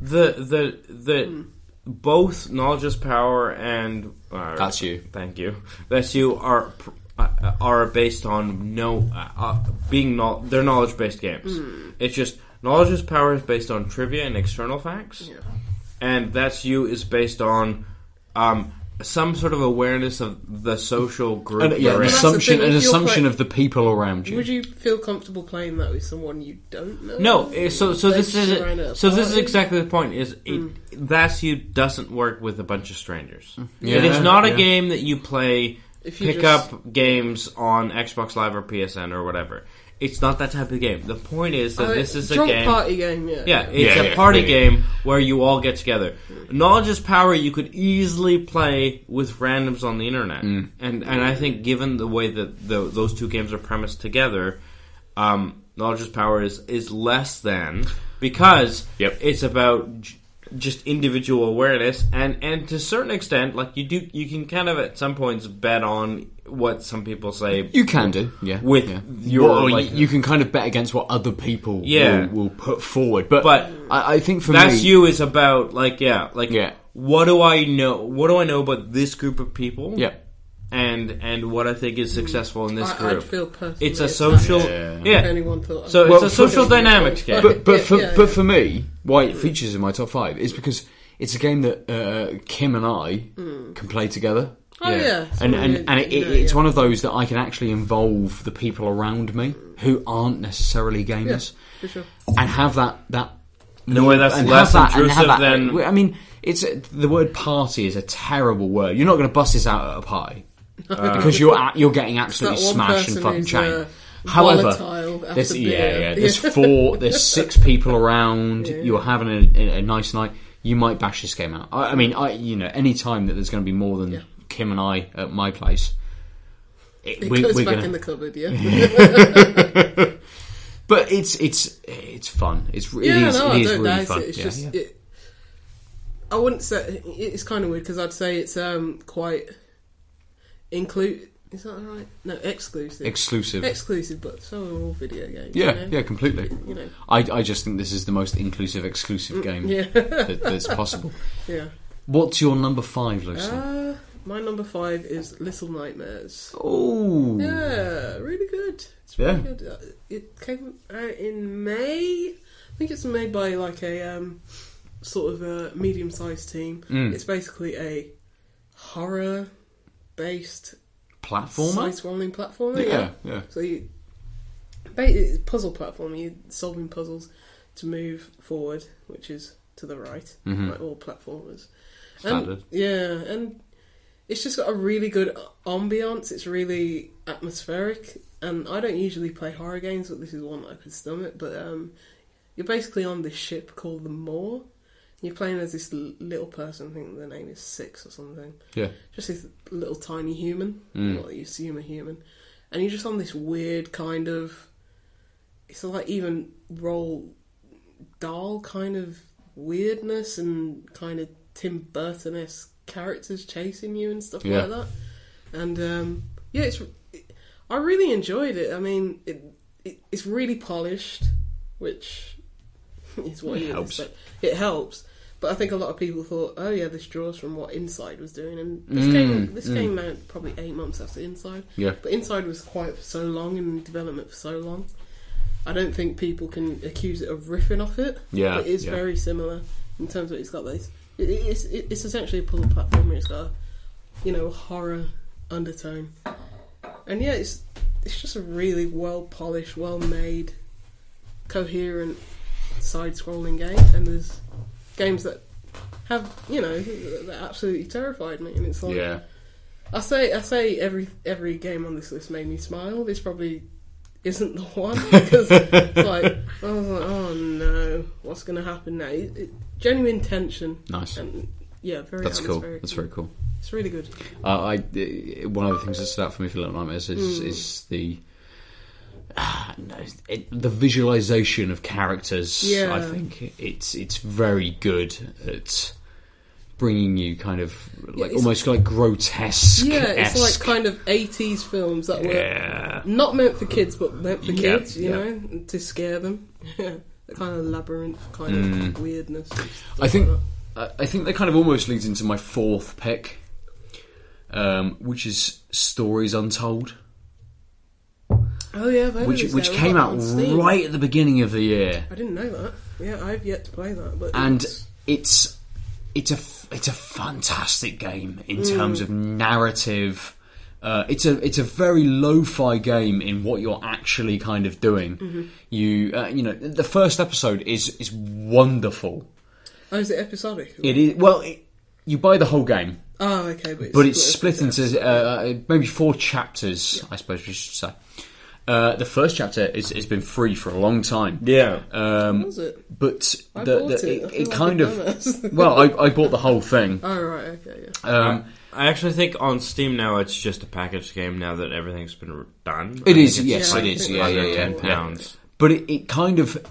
[SPEAKER 2] the the the both knowledge is power and uh,
[SPEAKER 3] That's you.
[SPEAKER 2] Thank you. That you are pr- uh, are based on no uh, uh, being no, they're knowledge based games. It's just knowledge is power is based on trivia and external facts, and that's you is based on um, some sort of awareness of the social group.
[SPEAKER 3] an, yeah,
[SPEAKER 2] you're in.
[SPEAKER 3] an
[SPEAKER 1] that's the
[SPEAKER 3] assumption,
[SPEAKER 1] thing,
[SPEAKER 3] an
[SPEAKER 1] if you're
[SPEAKER 3] assumption
[SPEAKER 1] quite-
[SPEAKER 3] of the people around you.
[SPEAKER 1] Would you feel comfortable playing that with someone you don't know?
[SPEAKER 2] No, eh, so so
[SPEAKER 1] They're
[SPEAKER 2] this
[SPEAKER 1] just
[SPEAKER 2] is
[SPEAKER 1] trying to
[SPEAKER 2] it. so this is
[SPEAKER 1] party.
[SPEAKER 2] exactly the point. Is it,
[SPEAKER 1] Mm.
[SPEAKER 2] that's you doesn't work with a bunch of strangers.
[SPEAKER 3] Mm. Yeah,
[SPEAKER 2] it is not a
[SPEAKER 3] yeah.
[SPEAKER 2] game that you play
[SPEAKER 1] If you
[SPEAKER 2] pick
[SPEAKER 1] just-
[SPEAKER 2] up games on Xbox Live or PSN or whatever. It's not that type of game. The point is that
[SPEAKER 1] Uh,
[SPEAKER 2] this is a
[SPEAKER 1] drunk
[SPEAKER 2] game.
[SPEAKER 1] party game. Yeah,
[SPEAKER 2] Yeah, it's
[SPEAKER 3] Yeah,
[SPEAKER 2] a
[SPEAKER 3] yeah,
[SPEAKER 2] party
[SPEAKER 3] really.
[SPEAKER 2] game where you all get together. Knowledge is power. You could easily play with randoms on the internet,
[SPEAKER 3] Mm.
[SPEAKER 2] and and I think given the way that the, those two games are premised together, um, knowledge is power is is less than because
[SPEAKER 3] Yep.
[SPEAKER 2] it's about j- just individual awareness, and and to a certain extent, like you do, you can kind of at some points bet on what some people say.
[SPEAKER 3] You can do, yeah.
[SPEAKER 2] With
[SPEAKER 3] yeah.
[SPEAKER 2] your,
[SPEAKER 3] Well,
[SPEAKER 2] like-
[SPEAKER 3] you can kind of bet against what other people
[SPEAKER 2] Yeah.
[SPEAKER 3] will, will put forward, but,
[SPEAKER 2] But
[SPEAKER 3] I, I think for
[SPEAKER 2] that's
[SPEAKER 3] me,
[SPEAKER 2] you is about like yeah like
[SPEAKER 3] Yeah.
[SPEAKER 2] what do i know what do i know about this group of people
[SPEAKER 3] Yeah,
[SPEAKER 2] and and what i think is successful in this
[SPEAKER 1] I,
[SPEAKER 2] group
[SPEAKER 1] I'd feel personally.
[SPEAKER 2] it's a social
[SPEAKER 3] Yeah.
[SPEAKER 2] yeah,
[SPEAKER 1] If anyone thought.
[SPEAKER 2] so
[SPEAKER 3] Well,
[SPEAKER 2] it's a social dynamics game
[SPEAKER 3] but but for
[SPEAKER 1] Yeah, yeah.
[SPEAKER 3] but for me, why it features in my top five is because it's a game that uh, Kim and I can play together.
[SPEAKER 1] Mm. oh yeah,
[SPEAKER 3] and
[SPEAKER 1] So
[SPEAKER 3] and,
[SPEAKER 1] you-
[SPEAKER 3] and it,
[SPEAKER 1] you
[SPEAKER 3] it,
[SPEAKER 1] know,
[SPEAKER 3] it's
[SPEAKER 1] yeah.
[SPEAKER 3] one of those that I can actually involve the people around me who aren't necessarily gamers,
[SPEAKER 1] for sure.
[SPEAKER 3] and have that that.
[SPEAKER 2] in a way that's
[SPEAKER 3] and
[SPEAKER 2] less
[SPEAKER 3] have that, and
[SPEAKER 2] intrusive
[SPEAKER 3] have that,
[SPEAKER 2] than
[SPEAKER 3] I mean, it's the word "party" is a terrible word. You're not going to bust this out at a party
[SPEAKER 2] Uh,
[SPEAKER 3] because you're at, you're getting absolutely
[SPEAKER 1] one
[SPEAKER 3] smashed and
[SPEAKER 1] person
[SPEAKER 3] fucking
[SPEAKER 1] who's,
[SPEAKER 3] chained.
[SPEAKER 1] uh,
[SPEAKER 3] However,
[SPEAKER 1] volatile after
[SPEAKER 3] there's, yeah,
[SPEAKER 1] beer.
[SPEAKER 3] yeah, there's four, there's six people around. You're having a, a, a nice night. You might bash this game out. I, I mean, I you know, any time that there's going to be more than
[SPEAKER 1] Yeah.
[SPEAKER 3] Kim and I at my place, it,
[SPEAKER 1] It
[SPEAKER 3] we,
[SPEAKER 1] goes
[SPEAKER 3] we're
[SPEAKER 1] back
[SPEAKER 3] going to
[SPEAKER 1] in the cupboard. Yeah,
[SPEAKER 3] But it's it's it's fun. It's really
[SPEAKER 1] yeah.
[SPEAKER 3] it is,
[SPEAKER 1] no,
[SPEAKER 3] it
[SPEAKER 1] I
[SPEAKER 3] is
[SPEAKER 1] don't
[SPEAKER 3] really
[SPEAKER 1] doubt
[SPEAKER 3] fun.
[SPEAKER 1] it. It's
[SPEAKER 3] yeah.
[SPEAKER 1] just it. I wouldn't say it's kind of weird because I'd say it's um quite include. Is that right? No, exclusive.
[SPEAKER 3] exclusive.
[SPEAKER 1] exclusive, but so are all video games.
[SPEAKER 3] yeah,
[SPEAKER 1] you know?
[SPEAKER 3] yeah, completely.
[SPEAKER 1] You know.
[SPEAKER 3] I, I just think this is the most inclusive exclusive game
[SPEAKER 1] Mm, Yeah.
[SPEAKER 3] that, that's possible.
[SPEAKER 1] yeah.
[SPEAKER 3] What's your number five, Lucy?
[SPEAKER 1] Uh, my number five is Little Nightmares.
[SPEAKER 3] oh,
[SPEAKER 1] Yeah, really good. It's
[SPEAKER 3] Yeah.
[SPEAKER 1] really good. Uh, It came out in May. I think it's made by like a um, sort of a medium-sized team. It's basically a horror-based
[SPEAKER 3] platformer.
[SPEAKER 1] side-scrolling platformer.
[SPEAKER 3] Yeah, yeah.
[SPEAKER 1] So you ba- it's puzzle platform. You're solving puzzles to move forward, which is to the right, like all platformers.
[SPEAKER 3] Mm-hmm. Standard.
[SPEAKER 1] And, yeah, and it's just got a really good ambiance. It's really atmospheric, and I don't usually play horror games, but this is one that I could stomach. But um, you're basically on this ship called the Moor. You're playing as this l- little person. I think the name is Six or something
[SPEAKER 3] Yeah,
[SPEAKER 1] just this little tiny human,
[SPEAKER 3] Hmm.
[SPEAKER 1] what you assume a human, and you're just on this weird kind of. It's like even roll doll kind of weirdness and kind of Tim Burton esque characters chasing you and stuff
[SPEAKER 3] Yeah.
[SPEAKER 1] like that. And um, yeah, it's. I really enjoyed it. I mean, it, it it's really polished, which is what
[SPEAKER 3] It
[SPEAKER 1] you
[SPEAKER 3] helps.
[SPEAKER 1] expect. It helps, but I think a lot of people thought, oh yeah, this draws from what Inside was doing,
[SPEAKER 3] Hmm.
[SPEAKER 1] and this came this came out probably eight months after Inside.
[SPEAKER 3] Mm, Yeah.
[SPEAKER 1] but Inside was quiet for so long and in development for so long. I don't think people can accuse it of riffing off it.
[SPEAKER 3] Yeah,
[SPEAKER 1] it is
[SPEAKER 3] yeah.
[SPEAKER 1] very similar in terms of it's got those. It, it- it's it, it's essentially a puzzle platformer. It's got a, you know horror undertone, and yeah, it's it's just a really well polished, well made, coherent side-scrolling game. And there's games that have you know that absolutely terrified me, and it's like
[SPEAKER 3] yeah.
[SPEAKER 1] I say I say every every game on this list made me smile. This probably isn't the one because it's like I was like, oh no, what's going to happen now? It, it, genuine tension.
[SPEAKER 3] Nice.
[SPEAKER 1] And yeah, very.
[SPEAKER 3] That's cool.
[SPEAKER 1] atmospheric.
[SPEAKER 3] That's very cool.
[SPEAKER 1] It's really good. Hmm.
[SPEAKER 3] Uh, I uh, one of the things that stood out for me for Little Nightmares is, is the No, it, the visualization of characters,
[SPEAKER 1] Yeah.
[SPEAKER 3] I think it's it's very good at bringing you kind of like
[SPEAKER 1] it's-
[SPEAKER 3] almost like grotesque.
[SPEAKER 1] Yeah, it's like kind of 80s films that were
[SPEAKER 3] yeah.
[SPEAKER 1] not meant for kids, but meant for
[SPEAKER 3] Yeah,
[SPEAKER 1] kids, you
[SPEAKER 3] yeah.
[SPEAKER 1] know, to scare them. Yeah. The kind of labyrinth, kind
[SPEAKER 3] Mm.
[SPEAKER 1] of weirdness.
[SPEAKER 3] I think I I think that kind of almost leads into my fourth pick, um, which is stories untold,
[SPEAKER 1] Oh yeah, I've heard of
[SPEAKER 3] which
[SPEAKER 1] this
[SPEAKER 3] which
[SPEAKER 1] now. I've
[SPEAKER 3] came
[SPEAKER 1] got
[SPEAKER 3] out
[SPEAKER 1] it on Steam.
[SPEAKER 3] right at the beginning of the year.
[SPEAKER 1] I didn't know that. Yeah, I've yet to play that, but
[SPEAKER 3] and
[SPEAKER 1] it's-
[SPEAKER 3] it's it's a f- it's a fantastic game in
[SPEAKER 1] Mm.
[SPEAKER 3] terms of narrative. Uh, it's a it's a very lo-fi game in what you're actually kind of doing.
[SPEAKER 1] Mm-hmm.
[SPEAKER 3] You uh, you know the first episode is is wonderful.
[SPEAKER 1] oh, is it episodic?
[SPEAKER 3] It is well it, you buy the whole game,
[SPEAKER 1] oh, okay, but it's
[SPEAKER 3] but it's split
[SPEAKER 1] into
[SPEAKER 3] into uh, uh, maybe four chapters. I suppose we should say. Uh, the first chapter is has been free for a long time.
[SPEAKER 2] Yeah. Uh,
[SPEAKER 3] Um,
[SPEAKER 1] Was it?
[SPEAKER 3] but
[SPEAKER 1] I
[SPEAKER 3] the,
[SPEAKER 1] bought
[SPEAKER 3] the,
[SPEAKER 1] it.
[SPEAKER 3] it,
[SPEAKER 1] I
[SPEAKER 3] it,
[SPEAKER 1] feel like
[SPEAKER 3] kind
[SPEAKER 1] I've done
[SPEAKER 3] of
[SPEAKER 1] it.
[SPEAKER 3] well, I, I bought the whole thing.
[SPEAKER 1] Oh right, okay, yeah.
[SPEAKER 3] Um,
[SPEAKER 2] I actually think on Steam now it's just a packaged game now that everything's been re- done.
[SPEAKER 3] It is,
[SPEAKER 2] think
[SPEAKER 3] yes,
[SPEAKER 1] Yeah,
[SPEAKER 3] it
[SPEAKER 1] I
[SPEAKER 3] is.
[SPEAKER 1] think
[SPEAKER 3] Yeah,
[SPEAKER 1] it's
[SPEAKER 3] yeah,
[SPEAKER 2] under
[SPEAKER 3] yeah.
[SPEAKER 2] Ten
[SPEAKER 3] yeah.
[SPEAKER 2] pounds.
[SPEAKER 3] But it, it kind of,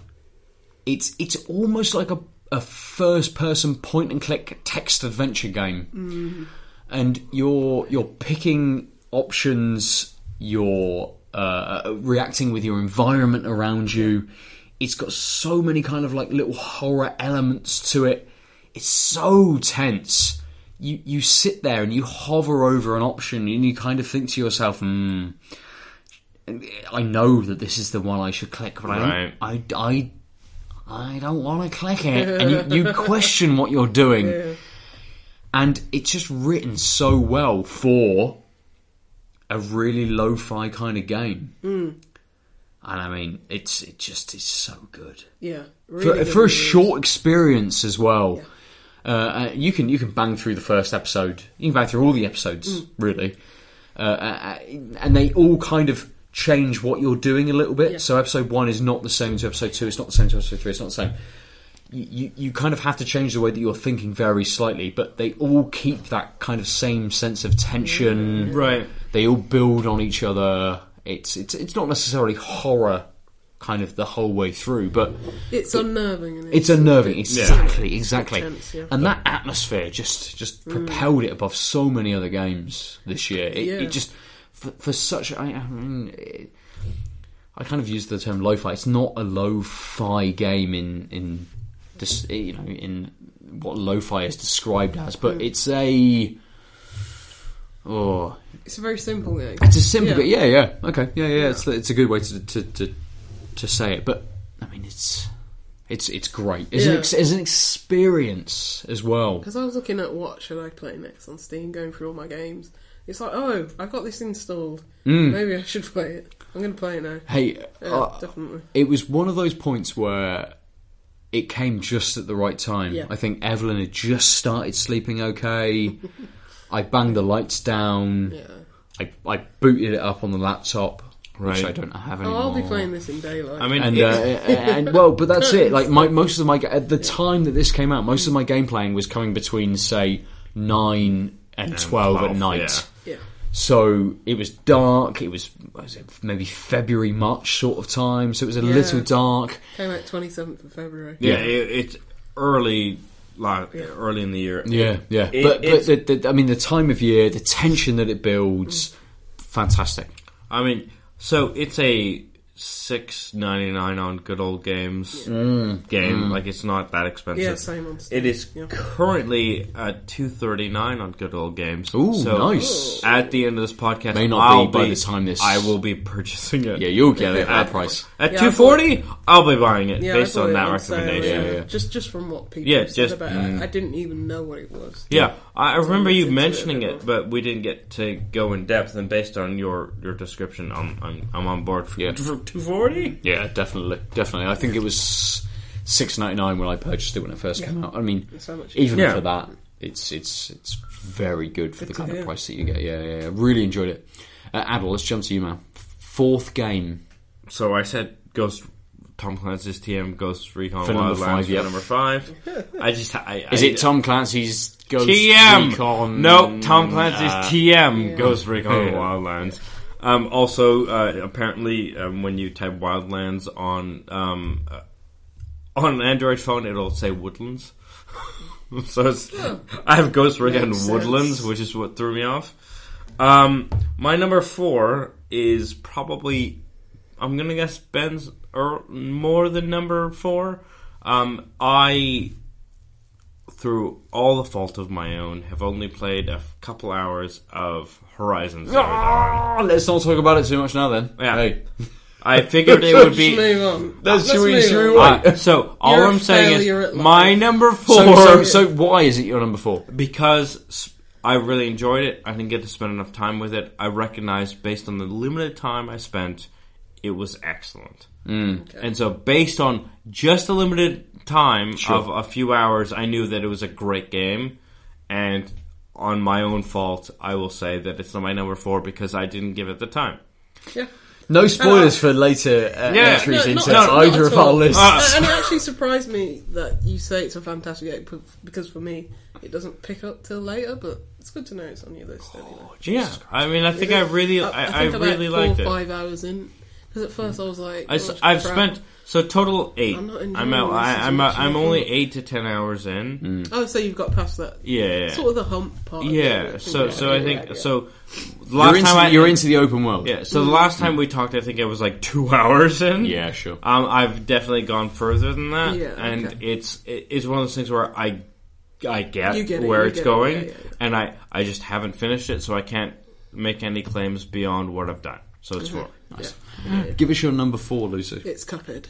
[SPEAKER 3] it's it's almost like a a first person point and click text adventure game, and you're you're picking options, you're uh, reacting with your environment around you. It's got so many kind of like little horror elements to it. It's so tense. You you sit there and you hover over an option and you kind of think to yourself, hmm. I know that this is the one I should click, but
[SPEAKER 2] Right.
[SPEAKER 3] I, don't- I, I, I don't want to click it. and you, you question what you're doing. And it's just written so well for a really lo-fi kind of game. And I mean, it's it just is so good
[SPEAKER 1] Yeah,
[SPEAKER 3] for,
[SPEAKER 1] really good
[SPEAKER 3] for a
[SPEAKER 1] reviews.
[SPEAKER 3] short experience as well. Uh, uh, you can you can bang through the first episode. You can bang through all the episodes
[SPEAKER 1] Mm.
[SPEAKER 3] really, uh, uh, and they all kind of change what you're doing a little bit.
[SPEAKER 1] Yeah.
[SPEAKER 3] So episode one is not the same to episode two. It's not the same to episode three. It's not the same. You, you you kind of have to change the way that you're thinking very slightly, but they all keep that kind of same sense of
[SPEAKER 1] Mm.
[SPEAKER 3] tension.
[SPEAKER 2] Right.
[SPEAKER 3] They all build on each other. It's it's it's not necessarily horror kind of the whole way through, but
[SPEAKER 1] It's unnerving. Isn't it?
[SPEAKER 3] it's unnerving, exactly, exactly.
[SPEAKER 1] Intense, yeah. Mm.
[SPEAKER 3] And that atmosphere just just propelled it above so many other games this year. It,
[SPEAKER 1] Yeah.
[SPEAKER 3] it just for, for such. I, I mean, it, I kind of use the term lo-fi. It's not a lo-fi game in in this, you know, in what lo-fi is described as, but it's a. Oh,
[SPEAKER 1] It's a very simple game.
[SPEAKER 3] it's a simple
[SPEAKER 1] Yeah.
[SPEAKER 3] bit. Yeah, yeah. Okay. Yeah, yeah. It's it's a good way to to to, to say it. But I mean, it's it's it's great. It's an
[SPEAKER 1] Yeah.
[SPEAKER 3] ex- it's an experience as well.
[SPEAKER 1] Because I was looking at what should I play next on Steam, going through all my games. It's like, oh, I've got this installed. Maybe I should play it. I'm going to play it now.
[SPEAKER 3] Hey,
[SPEAKER 1] Yeah,
[SPEAKER 3] Hmm. uh,
[SPEAKER 1] definitely.
[SPEAKER 3] it was one of those points where it came just at the right time.
[SPEAKER 1] Yeah.
[SPEAKER 3] I think Evelyn had just started sleeping okay. I banged the lights down.
[SPEAKER 1] Yeah.
[SPEAKER 3] I I booted it up on the laptop, which
[SPEAKER 2] Right.
[SPEAKER 3] I don't have
[SPEAKER 1] Oh,
[SPEAKER 3] anymore.
[SPEAKER 1] I'll be playing this in daylight.
[SPEAKER 2] I mean,
[SPEAKER 3] and
[SPEAKER 2] it-
[SPEAKER 3] uh, and well, but that's it. Like my, most of my ga- at the time that this came out, most of my game playing was coming between say nine and, twelve, at
[SPEAKER 2] 12,
[SPEAKER 3] night.
[SPEAKER 1] yeah.
[SPEAKER 3] So it was dark. It was, what was it, maybe February, March sort of time. So it was a
[SPEAKER 1] Yeah.
[SPEAKER 3] little dark.
[SPEAKER 1] Came out 27th of February.
[SPEAKER 2] yeah,
[SPEAKER 3] yeah.
[SPEAKER 2] It, it's early, like, early in the year.
[SPEAKER 3] Yeah, yeah.
[SPEAKER 2] It-
[SPEAKER 3] but but
[SPEAKER 2] it's-
[SPEAKER 3] the, the, I mean, the time of year, the tension that it builds, fantastic.
[SPEAKER 2] I mean, so it's a six ninety nine on good old games
[SPEAKER 3] Mm.
[SPEAKER 2] game. Like it's not that expensive.
[SPEAKER 1] Yeah, same on Steam.
[SPEAKER 2] It is
[SPEAKER 1] Yeah.
[SPEAKER 2] currently at two thirty nine on good old games.
[SPEAKER 3] Ooh,
[SPEAKER 2] so
[SPEAKER 3] nice.
[SPEAKER 2] At the end of this podcast,
[SPEAKER 3] May not
[SPEAKER 2] I'll
[SPEAKER 3] be by the time this-
[SPEAKER 2] I will be purchasing it.
[SPEAKER 3] Yeah, you'll get it at that price.
[SPEAKER 2] At
[SPEAKER 1] Yeah, I
[SPEAKER 2] two forty, I'll be buying it
[SPEAKER 1] Yeah, I
[SPEAKER 2] based
[SPEAKER 1] bought
[SPEAKER 2] on
[SPEAKER 1] it uh,
[SPEAKER 2] that
[SPEAKER 1] on sale,
[SPEAKER 2] recommendation.
[SPEAKER 3] Yeah, yeah.
[SPEAKER 1] Just just from what people
[SPEAKER 2] Yeah,
[SPEAKER 1] said
[SPEAKER 2] just-
[SPEAKER 1] about it.
[SPEAKER 3] Mm.
[SPEAKER 1] I didn't even know what it was.
[SPEAKER 2] Yeah, I I remember
[SPEAKER 1] looked
[SPEAKER 2] you
[SPEAKER 1] into it a
[SPEAKER 2] mentioning
[SPEAKER 1] bit
[SPEAKER 2] it, but we didn't get to go in depth. And based on your your description, I'm I'm, I'm on board for
[SPEAKER 3] Yeah.
[SPEAKER 2] two forty.
[SPEAKER 3] Yeah, definitely, definitely. I think it was six ninety nine when I purchased it when it first came out. I mean,
[SPEAKER 1] so much
[SPEAKER 3] even
[SPEAKER 2] cheaper.
[SPEAKER 3] for
[SPEAKER 2] Yeah.
[SPEAKER 3] that, it's it's it's very good for the
[SPEAKER 1] to
[SPEAKER 3] kind of
[SPEAKER 1] hear.
[SPEAKER 3] price that you get. Yeah, yeah, yeah. really enjoyed it. Uh, Adel, let's jump to you, man. Fourth game.
[SPEAKER 2] So I said Ghost Tom Clancy's TM Ghost Recon
[SPEAKER 3] For number
[SPEAKER 2] Wildlands
[SPEAKER 3] five,
[SPEAKER 2] for
[SPEAKER 3] yep.
[SPEAKER 2] number five. I just I,
[SPEAKER 3] Is
[SPEAKER 2] I,
[SPEAKER 3] it Tom Clancy's Ghost
[SPEAKER 2] TM?
[SPEAKER 3] Recon?
[SPEAKER 2] No, Tom Clancy's
[SPEAKER 3] Uh,
[SPEAKER 2] TM Ghost Recon Wildlands. Um, also, uh, apparently, um, when you type Wildlands on um, uh, on an Android phone, it'll say Woodlands. so it's, I have Ghost Recon
[SPEAKER 1] Makes
[SPEAKER 2] Woodlands,
[SPEAKER 1] sense.
[SPEAKER 2] which is what threw me off. Um, my number four is probably I'm gonna guess Ben's or more than number four. Um, I through all the fault of my own, have only played a couple hours of Horizon Zero
[SPEAKER 1] Ah!
[SPEAKER 2] Dawn.
[SPEAKER 3] Oh, let's not talk about it too much now then.
[SPEAKER 2] Yeah.
[SPEAKER 3] Hey.
[SPEAKER 2] I figured it would
[SPEAKER 1] Let's
[SPEAKER 2] be.
[SPEAKER 1] move on.
[SPEAKER 3] That's
[SPEAKER 1] Let's
[SPEAKER 3] too
[SPEAKER 1] move
[SPEAKER 3] easy,
[SPEAKER 1] on.
[SPEAKER 3] we won't.
[SPEAKER 2] Uh, so all
[SPEAKER 1] You're a
[SPEAKER 2] I'm saying
[SPEAKER 1] failure at
[SPEAKER 2] is
[SPEAKER 1] life.
[SPEAKER 2] my number four
[SPEAKER 3] So, so, so why is it your number four?
[SPEAKER 2] because s- I really enjoyed it. I didn't get to spend enough time with it. I recognized based on the limited time I spent, it was excellent. And so, based on just a limited time of a few hours, I knew that it was a great game. And on my own fault, I will say that it's not my number four because I didn't give it the time.
[SPEAKER 1] Yeah.
[SPEAKER 3] No spoilers for later uh,
[SPEAKER 2] Yeah.
[SPEAKER 3] entries
[SPEAKER 1] No,
[SPEAKER 3] into
[SPEAKER 1] not- not
[SPEAKER 3] either
[SPEAKER 1] at
[SPEAKER 3] of our
[SPEAKER 1] all.
[SPEAKER 3] lists.
[SPEAKER 2] Uh,
[SPEAKER 1] And- and it actually surprised me that you say it's a fantastic game p- because for me it doesn't pick up till later. But it's good to know it's on your list anyway.
[SPEAKER 2] yeah, I mean, I think I really, I, I,
[SPEAKER 1] think about
[SPEAKER 2] really
[SPEAKER 1] four
[SPEAKER 2] liked
[SPEAKER 1] or
[SPEAKER 2] it.
[SPEAKER 1] five hours in because at first I was like,
[SPEAKER 2] I,
[SPEAKER 1] oh, that's crap.
[SPEAKER 2] have spent so total eight.
[SPEAKER 1] I'm not
[SPEAKER 2] I'm
[SPEAKER 1] enjoying
[SPEAKER 2] I'm out,
[SPEAKER 1] this
[SPEAKER 2] I,
[SPEAKER 1] as
[SPEAKER 2] I'm
[SPEAKER 1] much
[SPEAKER 2] out-
[SPEAKER 1] as I
[SPEAKER 2] I'm only
[SPEAKER 1] thought.
[SPEAKER 2] eight to ten hours in.
[SPEAKER 1] Oh, so you've got past that.
[SPEAKER 2] Yeah,
[SPEAKER 1] Sort of the hump part. of it,
[SPEAKER 2] yeah.
[SPEAKER 1] but-
[SPEAKER 2] So so I think
[SPEAKER 1] yeah.
[SPEAKER 2] so. the
[SPEAKER 3] You're,
[SPEAKER 2] Last
[SPEAKER 3] into,
[SPEAKER 2] time I,
[SPEAKER 3] you're into the open world.
[SPEAKER 2] yeah. So the last time we talked, I think it was like two hours in.
[SPEAKER 3] Yeah, sure.
[SPEAKER 2] Um, I've definitely gone further than that,
[SPEAKER 1] Yeah,
[SPEAKER 2] and
[SPEAKER 1] okay.
[SPEAKER 2] it's it, it's one of those things where I I get,
[SPEAKER 1] You get it,
[SPEAKER 2] where
[SPEAKER 1] you
[SPEAKER 2] it's
[SPEAKER 1] get it,
[SPEAKER 2] going,
[SPEAKER 1] yeah, yeah, yeah.
[SPEAKER 2] and I I just haven't finished it, so I can't make any claims beyond what I've done. So it's four.
[SPEAKER 3] Give us your number four, Lucy.
[SPEAKER 1] It's Cuphead.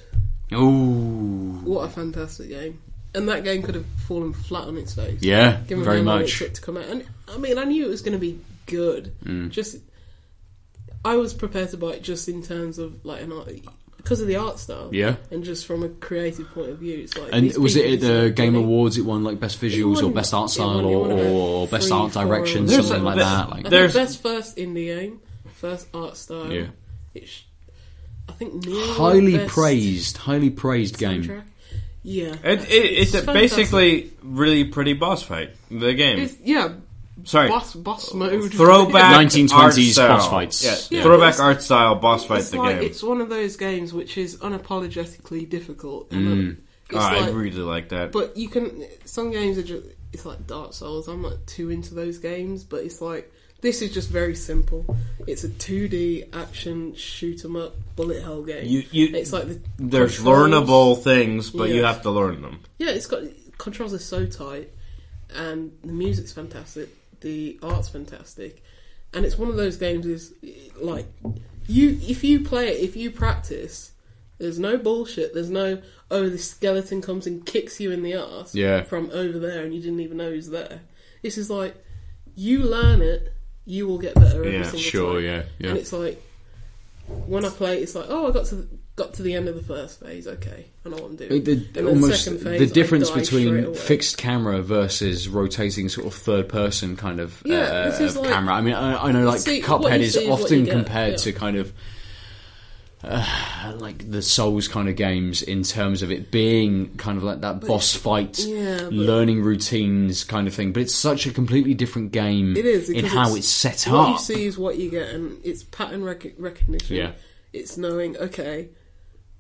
[SPEAKER 3] Ooh.
[SPEAKER 1] What a fantastic game! And that game could have fallen flat on its face.
[SPEAKER 3] Yeah,
[SPEAKER 1] Given
[SPEAKER 3] very
[SPEAKER 1] how long it
[SPEAKER 3] much.
[SPEAKER 1] took to come out. And I mean, I knew it was going to be good.
[SPEAKER 3] Mm.
[SPEAKER 1] Just, I was prepared to buy it just in terms of like an art because of the art style.
[SPEAKER 3] Yeah.
[SPEAKER 1] and just from a creative point of view, it's like.
[SPEAKER 3] And
[SPEAKER 1] these
[SPEAKER 3] was it at
[SPEAKER 1] people
[SPEAKER 3] the
[SPEAKER 1] deserve
[SPEAKER 3] Game
[SPEAKER 1] to be-
[SPEAKER 3] Awards? It won like best visuals or
[SPEAKER 1] won-
[SPEAKER 3] best art
[SPEAKER 1] it
[SPEAKER 3] style
[SPEAKER 1] won- it
[SPEAKER 3] or,
[SPEAKER 1] won about
[SPEAKER 3] or best
[SPEAKER 1] three,
[SPEAKER 3] art
[SPEAKER 1] four
[SPEAKER 3] direction,
[SPEAKER 1] awards.
[SPEAKER 3] something like
[SPEAKER 2] There's a-
[SPEAKER 3] that. Like
[SPEAKER 1] I
[SPEAKER 2] There's-
[SPEAKER 1] think best first indie game, first art style.
[SPEAKER 3] Yeah.
[SPEAKER 1] It's, I think nearly
[SPEAKER 3] highly
[SPEAKER 1] best
[SPEAKER 3] praised, highly praised game.
[SPEAKER 1] soundtrack. Yeah,
[SPEAKER 2] It, it, it's a
[SPEAKER 1] fantastic.
[SPEAKER 2] basically really pretty boss fight. The game.
[SPEAKER 1] It's- yeah,
[SPEAKER 2] Sorry,
[SPEAKER 1] boss boss mode.
[SPEAKER 2] throwback
[SPEAKER 3] 1920s
[SPEAKER 2] art
[SPEAKER 3] boss
[SPEAKER 2] style.
[SPEAKER 3] fights.
[SPEAKER 2] Yeah,
[SPEAKER 3] Yeah.
[SPEAKER 2] throwback
[SPEAKER 1] It's-
[SPEAKER 2] art style boss fight.
[SPEAKER 1] it's
[SPEAKER 2] The
[SPEAKER 1] like
[SPEAKER 2] game.
[SPEAKER 1] it's one of those games which is unapologetically difficult. And uh, it's
[SPEAKER 2] Oh, I
[SPEAKER 1] like-
[SPEAKER 2] really like that.
[SPEAKER 1] But you can. Some games are just. It's like Dark Souls. I'm not too into those games, but it's like this is just very simple. It's a 2D action shoot 'em up bullet hell game.
[SPEAKER 2] You- you-
[SPEAKER 1] it's like the
[SPEAKER 2] There's
[SPEAKER 1] controls-
[SPEAKER 2] learnable things, but you
[SPEAKER 1] Yeah.
[SPEAKER 2] have to learn them.
[SPEAKER 1] Yeah, it's got controls are so tight, and the music's fantastic. The art's fantastic, and it's one of those games is like you if you play it, if you practice, there's no bullshit. There's no oh the skeleton comes and kicks you in the ass
[SPEAKER 3] Yeah.
[SPEAKER 1] from over there and you didn't even know he's there. This is like you learn it, you will get better every
[SPEAKER 2] Yeah,
[SPEAKER 1] single
[SPEAKER 3] sure,
[SPEAKER 1] time.
[SPEAKER 3] yeah, yeah.
[SPEAKER 1] And it's like when I play, it, it's like oh I got to the, got to the end of the first phase, okay, I know what I'm doing.
[SPEAKER 3] The,
[SPEAKER 1] And then
[SPEAKER 3] almost
[SPEAKER 1] second
[SPEAKER 3] the
[SPEAKER 1] phase, I
[SPEAKER 3] difference
[SPEAKER 1] die straight
[SPEAKER 3] between
[SPEAKER 1] away.
[SPEAKER 3] fixed camera versus rotating sort of third person kind of,
[SPEAKER 1] Yeah,
[SPEAKER 3] uh,
[SPEAKER 1] this is
[SPEAKER 3] of
[SPEAKER 1] like-
[SPEAKER 3] camera. I mean, I, I know like
[SPEAKER 1] see- what
[SPEAKER 3] Cuphead
[SPEAKER 1] you
[SPEAKER 3] is
[SPEAKER 1] see is what
[SPEAKER 3] often
[SPEAKER 1] you get,
[SPEAKER 3] compared
[SPEAKER 1] yeah.
[SPEAKER 3] to kind of uh, like the Souls kind of games in terms of it being kind of like that boss fight,
[SPEAKER 1] yeah, but-
[SPEAKER 3] learning routines kind of thing. But it's such a completely different game
[SPEAKER 1] It is
[SPEAKER 3] in
[SPEAKER 1] because
[SPEAKER 3] how it's set
[SPEAKER 1] What you
[SPEAKER 3] up.
[SPEAKER 1] see is what you get, and it's pattern rec- recognition.
[SPEAKER 3] Yeah.
[SPEAKER 1] it's knowing okay.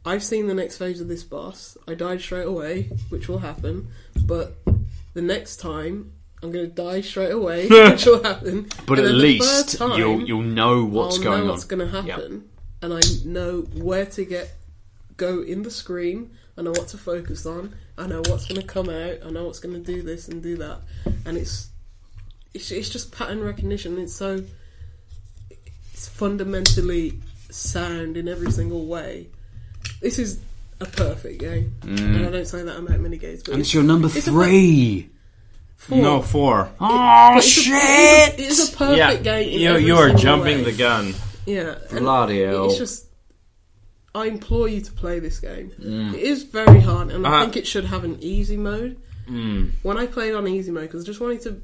[SPEAKER 1] I've seen the next phase of this boss. I died straight away, which will happen. But the next time, I'm going to die straight away, which will happen. And
[SPEAKER 3] but at
[SPEAKER 1] then the
[SPEAKER 3] least
[SPEAKER 1] third time,
[SPEAKER 3] you'll you'll know what's
[SPEAKER 1] I'll
[SPEAKER 3] going
[SPEAKER 1] know
[SPEAKER 3] on.
[SPEAKER 1] what's going to happen, and I know where to get go in the screen. I know what to focus on. I know what's going to come out. I know what's going to do this and do that, and it's it's, it's just pattern recognition. It's so it's fundamentally sound in every single way. This is a perfect game,
[SPEAKER 2] Mm.
[SPEAKER 1] and I don't say that about many games, but
[SPEAKER 3] And it's your number
[SPEAKER 1] It's a-
[SPEAKER 3] three.
[SPEAKER 1] four.
[SPEAKER 2] No four.
[SPEAKER 3] Oh
[SPEAKER 1] It's a- It is a, it is a perfect game. in
[SPEAKER 2] you
[SPEAKER 1] every
[SPEAKER 2] you are
[SPEAKER 1] single
[SPEAKER 2] jumping
[SPEAKER 1] way.
[SPEAKER 2] the gun.
[SPEAKER 1] Yeah. and
[SPEAKER 3] Bloody
[SPEAKER 1] it-
[SPEAKER 3] hell.
[SPEAKER 1] It's just. I implore you to play this game.
[SPEAKER 2] Mm.
[SPEAKER 1] It is very hard, and
[SPEAKER 2] Uh,
[SPEAKER 1] I think it should have an easy mode.
[SPEAKER 2] Mm.
[SPEAKER 1] When I played on easy mode, because I just wanted to,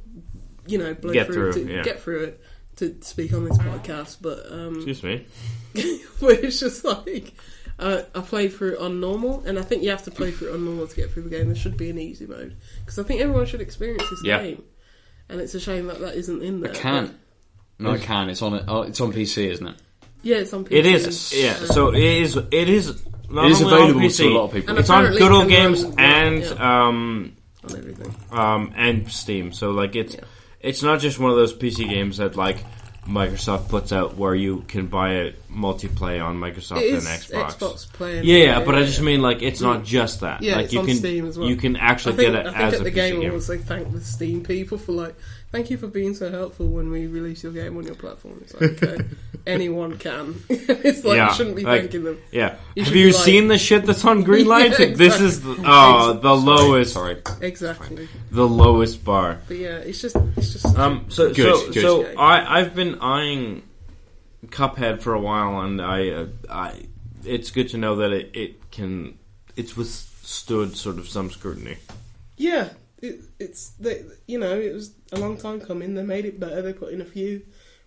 [SPEAKER 1] you know, blow
[SPEAKER 2] Get
[SPEAKER 1] through,
[SPEAKER 2] through,
[SPEAKER 1] to
[SPEAKER 2] yeah.
[SPEAKER 1] get through it to speak on this podcast, but um,
[SPEAKER 2] Excuse me.
[SPEAKER 1] but it's just like uh, I played through on normal, and I think you have to play through on normal to get through the game. There should be an easy mode because I think everyone should experience this
[SPEAKER 3] Yeah.
[SPEAKER 1] game, and it's a shame that that isn't in there.
[SPEAKER 3] I can't. No, I can. oh, It's on. It's on PC, isn't it?
[SPEAKER 1] Yeah, it's on Uh, PC.
[SPEAKER 2] It is, yeah. So it is. It is. Not
[SPEAKER 3] It is
[SPEAKER 2] only on
[SPEAKER 3] available
[SPEAKER 2] PC,
[SPEAKER 3] to a lot of people.
[SPEAKER 1] And
[SPEAKER 2] It's on
[SPEAKER 1] Apparently
[SPEAKER 2] Good Old
[SPEAKER 1] it can
[SPEAKER 2] Games
[SPEAKER 1] run-
[SPEAKER 2] and
[SPEAKER 1] yeah.
[SPEAKER 2] um
[SPEAKER 1] on everything.
[SPEAKER 2] um and Steam. So like it's
[SPEAKER 1] Yeah.
[SPEAKER 2] it's not just one of those PC games that like Microsoft puts out where you can buy it multiplayer on Microsoft
[SPEAKER 1] It
[SPEAKER 2] and
[SPEAKER 1] is
[SPEAKER 2] Xbox.
[SPEAKER 1] Xbox, playing.
[SPEAKER 2] Yeah, yeah, but I just mean like it's not
[SPEAKER 1] Mm.
[SPEAKER 2] just that.
[SPEAKER 1] Yeah,
[SPEAKER 2] like
[SPEAKER 1] it's
[SPEAKER 2] you
[SPEAKER 1] on
[SPEAKER 2] can
[SPEAKER 1] Steam as well.
[SPEAKER 2] you can
[SPEAKER 1] I
[SPEAKER 2] actually
[SPEAKER 1] think,
[SPEAKER 2] get it
[SPEAKER 1] I think
[SPEAKER 2] as
[SPEAKER 1] at
[SPEAKER 2] a
[SPEAKER 1] the
[SPEAKER 2] PC
[SPEAKER 1] game,
[SPEAKER 2] game.
[SPEAKER 1] I also thank the Steam people for like, thank you for being so helpful when we release your game on your platform. It's like, okay, anyone can. it's like,
[SPEAKER 2] Yeah,
[SPEAKER 1] you shouldn't be
[SPEAKER 2] like-
[SPEAKER 1] thanking them.
[SPEAKER 2] Yeah.
[SPEAKER 1] You
[SPEAKER 2] Have
[SPEAKER 1] should
[SPEAKER 2] you
[SPEAKER 1] be like-
[SPEAKER 2] seen the shit that's on Green
[SPEAKER 1] Yeah,
[SPEAKER 2] Lights? This
[SPEAKER 1] exactly.
[SPEAKER 2] is the, oh, the lowest,
[SPEAKER 3] Sorry.
[SPEAKER 1] Exactly.
[SPEAKER 2] the lowest bar.
[SPEAKER 1] But yeah, it's just, it's just.
[SPEAKER 2] Um, so
[SPEAKER 3] Good,
[SPEAKER 2] so,
[SPEAKER 3] good.
[SPEAKER 2] so I I've been eyeing Cuphead for a while, and I uh, I it's good to know that it, it can it's withstood sort of some scrutiny.
[SPEAKER 1] yeah, it, it's they, you know it was a long time coming. They made it better. They put in a few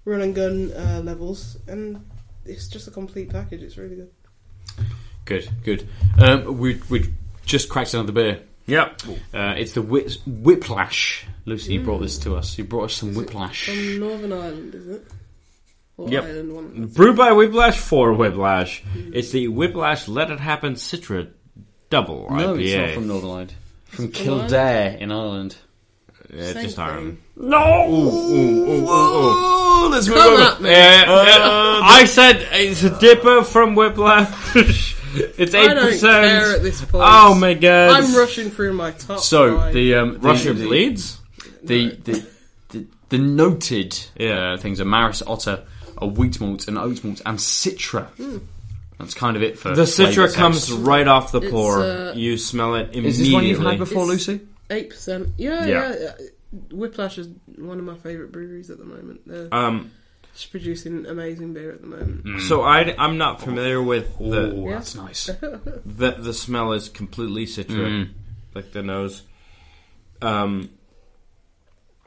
[SPEAKER 1] run and gun uh, levels, and it's just a complete package. It's really good.
[SPEAKER 3] Good, good. Um, we we just cracked another beer.
[SPEAKER 2] Yep.
[SPEAKER 3] Uh, it's the whip, Whiplash. Lucy brought this to us. You brought us some Whiplash.
[SPEAKER 1] From Northern Ireland, is it? Or
[SPEAKER 2] Yep.
[SPEAKER 1] Ireland one.
[SPEAKER 2] Brewed by Whiplash for Whiplash. It's the Whiplash Let It Happen Citra Double IPA.
[SPEAKER 3] No, it's not from Northern Ireland. From
[SPEAKER 1] from Ireland?
[SPEAKER 3] Kildare in Ireland.
[SPEAKER 2] Yeah,
[SPEAKER 1] Same
[SPEAKER 2] just
[SPEAKER 1] thing.
[SPEAKER 2] Ireland.
[SPEAKER 3] No! Let's move
[SPEAKER 1] Come at me.
[SPEAKER 2] Uh, uh, I said it's a dipper from Whiplash. it's
[SPEAKER 1] I
[SPEAKER 2] eight
[SPEAKER 1] don't care at
[SPEAKER 2] percent.
[SPEAKER 1] this point.
[SPEAKER 2] Oh my god!
[SPEAKER 1] I'm rushing through my top.
[SPEAKER 3] So
[SPEAKER 1] five.
[SPEAKER 3] the um, the-
[SPEAKER 2] Russia
[SPEAKER 3] the,
[SPEAKER 2] bleeds.
[SPEAKER 3] The the, the the noted
[SPEAKER 2] Yeah.
[SPEAKER 3] uh, things are Maris Otter, a wheat malt, an oat malt, and Citra.
[SPEAKER 1] Hmm.
[SPEAKER 3] That's kind of it for
[SPEAKER 2] The
[SPEAKER 3] flavour
[SPEAKER 2] citra
[SPEAKER 3] text.
[SPEAKER 2] comes right off the
[SPEAKER 1] It's,
[SPEAKER 2] pour.
[SPEAKER 1] uh,
[SPEAKER 2] you smell it immediately.
[SPEAKER 3] Is this one you've had before,
[SPEAKER 1] It's-
[SPEAKER 3] Lucy?
[SPEAKER 1] eight percent. Yeah,
[SPEAKER 2] Yeah.
[SPEAKER 1] yeah, yeah. Whiplash is one of my favourite breweries at the moment. They're
[SPEAKER 2] Um,
[SPEAKER 1] just producing amazing beer at the moment.
[SPEAKER 2] so I, am not familiar with the,
[SPEAKER 3] Oh,
[SPEAKER 1] Yeah.
[SPEAKER 3] that's nice.
[SPEAKER 2] the the smell is completely citra, like the nose. Um,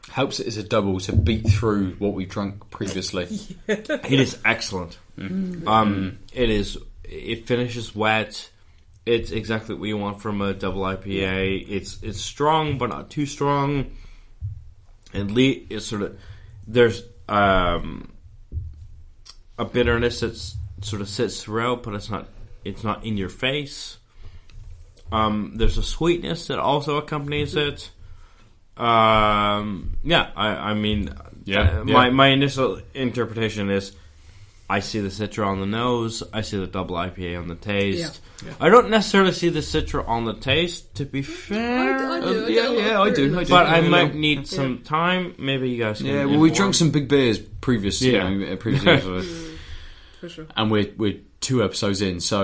[SPEAKER 3] Helps it as a double to beat through what we drank previously.
[SPEAKER 2] it is excellent.
[SPEAKER 3] Mm-hmm.
[SPEAKER 2] Um, it is. It finishes wet. It's exactly what you want from a double IPA. It's it's strong but not too strong. And le- it's sort of there's um, a bitterness that's sort of sits throughout, but it's not it's not in your face. Um, there's a sweetness that also accompanies
[SPEAKER 3] Mm-hmm.
[SPEAKER 2] it. Um, yeah, I, I mean,
[SPEAKER 3] Yeah,
[SPEAKER 2] uh, my
[SPEAKER 3] yeah.
[SPEAKER 2] my initial interpretation is, I see the citra on the nose, I see the double IPA on the taste. I don't necessarily see the citra on the taste. To be fair,
[SPEAKER 1] I
[SPEAKER 3] Uh,
[SPEAKER 1] do, Um, I
[SPEAKER 3] yeah,
[SPEAKER 1] get a lot
[SPEAKER 3] yeah,
[SPEAKER 1] of
[SPEAKER 3] I
[SPEAKER 1] fruit in
[SPEAKER 3] do.
[SPEAKER 1] my
[SPEAKER 3] I do.
[SPEAKER 2] but
[SPEAKER 3] Yeah,
[SPEAKER 2] I
[SPEAKER 3] yeah.
[SPEAKER 2] might need some time. Maybe you guys. Can
[SPEAKER 3] Yeah, well, we
[SPEAKER 2] inform.
[SPEAKER 3] drank some big beers previous, you
[SPEAKER 2] Yeah.
[SPEAKER 3] know, uh, previous episode,
[SPEAKER 1] Hmm. For sure.
[SPEAKER 3] and we're we're two episodes in, so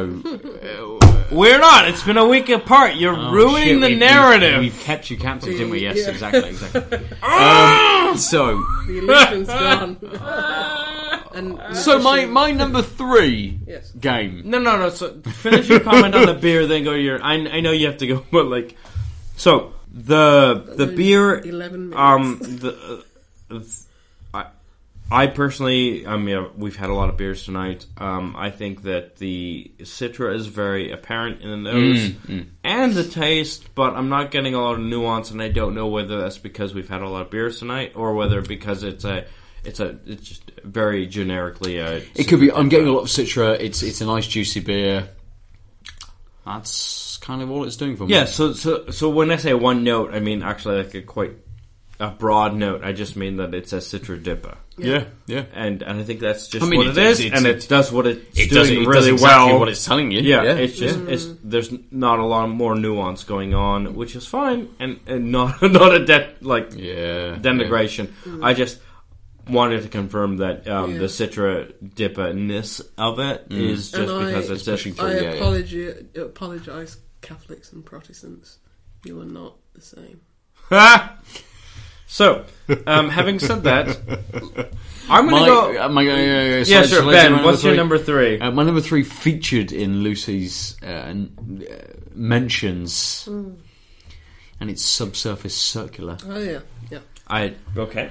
[SPEAKER 2] We're not. It's been a week apart. You're
[SPEAKER 3] Oh,
[SPEAKER 2] ruining
[SPEAKER 3] shit,
[SPEAKER 2] the
[SPEAKER 3] we- we-
[SPEAKER 2] narrative.
[SPEAKER 3] We, kept you captive, didn't we? Yes,
[SPEAKER 1] Yeah.
[SPEAKER 3] exactly, exactly. um, so,
[SPEAKER 1] The illusion's gone. and
[SPEAKER 3] so my my number three
[SPEAKER 1] Yes.
[SPEAKER 3] game.
[SPEAKER 2] No, no, no. So finish your comment on the beer, then go to your. I, I know you have to go, but like, so the the
[SPEAKER 1] only
[SPEAKER 2] beer.
[SPEAKER 1] 11 minutes.
[SPEAKER 2] Um, the uh, I I personally, I mean, uh, we've had a lot of beers tonight. Um, I think that the citra is very apparent in the
[SPEAKER 3] Mm,
[SPEAKER 2] nose and the taste, but I'm not getting a lot of nuance, and I don't know whether that's because we've had a lot of beers tonight or whether because it's a it's a it's just very generically uh, a.
[SPEAKER 3] It could be. I'm getting a lot of Citra. It's it's a nice juicy beer. That's kind of all it's doing for me.
[SPEAKER 2] Yeah, so so so when I say one note, I mean actually like a quite a broad note. I just mean that it's a citra dipper,
[SPEAKER 3] yeah, yeah.
[SPEAKER 2] and and I think that's just
[SPEAKER 3] I mean,
[SPEAKER 2] what
[SPEAKER 3] it
[SPEAKER 2] it is,
[SPEAKER 3] does- it's-
[SPEAKER 2] and it,
[SPEAKER 3] it-
[SPEAKER 2] does what it's
[SPEAKER 3] It does
[SPEAKER 2] doing
[SPEAKER 3] it does
[SPEAKER 2] really
[SPEAKER 3] exactly
[SPEAKER 2] well.
[SPEAKER 3] what it's telling you.
[SPEAKER 2] yeah, it's just it's there's not a lot more nuance going on, which is fine, and, and not not a de- like
[SPEAKER 3] yeah.
[SPEAKER 2] denigration. I just wanted to confirm that um,
[SPEAKER 1] Mm. Yeah.
[SPEAKER 2] the citra dipper ness of it is just
[SPEAKER 1] And I-
[SPEAKER 2] because it's just
[SPEAKER 3] Mm. Especially
[SPEAKER 1] I
[SPEAKER 3] Yeah, yeah.
[SPEAKER 1] apologize, apologize, Catholics and Protestants. You are not the same.
[SPEAKER 2] Ah! So, um, having said that, I'm
[SPEAKER 3] My,
[SPEAKER 2] going to go.
[SPEAKER 3] uh, my, uh, uh,
[SPEAKER 2] Yeah,
[SPEAKER 3] sorry, shall
[SPEAKER 2] sure,
[SPEAKER 3] I do my
[SPEAKER 2] Ben. What's your
[SPEAKER 3] three?
[SPEAKER 2] number three?
[SPEAKER 3] Uh, my number three featured in Lucy's uh, n- uh, mentions,
[SPEAKER 2] Hmm.
[SPEAKER 3] and it's subsurface circular.
[SPEAKER 1] Oh yeah, yeah,
[SPEAKER 2] I okay.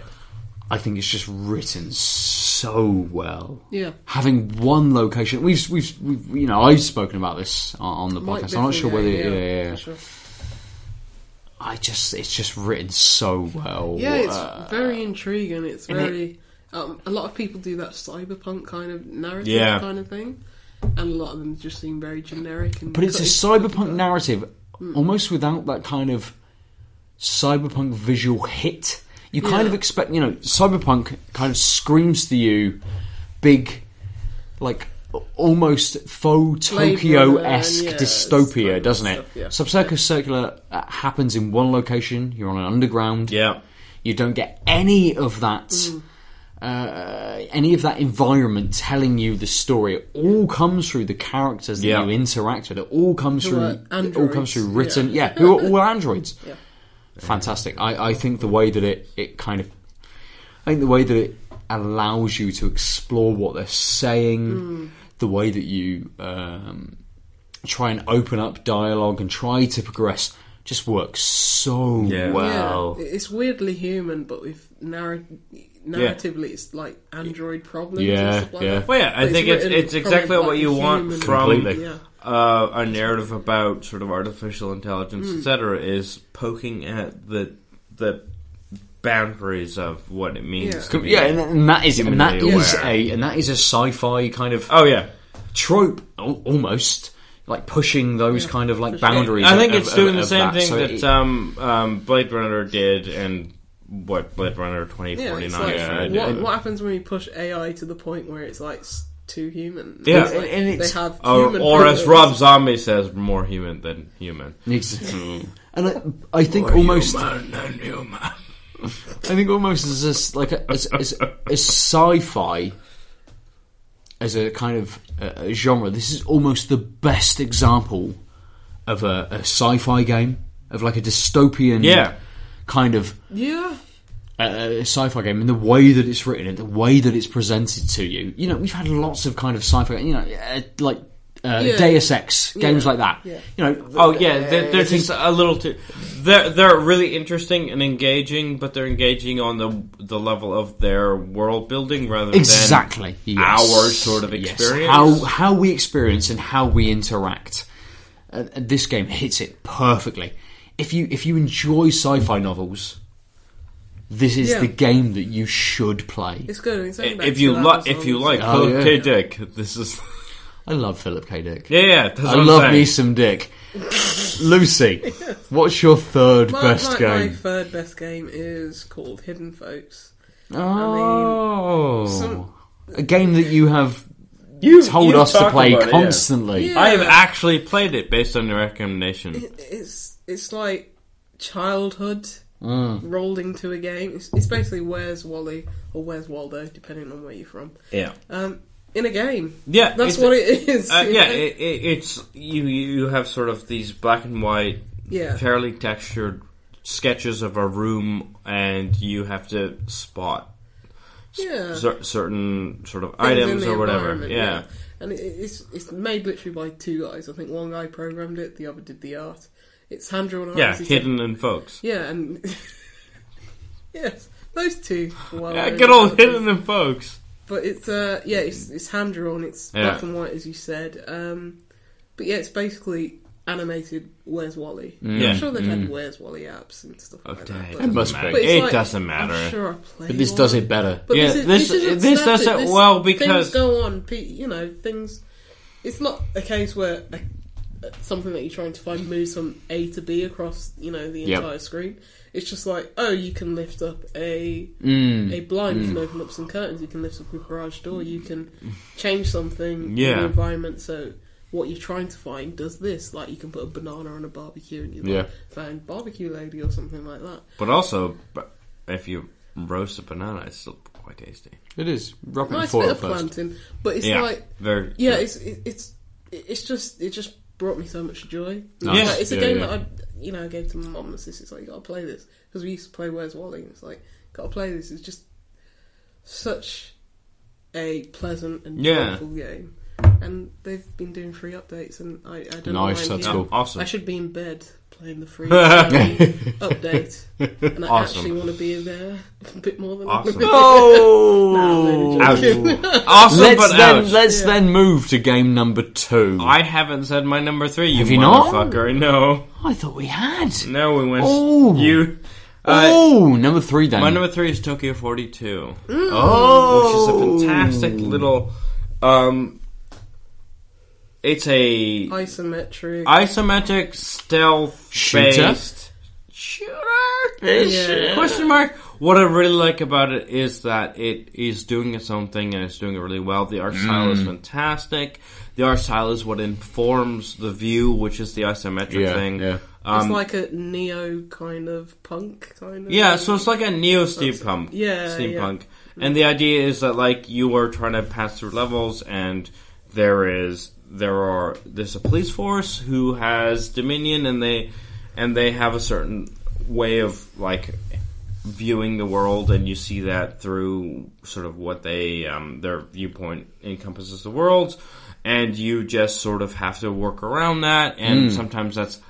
[SPEAKER 3] I think it's just written so well.
[SPEAKER 1] yeah.
[SPEAKER 3] Having one location, we've, we've, we've you know, I've spoken about this on, on the
[SPEAKER 1] Might
[SPEAKER 3] podcast. I'm not
[SPEAKER 1] definitely
[SPEAKER 3] sure
[SPEAKER 1] go,
[SPEAKER 3] whether,
[SPEAKER 1] yeah,
[SPEAKER 3] yeah, yeah, yeah.
[SPEAKER 1] for sure.
[SPEAKER 3] I just, it's just written so well.
[SPEAKER 1] Yeah, it's
[SPEAKER 3] Uh,
[SPEAKER 1] very intriguing. It's
[SPEAKER 3] and it-
[SPEAKER 1] very. Um, a lot of people do that cyberpunk kind of narrative
[SPEAKER 3] Yeah.
[SPEAKER 1] kind of thing, and a lot of them just seem very generic. And
[SPEAKER 3] But it's a
[SPEAKER 1] cutting-
[SPEAKER 3] cyberpunk narrative,
[SPEAKER 1] Hmm.
[SPEAKER 3] almost without that kind of cyberpunk visual hit. You kind
[SPEAKER 1] Yeah.
[SPEAKER 3] of expect, you know, cyberpunk kind of screams to you big, like almost faux
[SPEAKER 1] Blade
[SPEAKER 3] Tokyo
[SPEAKER 1] Runner,
[SPEAKER 3] esque
[SPEAKER 1] yeah,
[SPEAKER 3] dystopia,
[SPEAKER 1] it's-
[SPEAKER 3] doesn't it?
[SPEAKER 1] stuff, yeah.
[SPEAKER 3] Subcircus Circular uh, happens in one location. You're on an underground.
[SPEAKER 2] Yeah.
[SPEAKER 3] You don't get any of that,
[SPEAKER 1] Mm.
[SPEAKER 3] uh, any of that environment telling you the story. It all comes through the characters that
[SPEAKER 2] Yeah.
[SPEAKER 3] you interact with. It all comes
[SPEAKER 1] Who are
[SPEAKER 3] through. It all
[SPEAKER 1] androids,
[SPEAKER 3] comes through
[SPEAKER 1] yeah.
[SPEAKER 3] written. Yeah, who are all androids.
[SPEAKER 1] Yeah.
[SPEAKER 3] Fantastic. I, I think the way that it, it kind of, I think the way that it allows you to explore what they're saying,
[SPEAKER 1] Mm.
[SPEAKER 3] the way that you um, try and open up dialogue and try to progress, just works so
[SPEAKER 2] Yeah.
[SPEAKER 3] well.
[SPEAKER 1] Yeah, it's weirdly human, but with narr- narratively, it's like android problems.
[SPEAKER 3] Yeah,
[SPEAKER 1] and stuff like
[SPEAKER 3] yeah.
[SPEAKER 1] That.
[SPEAKER 2] Well, yeah, I
[SPEAKER 1] But
[SPEAKER 2] think it's
[SPEAKER 1] written
[SPEAKER 2] it's exactly
[SPEAKER 1] probably
[SPEAKER 2] what
[SPEAKER 1] like
[SPEAKER 2] you
[SPEAKER 1] a
[SPEAKER 2] want
[SPEAKER 1] human-
[SPEAKER 2] from
[SPEAKER 3] Completely.
[SPEAKER 1] Yeah.
[SPEAKER 2] uh, a narrative about sort of artificial intelligence,
[SPEAKER 1] Hmm.
[SPEAKER 2] etc., is poking at the the boundaries of what it means.
[SPEAKER 1] Yeah.
[SPEAKER 2] to
[SPEAKER 3] Com-
[SPEAKER 2] be-
[SPEAKER 3] Yeah, and, and that is and that
[SPEAKER 2] Humanly
[SPEAKER 3] is
[SPEAKER 2] aware.
[SPEAKER 3] a and that is a sci-fi kind of
[SPEAKER 2] oh yeah,
[SPEAKER 3] trope al- almost, like pushing those kind of like boundaries.
[SPEAKER 2] I think
[SPEAKER 3] of-
[SPEAKER 2] it's
[SPEAKER 3] of-
[SPEAKER 2] doing the
[SPEAKER 3] of
[SPEAKER 2] same thing
[SPEAKER 3] So
[SPEAKER 2] that
[SPEAKER 3] it-
[SPEAKER 2] um, um, Blade Runner did, and what Blade Runner twenty
[SPEAKER 1] Yeah,
[SPEAKER 2] forty
[SPEAKER 1] it's
[SPEAKER 2] nine.
[SPEAKER 1] like,
[SPEAKER 3] yeah,
[SPEAKER 1] what,
[SPEAKER 3] yeah.
[SPEAKER 1] what happens when you push AI to the point where it's like s- too human?
[SPEAKER 2] Yeah,
[SPEAKER 1] It's like
[SPEAKER 3] and it's-
[SPEAKER 1] they have
[SPEAKER 2] Or,
[SPEAKER 1] human
[SPEAKER 2] or as
[SPEAKER 1] problems.
[SPEAKER 2] Rob Zombie says, more human than human.
[SPEAKER 3] Ex- and I, I think almost I think almost as a, s- like a, as, as, as sci-fi as a kind of uh, a genre. This is almost the best example of a, a sci-fi game of like a dystopian
[SPEAKER 2] Yeah.
[SPEAKER 3] kind of
[SPEAKER 1] Yeah,
[SPEAKER 3] a sci-fi game and the way that it's written and the way that it's presented to you. You know, we've had lots of kind of sci-fi, you know, uh, like uh,
[SPEAKER 1] Yeah.
[SPEAKER 3] Deus Ex games
[SPEAKER 1] Yeah.
[SPEAKER 3] like that.
[SPEAKER 1] Yeah.
[SPEAKER 3] You know,
[SPEAKER 2] Oh yeah, they're, they're just a little too. They're they're really interesting and engaging, but they're engaging on the the level of their world building rather than
[SPEAKER 3] exactly yes.
[SPEAKER 2] our sort of
[SPEAKER 3] Yes.
[SPEAKER 2] experience.
[SPEAKER 3] How how we experience and how we interact. Uh, and this game hits it perfectly. If you if you enjoy sci-fi novels, this is
[SPEAKER 1] Yeah.
[SPEAKER 3] the game that you should play.
[SPEAKER 1] it's good. It's going back
[SPEAKER 2] If
[SPEAKER 1] to
[SPEAKER 2] you
[SPEAKER 1] that
[SPEAKER 2] like,
[SPEAKER 1] was
[SPEAKER 2] if
[SPEAKER 1] on-
[SPEAKER 2] you like
[SPEAKER 3] Oh,
[SPEAKER 2] Philip
[SPEAKER 3] yeah.
[SPEAKER 2] K. Dick, this is
[SPEAKER 3] I love Philip K. Dick.
[SPEAKER 2] yeah. yeah that's
[SPEAKER 3] I
[SPEAKER 2] what I'm
[SPEAKER 3] love
[SPEAKER 2] saying.
[SPEAKER 3] me some dick. Lucy, what's your third
[SPEAKER 1] my,
[SPEAKER 3] best
[SPEAKER 1] my,
[SPEAKER 3] game?
[SPEAKER 1] My third best game is called Hidden Folks.
[SPEAKER 3] oh,
[SPEAKER 1] some-
[SPEAKER 3] a game that you have
[SPEAKER 2] You
[SPEAKER 3] told
[SPEAKER 2] you
[SPEAKER 3] us to
[SPEAKER 2] talk
[SPEAKER 3] play
[SPEAKER 2] about it, yeah.
[SPEAKER 3] constantly.
[SPEAKER 1] Yeah.
[SPEAKER 2] I have actually played it based on your recommendation.
[SPEAKER 1] It- It's it's like childhood
[SPEAKER 3] Mm.
[SPEAKER 1] rolled into a game. It's, it's basically Where's Wally or Where's Waldo, depending on where you're from.
[SPEAKER 2] Yeah,
[SPEAKER 1] Um, in a game.
[SPEAKER 2] yeah,
[SPEAKER 1] That's
[SPEAKER 2] it's-
[SPEAKER 1] what it is.
[SPEAKER 2] Uh,
[SPEAKER 1] you
[SPEAKER 2] yeah,
[SPEAKER 1] know?
[SPEAKER 2] it, it, it's you. You have sort of these black and white,
[SPEAKER 1] Yeah.
[SPEAKER 2] fairly textured sketches of a room, and you have to spot
[SPEAKER 1] yeah.
[SPEAKER 2] cer- certain sort of
[SPEAKER 1] Things in
[SPEAKER 2] items
[SPEAKER 1] the
[SPEAKER 2] or whatever.
[SPEAKER 1] environment,
[SPEAKER 2] Yeah.
[SPEAKER 1] And it, it's it's made literally by two guys. I think one guy programmed it, the other did the art. It's Sandra and
[SPEAKER 2] yeah,
[SPEAKER 1] Hans, he said-
[SPEAKER 2] hidden in folks.
[SPEAKER 1] Yeah, and yes, those two. Well,
[SPEAKER 2] Yeah, good old hidden in folks.
[SPEAKER 1] But it's uh, yeah, it's, it's hand drawn. It's
[SPEAKER 2] Yeah.
[SPEAKER 1] black and white, as you said. Um, but yeah, it's basically animated. Where's Wally?
[SPEAKER 2] Mm. Yeah.
[SPEAKER 1] I'm sure they've had Where's Wally apps and stuff like
[SPEAKER 2] Okay,
[SPEAKER 1] that.
[SPEAKER 2] it
[SPEAKER 1] but-
[SPEAKER 2] doesn't
[SPEAKER 3] must be.
[SPEAKER 2] matter.
[SPEAKER 1] but it's
[SPEAKER 2] It
[SPEAKER 1] like,
[SPEAKER 2] doesn't matter.
[SPEAKER 1] I'm sure I played
[SPEAKER 3] But this
[SPEAKER 1] one.
[SPEAKER 3] does it better.
[SPEAKER 1] But
[SPEAKER 2] Yeah,
[SPEAKER 1] this, is,
[SPEAKER 2] this-
[SPEAKER 1] this, isn't
[SPEAKER 2] this
[SPEAKER 1] static.
[SPEAKER 2] does it
[SPEAKER 1] This-
[SPEAKER 2] well
[SPEAKER 1] things
[SPEAKER 2] because-
[SPEAKER 1] go on. pe- You know, things. It's not a case where a, something that you're trying to find moves from A to B across you know the
[SPEAKER 3] Yep.
[SPEAKER 1] entire screen. It's just like oh, you can lift up a
[SPEAKER 2] Mm.
[SPEAKER 3] Hmm.
[SPEAKER 1] a blind, you can open up some curtains, you can lift up a garage door, you can change something in
[SPEAKER 2] Yeah.
[SPEAKER 1] the environment. So what you're trying to find does this. Like you can put a banana on a barbecue and you like,
[SPEAKER 3] Yeah.
[SPEAKER 1] find barbecue lady or something like that.
[SPEAKER 2] But also, b- if you roast a banana, it's still quite tasty.
[SPEAKER 3] It is. Wrap it in
[SPEAKER 1] Nice
[SPEAKER 3] foil
[SPEAKER 1] bit of
[SPEAKER 3] first.
[SPEAKER 1] planting, but it's
[SPEAKER 2] yeah,
[SPEAKER 1] like
[SPEAKER 2] very.
[SPEAKER 1] yeah, it's it, it's it's just it just brought me so much joy.
[SPEAKER 3] Nice.
[SPEAKER 1] Like, it's a
[SPEAKER 3] Yeah,
[SPEAKER 1] game
[SPEAKER 3] yeah.
[SPEAKER 1] that I you know I gave to my mum and sisters. Like you got to play this because we used to play Where's Wally. And it's like got to play this. It's just such a pleasant and
[SPEAKER 2] Yeah.
[SPEAKER 1] joyful game. And they've been doing free updates, and I, I don't know.
[SPEAKER 3] Nice,
[SPEAKER 1] why I'm
[SPEAKER 3] that's
[SPEAKER 1] here.
[SPEAKER 3] cool.
[SPEAKER 2] awesome.
[SPEAKER 1] I should be in bed playing the free update, and I
[SPEAKER 2] Awesome.
[SPEAKER 1] actually want to be there a bit more than
[SPEAKER 2] Awesome.
[SPEAKER 3] Oh!
[SPEAKER 1] Nah, I'm only joking.
[SPEAKER 2] awesome,
[SPEAKER 3] Let's
[SPEAKER 2] but
[SPEAKER 3] then
[SPEAKER 2] ouch.
[SPEAKER 3] let's then move to game number two. I,
[SPEAKER 2] I haven't said my number three. You
[SPEAKER 3] Have you not?
[SPEAKER 2] motherfucker. No,
[SPEAKER 3] thought we had.
[SPEAKER 2] no, we went.
[SPEAKER 3] Oh.
[SPEAKER 2] You. Uh,
[SPEAKER 3] oh, number three then.
[SPEAKER 2] my number three is Tokyo 42. Oh, which is a fantastic little. Um, it's a
[SPEAKER 1] Isometric.
[SPEAKER 2] isometric stealth
[SPEAKER 3] Shooter?
[SPEAKER 2] based shooter. Question mark. What I really like about it is that it is doing its own thing and it's doing it really well. The
[SPEAKER 3] Mm.
[SPEAKER 2] art style is fantastic. The art style is what informs the view, which is the isometric
[SPEAKER 3] Yeah,
[SPEAKER 2] thing.
[SPEAKER 3] yeah.
[SPEAKER 1] it's
[SPEAKER 2] Um,
[SPEAKER 1] like a neo kind of punk kind of.
[SPEAKER 2] yeah, so it's like a neo steampunk.
[SPEAKER 1] Yeah,
[SPEAKER 2] steampunk. And the idea is that like you are trying to pass through levels, and there is there are there's a police force who has dominion, and they and they have a certain way of like viewing the world, and you see that through sort of what they um, their viewpoint encompasses the world, and you just sort of have to work around that, and sometimes that's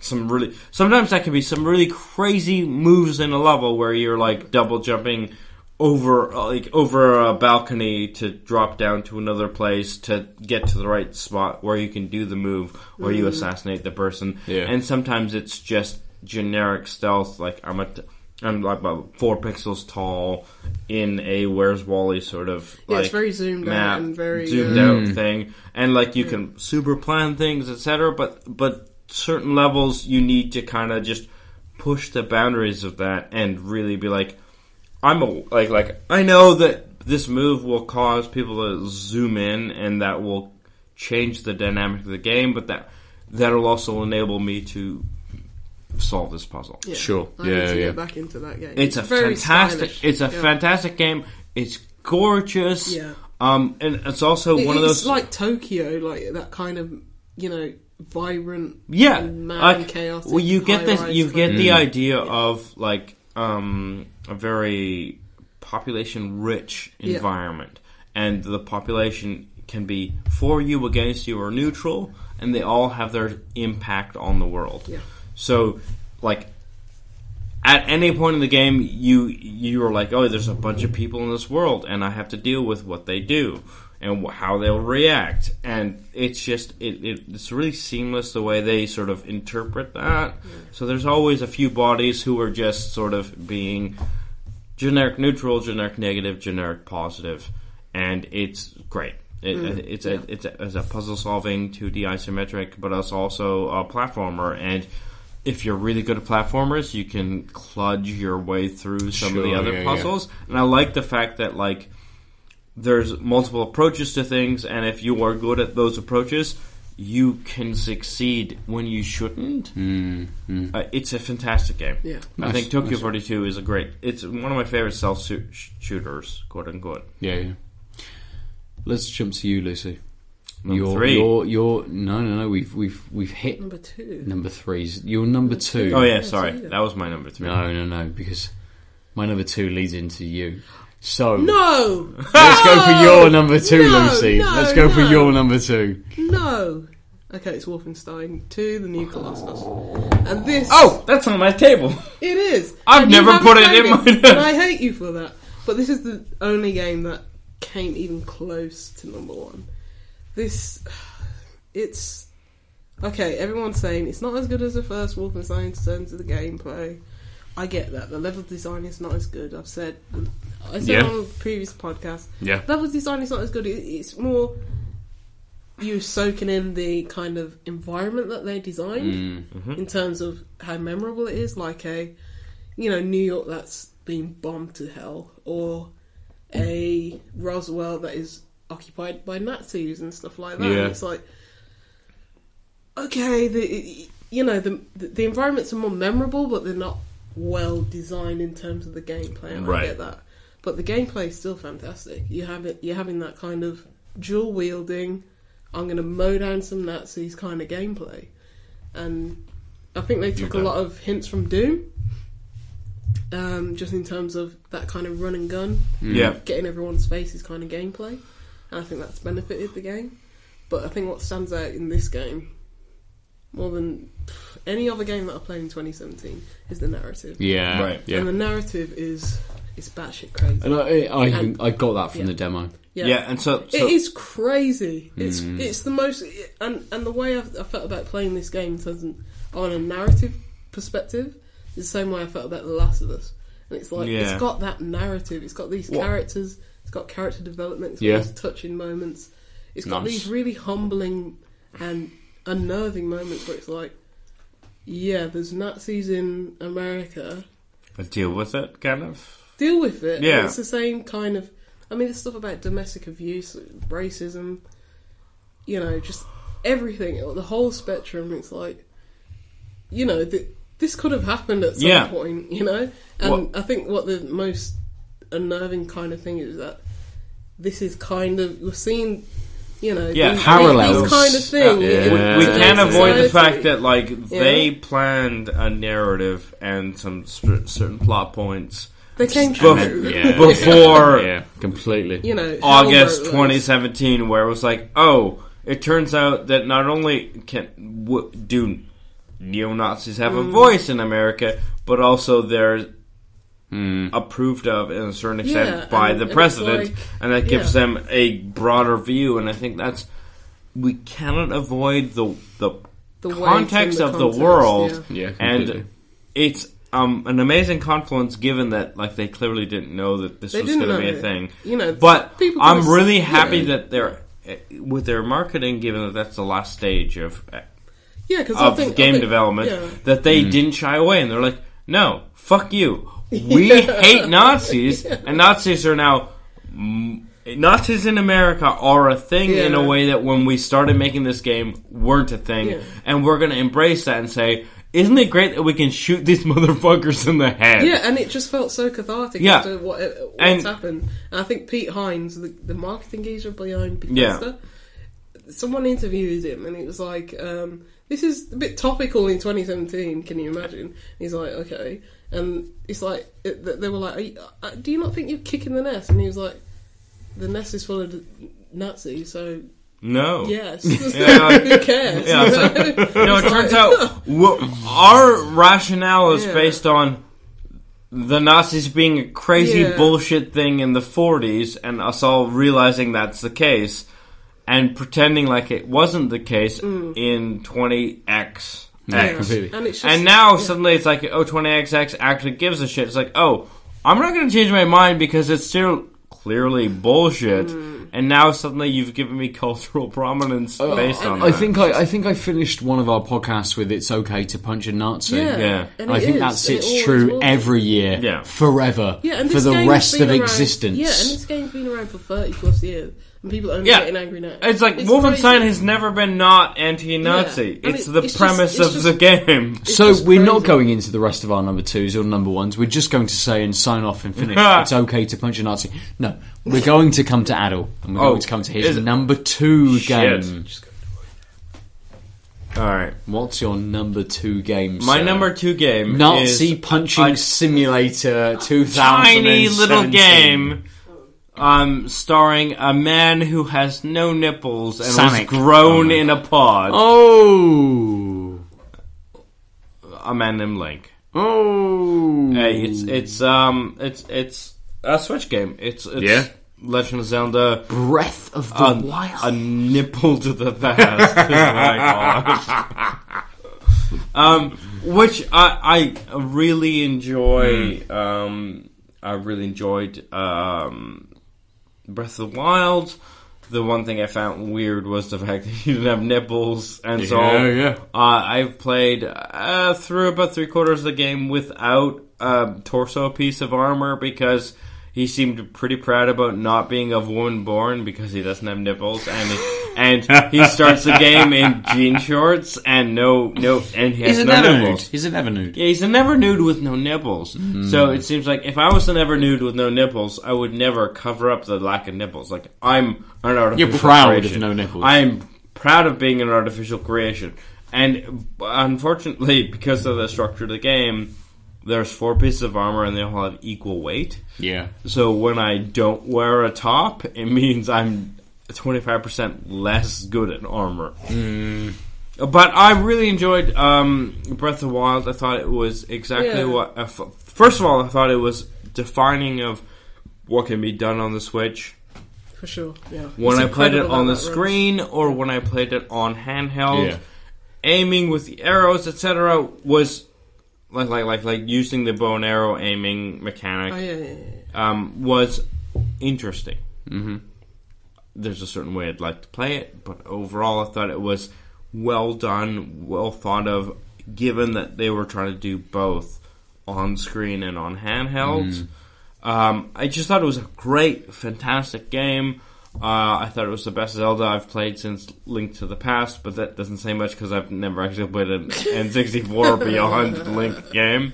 [SPEAKER 2] some really sometimes that can be some really crazy moves in a level where you're like double jumping over uh, like over a balcony to drop down to another place to get to the right spot where you can do the move where
[SPEAKER 1] Mm-hmm.
[SPEAKER 2] you assassinate the person
[SPEAKER 3] Yeah.
[SPEAKER 2] and sometimes it's just generic stealth like i'm a t- I'm like about four pixels tall in a Where's Wally sort of
[SPEAKER 1] Yeah,
[SPEAKER 2] like
[SPEAKER 1] it's very zoomed out
[SPEAKER 2] map,
[SPEAKER 1] and very,
[SPEAKER 2] zoomed
[SPEAKER 1] uh,
[SPEAKER 2] out Mm. thing, and like you
[SPEAKER 1] Mm.
[SPEAKER 2] can super plan things, etc. But but certain levels you need to kind of just push the boundaries of that and really be like, I'm a, like like I know that this move will cause people to zoom in and that will change the dynamic of the game, but that that'll also enable me to solve this puzzle.
[SPEAKER 1] Yeah.
[SPEAKER 3] Sure.
[SPEAKER 1] I need
[SPEAKER 3] Yeah,
[SPEAKER 1] to
[SPEAKER 3] yeah.
[SPEAKER 1] Get back into that game.
[SPEAKER 2] It's a fantastic.
[SPEAKER 1] stylish.
[SPEAKER 2] It's a
[SPEAKER 1] Yeah.
[SPEAKER 2] fantastic game. It's gorgeous.
[SPEAKER 1] Yeah.
[SPEAKER 2] Um, and it's also
[SPEAKER 1] It-
[SPEAKER 2] one of
[SPEAKER 1] it's
[SPEAKER 2] those.
[SPEAKER 1] like Tokyo, like that kind of you know vibrant.
[SPEAKER 2] yeah,
[SPEAKER 1] mad
[SPEAKER 2] like,
[SPEAKER 1] chaotic
[SPEAKER 2] Well, you get this.
[SPEAKER 1] high-rise
[SPEAKER 2] You get
[SPEAKER 1] kind
[SPEAKER 2] the idea of like um a very population rich
[SPEAKER 1] Yeah.
[SPEAKER 2] environment, and the population can be for you, against you, or neutral, and they all have their impact on the world.
[SPEAKER 1] Yeah.
[SPEAKER 2] So, like at any point in the game you you are like oh there's a bunch of people in this world and i have to deal with what they do and wh- how they'll react and it's just it, it it's really seamless the way they sort of interpret that so there's always a few bodies who are just sort of being generic neutral generic negative generic positive and it's great it, it's a it's a, it's a puzzle solving 2d isometric but it's also a platformer and if you're really good at platformers, you can cludge your way through some of the
[SPEAKER 3] Sure,
[SPEAKER 2] other
[SPEAKER 3] yeah, yeah.
[SPEAKER 2] puzzles. And I like the fact that like there's multiple approaches to things, and if you are good at those approaches, you can succeed when you shouldn't.
[SPEAKER 3] Mm,
[SPEAKER 2] Uh, it's a fantastic game.
[SPEAKER 1] Yeah.
[SPEAKER 2] I think
[SPEAKER 3] Nice,
[SPEAKER 2] Tokyo
[SPEAKER 3] nice.
[SPEAKER 2] 42 is a great. It's one of my favorite self shoo- sh- shooters, quote unquote.
[SPEAKER 3] Yeah, yeah. Let's jump to you, Lucy.
[SPEAKER 2] Number
[SPEAKER 3] your,
[SPEAKER 2] three.
[SPEAKER 3] Your, your, no, no, no. We've, we've, we've hit
[SPEAKER 1] Number two.
[SPEAKER 3] number threes. You're number two.
[SPEAKER 2] oh yeah,
[SPEAKER 1] so
[SPEAKER 2] sorry,
[SPEAKER 1] yeah.
[SPEAKER 2] that was my number three.
[SPEAKER 3] No, no, no. Because my number two leads into you. So
[SPEAKER 1] No,
[SPEAKER 3] let's go for your number two,
[SPEAKER 1] No,
[SPEAKER 3] Lucy.
[SPEAKER 1] no,
[SPEAKER 3] let's go for
[SPEAKER 1] no.
[SPEAKER 3] your number two.
[SPEAKER 1] no. Okay, it's Wolfenstein 2, The New Colossus. And this.
[SPEAKER 2] Oh, that's on my table.
[SPEAKER 1] It is.
[SPEAKER 2] I've
[SPEAKER 1] And you
[SPEAKER 2] never
[SPEAKER 1] haven't
[SPEAKER 2] put it in
[SPEAKER 1] played
[SPEAKER 2] my-
[SPEAKER 1] And I hate you for that. But this is the only game that came even close to number one. This. It's. Okay, everyone's saying it's not as good as the first Wolfenstein in terms of the gameplay. I get that. The level design is not as good. I've said. I said
[SPEAKER 3] Yeah.
[SPEAKER 1] on the previous podcast.
[SPEAKER 3] Yeah.
[SPEAKER 1] Level design is not as good. It- It's more. You're soaking in the kind of environment that they designed
[SPEAKER 2] Mm, mm-hmm.
[SPEAKER 1] in terms of how memorable it is, like a, you know, New York that's been bombed to hell, or a Roswell that is occupied by Nazis and stuff like that. And
[SPEAKER 3] Yeah.
[SPEAKER 1] it's like, okay, the you know the the environments are more memorable, but they're not well designed in terms of the gameplay. And I
[SPEAKER 2] Right.
[SPEAKER 1] get that, but the gameplay is still fantastic. You have it. You're having that kind of dual wielding. I'm going to mow down some Nazis kind of gameplay, and I think they took a
[SPEAKER 2] Okay.
[SPEAKER 1] lot of hints from Doom. Um, just in terms of that kind of run and gun
[SPEAKER 2] Yeah,
[SPEAKER 1] getting everyone's faces kind of gameplay, and I think that's benefited the game. But I think what stands out in this game, more than any other game that I played in 2017, is the narrative.
[SPEAKER 3] Yeah,
[SPEAKER 2] Right.
[SPEAKER 3] Yeah.
[SPEAKER 1] And the narrative is is batshit crazy.
[SPEAKER 3] And I, I,
[SPEAKER 1] And-
[SPEAKER 3] I got that from
[SPEAKER 1] yeah.
[SPEAKER 3] the demo.
[SPEAKER 2] yeah, and so, so
[SPEAKER 1] it is crazy. It's
[SPEAKER 3] Mm.
[SPEAKER 1] it's the most and and the way I, I felt about playing this game in terms of, on a narrative perspective, is the same way I felt about The Last of Us. And it's like
[SPEAKER 2] Yeah.
[SPEAKER 1] it's got that narrative. It's got these
[SPEAKER 3] What-
[SPEAKER 1] characters. It's got character development. It's got
[SPEAKER 3] Yeah.
[SPEAKER 1] these touching moments. It's got
[SPEAKER 3] Nice.
[SPEAKER 1] these really humbling and unnerving moments where it's like, yeah, there's Nazis in America.
[SPEAKER 2] I deal with it, kind of.
[SPEAKER 1] Deal with it.
[SPEAKER 2] Yeah.
[SPEAKER 1] And it's the same kind of. I mean, it's stuff about domestic abuse, racism. You know, just everything. The whole spectrum. It's like, you know, th- this could have happened at some
[SPEAKER 2] Yeah.
[SPEAKER 1] point. You know, and
[SPEAKER 2] What-
[SPEAKER 1] I think what the most unnerving kind of thing is that this is kind of we're seeing. You know,
[SPEAKER 2] Yeah,
[SPEAKER 1] these,
[SPEAKER 3] parallels.
[SPEAKER 1] these kind of thing.
[SPEAKER 3] Yeah.
[SPEAKER 1] in
[SPEAKER 2] We, we
[SPEAKER 3] Yeah.
[SPEAKER 2] can avoid the
[SPEAKER 1] society.
[SPEAKER 2] fact that like they planned a narrative and some sp- certain plot points
[SPEAKER 1] they came
[SPEAKER 2] bef-
[SPEAKER 1] true.
[SPEAKER 3] Yeah.
[SPEAKER 2] before
[SPEAKER 3] Yeah, completely.
[SPEAKER 1] You know,
[SPEAKER 2] August
[SPEAKER 1] Hellboat,
[SPEAKER 2] 2017, where it was like, oh, it turns out that not only can w- do neo Nazis have a
[SPEAKER 1] Mm.
[SPEAKER 2] voice in America, but also they're
[SPEAKER 3] Mm.
[SPEAKER 2] approved of in a certain extent
[SPEAKER 1] Yeah,
[SPEAKER 2] by
[SPEAKER 1] and-
[SPEAKER 2] the
[SPEAKER 1] and it's
[SPEAKER 2] president,
[SPEAKER 1] like-
[SPEAKER 2] and that gives
[SPEAKER 1] yeah.
[SPEAKER 2] them a broader view. And I think that's we cannot avoid the the,
[SPEAKER 1] The weight and
[SPEAKER 2] context
[SPEAKER 1] the
[SPEAKER 2] of
[SPEAKER 1] context,
[SPEAKER 2] the world,
[SPEAKER 1] yeah.
[SPEAKER 3] Yeah, completely.
[SPEAKER 2] and it's. Um, an amazing confluence, given that like they clearly didn't know that this
[SPEAKER 1] They
[SPEAKER 2] was
[SPEAKER 1] didn't
[SPEAKER 2] going to be
[SPEAKER 1] know
[SPEAKER 2] a
[SPEAKER 1] it.
[SPEAKER 2] thing.
[SPEAKER 1] You know,
[SPEAKER 2] But
[SPEAKER 1] people could've
[SPEAKER 2] I'm
[SPEAKER 1] s-
[SPEAKER 2] really
[SPEAKER 1] yeah.
[SPEAKER 2] happy that they're eh, with their marketing, given that that's the last stage of eh,
[SPEAKER 1] Yeah, because I
[SPEAKER 2] of
[SPEAKER 1] think I
[SPEAKER 2] game
[SPEAKER 1] think-
[SPEAKER 2] development,
[SPEAKER 1] yeah.
[SPEAKER 2] that they didn't shy away and they're like, "No, fuck you. We hate Nazis, and Nazis are now." m- Nazis in America are a thing in a
[SPEAKER 1] Yeah.
[SPEAKER 2] way that when we started making this game weren't a thing,
[SPEAKER 1] Yeah.
[SPEAKER 2] and we're gonna embrace that and say, "Isn't it great that we can shoot these motherfuckers in the head?"
[SPEAKER 1] Yeah, and it just felt so cathartic
[SPEAKER 2] Yeah.
[SPEAKER 1] after what, uh, what's
[SPEAKER 2] And-
[SPEAKER 1] happened. And I think Pete Hines, the, the marketing geezer behind Bethesda, someone interviewed him and it was like, um, this is a bit topical in 2017, can you imagine? And he's like, okay. And it's like, it, th- they were like, Are you, uh, do you not think you're kicking the nest? And he was like, the nest is full of Nazis, so
[SPEAKER 2] No.
[SPEAKER 1] yes.
[SPEAKER 2] Yeah.
[SPEAKER 1] Who cares?
[SPEAKER 2] Yeah, it's No, it turns out w our rationale is
[SPEAKER 1] Yeah.
[SPEAKER 2] based on the Nazis being a crazy
[SPEAKER 1] Yeah.
[SPEAKER 2] bullshit thing in the 40s and us all realizing that's the case and pretending like it wasn't the case
[SPEAKER 1] Mm.
[SPEAKER 2] in 20X.
[SPEAKER 3] completely.
[SPEAKER 1] And it's just,
[SPEAKER 2] And now
[SPEAKER 1] yeah.
[SPEAKER 2] suddenly it's like, oh, 20XX actually gives a shit. It's like, oh, I'm not going to change my mind because it's still clearly bullshit.
[SPEAKER 1] Mm.
[SPEAKER 2] And now suddenly you've given me cultural prominence based on
[SPEAKER 3] Oh, I
[SPEAKER 2] that.
[SPEAKER 3] think I, I think I finished one of our podcasts with "It's okay to punch a Nazi."
[SPEAKER 1] Yeah,
[SPEAKER 2] Yeah.
[SPEAKER 1] and
[SPEAKER 3] I
[SPEAKER 1] it
[SPEAKER 3] think
[SPEAKER 1] is,
[SPEAKER 3] that's
[SPEAKER 1] and it
[SPEAKER 3] it's
[SPEAKER 1] always
[SPEAKER 3] true
[SPEAKER 1] will be.
[SPEAKER 3] every year,
[SPEAKER 2] Yeah.
[SPEAKER 3] forever,
[SPEAKER 1] Yeah, and
[SPEAKER 3] for
[SPEAKER 1] this
[SPEAKER 3] the
[SPEAKER 1] game's
[SPEAKER 3] rest
[SPEAKER 1] been
[SPEAKER 3] of
[SPEAKER 1] around-
[SPEAKER 3] existence.
[SPEAKER 1] Yeah, and this game's been around for thirty plus years, and people are only
[SPEAKER 2] Yeah.
[SPEAKER 1] getting angry now.
[SPEAKER 2] It's like Wolfenstein has never been not anti-Nazi.
[SPEAKER 1] Yeah. I
[SPEAKER 2] It's
[SPEAKER 1] mean,
[SPEAKER 2] the
[SPEAKER 1] it's just-
[SPEAKER 2] premise
[SPEAKER 1] it's
[SPEAKER 2] of
[SPEAKER 1] just-
[SPEAKER 2] the game.
[SPEAKER 3] so
[SPEAKER 1] just
[SPEAKER 3] we're not
[SPEAKER 1] crazy.
[SPEAKER 3] going into the rest of our number twos or number ones. We're just going to say and sign off and finish. it's okay to punch a Nazi. No, we're going to come to Adel and we're
[SPEAKER 2] Oh,
[SPEAKER 3] going to come to his
[SPEAKER 2] is it-
[SPEAKER 3] number two
[SPEAKER 2] Shit.
[SPEAKER 3] game.
[SPEAKER 2] All right,
[SPEAKER 3] What's your number two game?
[SPEAKER 2] my
[SPEAKER 3] sir?
[SPEAKER 2] number two game
[SPEAKER 3] Nazi
[SPEAKER 2] is
[SPEAKER 3] punching
[SPEAKER 2] a
[SPEAKER 3] simulator 2017.
[SPEAKER 2] tiny little game, um, starring a man who has no nipples and
[SPEAKER 3] Sonic.
[SPEAKER 2] was grown in a pod.
[SPEAKER 3] Oh.
[SPEAKER 2] A man named Link.
[SPEAKER 3] Oh.
[SPEAKER 2] Hey, it's it's um it's it's a Switch game. It's, it's
[SPEAKER 3] Yeah.
[SPEAKER 2] Legend of Zelda.
[SPEAKER 3] Breath of the
[SPEAKER 2] A, Um,
[SPEAKER 3] Wild.
[SPEAKER 2] a nipple to the past. is what I call it. um, which I I really enjoy.
[SPEAKER 3] Hmm.
[SPEAKER 2] Um, I really enjoyed um, Breath of the Wild. The one thing I found weird was the fact that you didn't have nipples, and so
[SPEAKER 3] Yeah, yeah.
[SPEAKER 2] Uh, I've played uh, through about three quarters of the game without a torso piece of armor because he seemed pretty proud about not being of woman born because he doesn't have nipples, and he, and he starts the game in jean shorts and no no, and he has
[SPEAKER 3] He's a
[SPEAKER 2] no
[SPEAKER 3] never nude.
[SPEAKER 2] nipples.
[SPEAKER 3] He's a never nude.
[SPEAKER 2] Yeah, he's a never nude with no nipples.
[SPEAKER 3] Mm-hmm.
[SPEAKER 2] So it seems like if I was a never nude with no nipples, I would never cover up the lack of nipples. Like I'm an artificial.
[SPEAKER 3] proud of
[SPEAKER 2] creation.
[SPEAKER 3] no nipples.
[SPEAKER 2] I'm proud of being an artificial creation, and unfortunately, because of the structure of the game, there's four pieces of armor and they all have equal weight.
[SPEAKER 3] Yeah.
[SPEAKER 2] So when I don't wear a top, it means I'm 25% less good at armor. But I really enjoyed um, Breath of the Wild. I thought it was exactly
[SPEAKER 1] Yeah.
[SPEAKER 2] what. I f- first of all, I thought it was defining of what can be done on the Switch
[SPEAKER 1] for sure. Yeah,
[SPEAKER 2] when
[SPEAKER 1] It's
[SPEAKER 2] I played it
[SPEAKER 1] incredible
[SPEAKER 2] on
[SPEAKER 1] how
[SPEAKER 2] the
[SPEAKER 1] that runs.
[SPEAKER 2] screen or when I played it on handheld,
[SPEAKER 3] Yeah.
[SPEAKER 2] aiming with the arrows, etc., was like like like like using the bow and arrow aiming mechanic
[SPEAKER 1] Oh yeah, yeah, yeah.
[SPEAKER 2] um, was interesting. Mm-hmm. There's a certain way I'd like to play it, but overall, I thought it was well done, well thought of. Given that they were trying to do both on screen and on handheld,
[SPEAKER 1] Mm.
[SPEAKER 2] um, I just thought it was a great, fantastic game. Uh, I thought it was the best Zelda I've played since Link to the Past, but that doesn't say much because I've never actually played an N64 or beyond Link game.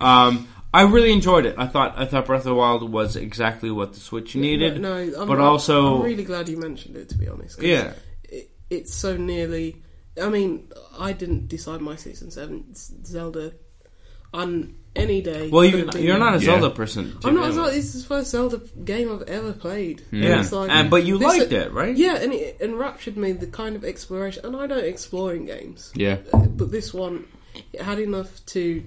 [SPEAKER 2] Um, I really enjoyed it. I thought I thought Breath of the Wild was exactly what the Switch needed.
[SPEAKER 1] No, no, I'm,
[SPEAKER 2] but
[SPEAKER 1] I'm-
[SPEAKER 2] also
[SPEAKER 1] I'm really glad you mentioned it. To be honest, 'cause
[SPEAKER 2] yeah,
[SPEAKER 1] it, it's so nearly. I mean, I didn't decide my six and seven s- Zelda on any day.
[SPEAKER 2] Well,
[SPEAKER 1] Could
[SPEAKER 2] you,
[SPEAKER 1] have been-
[SPEAKER 2] you're not a
[SPEAKER 5] Yeah.
[SPEAKER 2] Zelda person.
[SPEAKER 1] I'm not.
[SPEAKER 2] Jimmy.
[SPEAKER 1] It's not. This is the first Zelda game I've ever played.
[SPEAKER 2] Yeah,
[SPEAKER 1] it's like-
[SPEAKER 2] and, but you
[SPEAKER 1] this-
[SPEAKER 2] liked it, right?
[SPEAKER 1] Yeah, and it enraptured me the kind of exploration, and I don't explore in games, Uh,
[SPEAKER 3] Yeah,
[SPEAKER 1] but this one it had enough to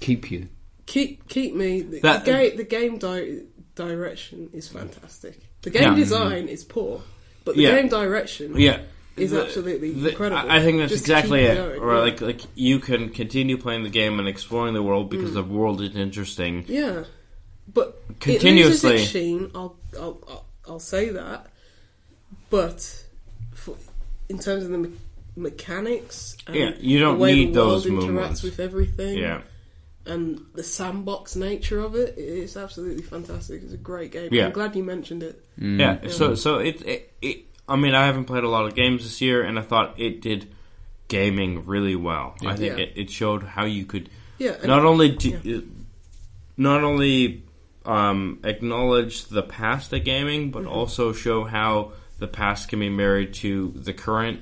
[SPEAKER 3] keep you.
[SPEAKER 1] keep keep me. The,
[SPEAKER 2] That-
[SPEAKER 1] the game, the game di- direction is fantastic. The game
[SPEAKER 2] Yeah.
[SPEAKER 1] design is poor, but the
[SPEAKER 2] Yeah.
[SPEAKER 1] game direction,
[SPEAKER 2] yeah.
[SPEAKER 1] is
[SPEAKER 2] The-
[SPEAKER 1] absolutely
[SPEAKER 2] the-
[SPEAKER 1] incredible.
[SPEAKER 2] I I think that's
[SPEAKER 1] Just
[SPEAKER 2] exactly
[SPEAKER 1] keep
[SPEAKER 2] it.
[SPEAKER 1] going,
[SPEAKER 2] Or
[SPEAKER 1] yeah.
[SPEAKER 2] like, like you can continue playing the game and exploring the world because the world is interesting.
[SPEAKER 1] Mm. yeah. But it
[SPEAKER 2] Continuously.
[SPEAKER 1] loses its sheen. I'll I'll I'll, I'll say that. But for, in terms of the me- mechanics, and
[SPEAKER 2] Yeah, you don't
[SPEAKER 1] the way
[SPEAKER 2] need
[SPEAKER 1] the world
[SPEAKER 2] those
[SPEAKER 1] interacts
[SPEAKER 2] movements.
[SPEAKER 1] with everything.
[SPEAKER 2] Yeah,
[SPEAKER 1] and the sandbox nature of it, it's absolutely fantastic. It's a great game.
[SPEAKER 2] Yeah.
[SPEAKER 1] I'm glad you mentioned it.
[SPEAKER 3] Mm.
[SPEAKER 2] yeah. So so it, it it. I mean, I haven't played a lot of games this year, and I thought it did gaming really well. I think
[SPEAKER 1] Yeah.
[SPEAKER 2] it, it showed how you could
[SPEAKER 1] Yeah, and
[SPEAKER 2] not only do, not only um, acknowledge the past of gaming,
[SPEAKER 1] Mm-hmm.
[SPEAKER 2] but also show how the past can be married to the current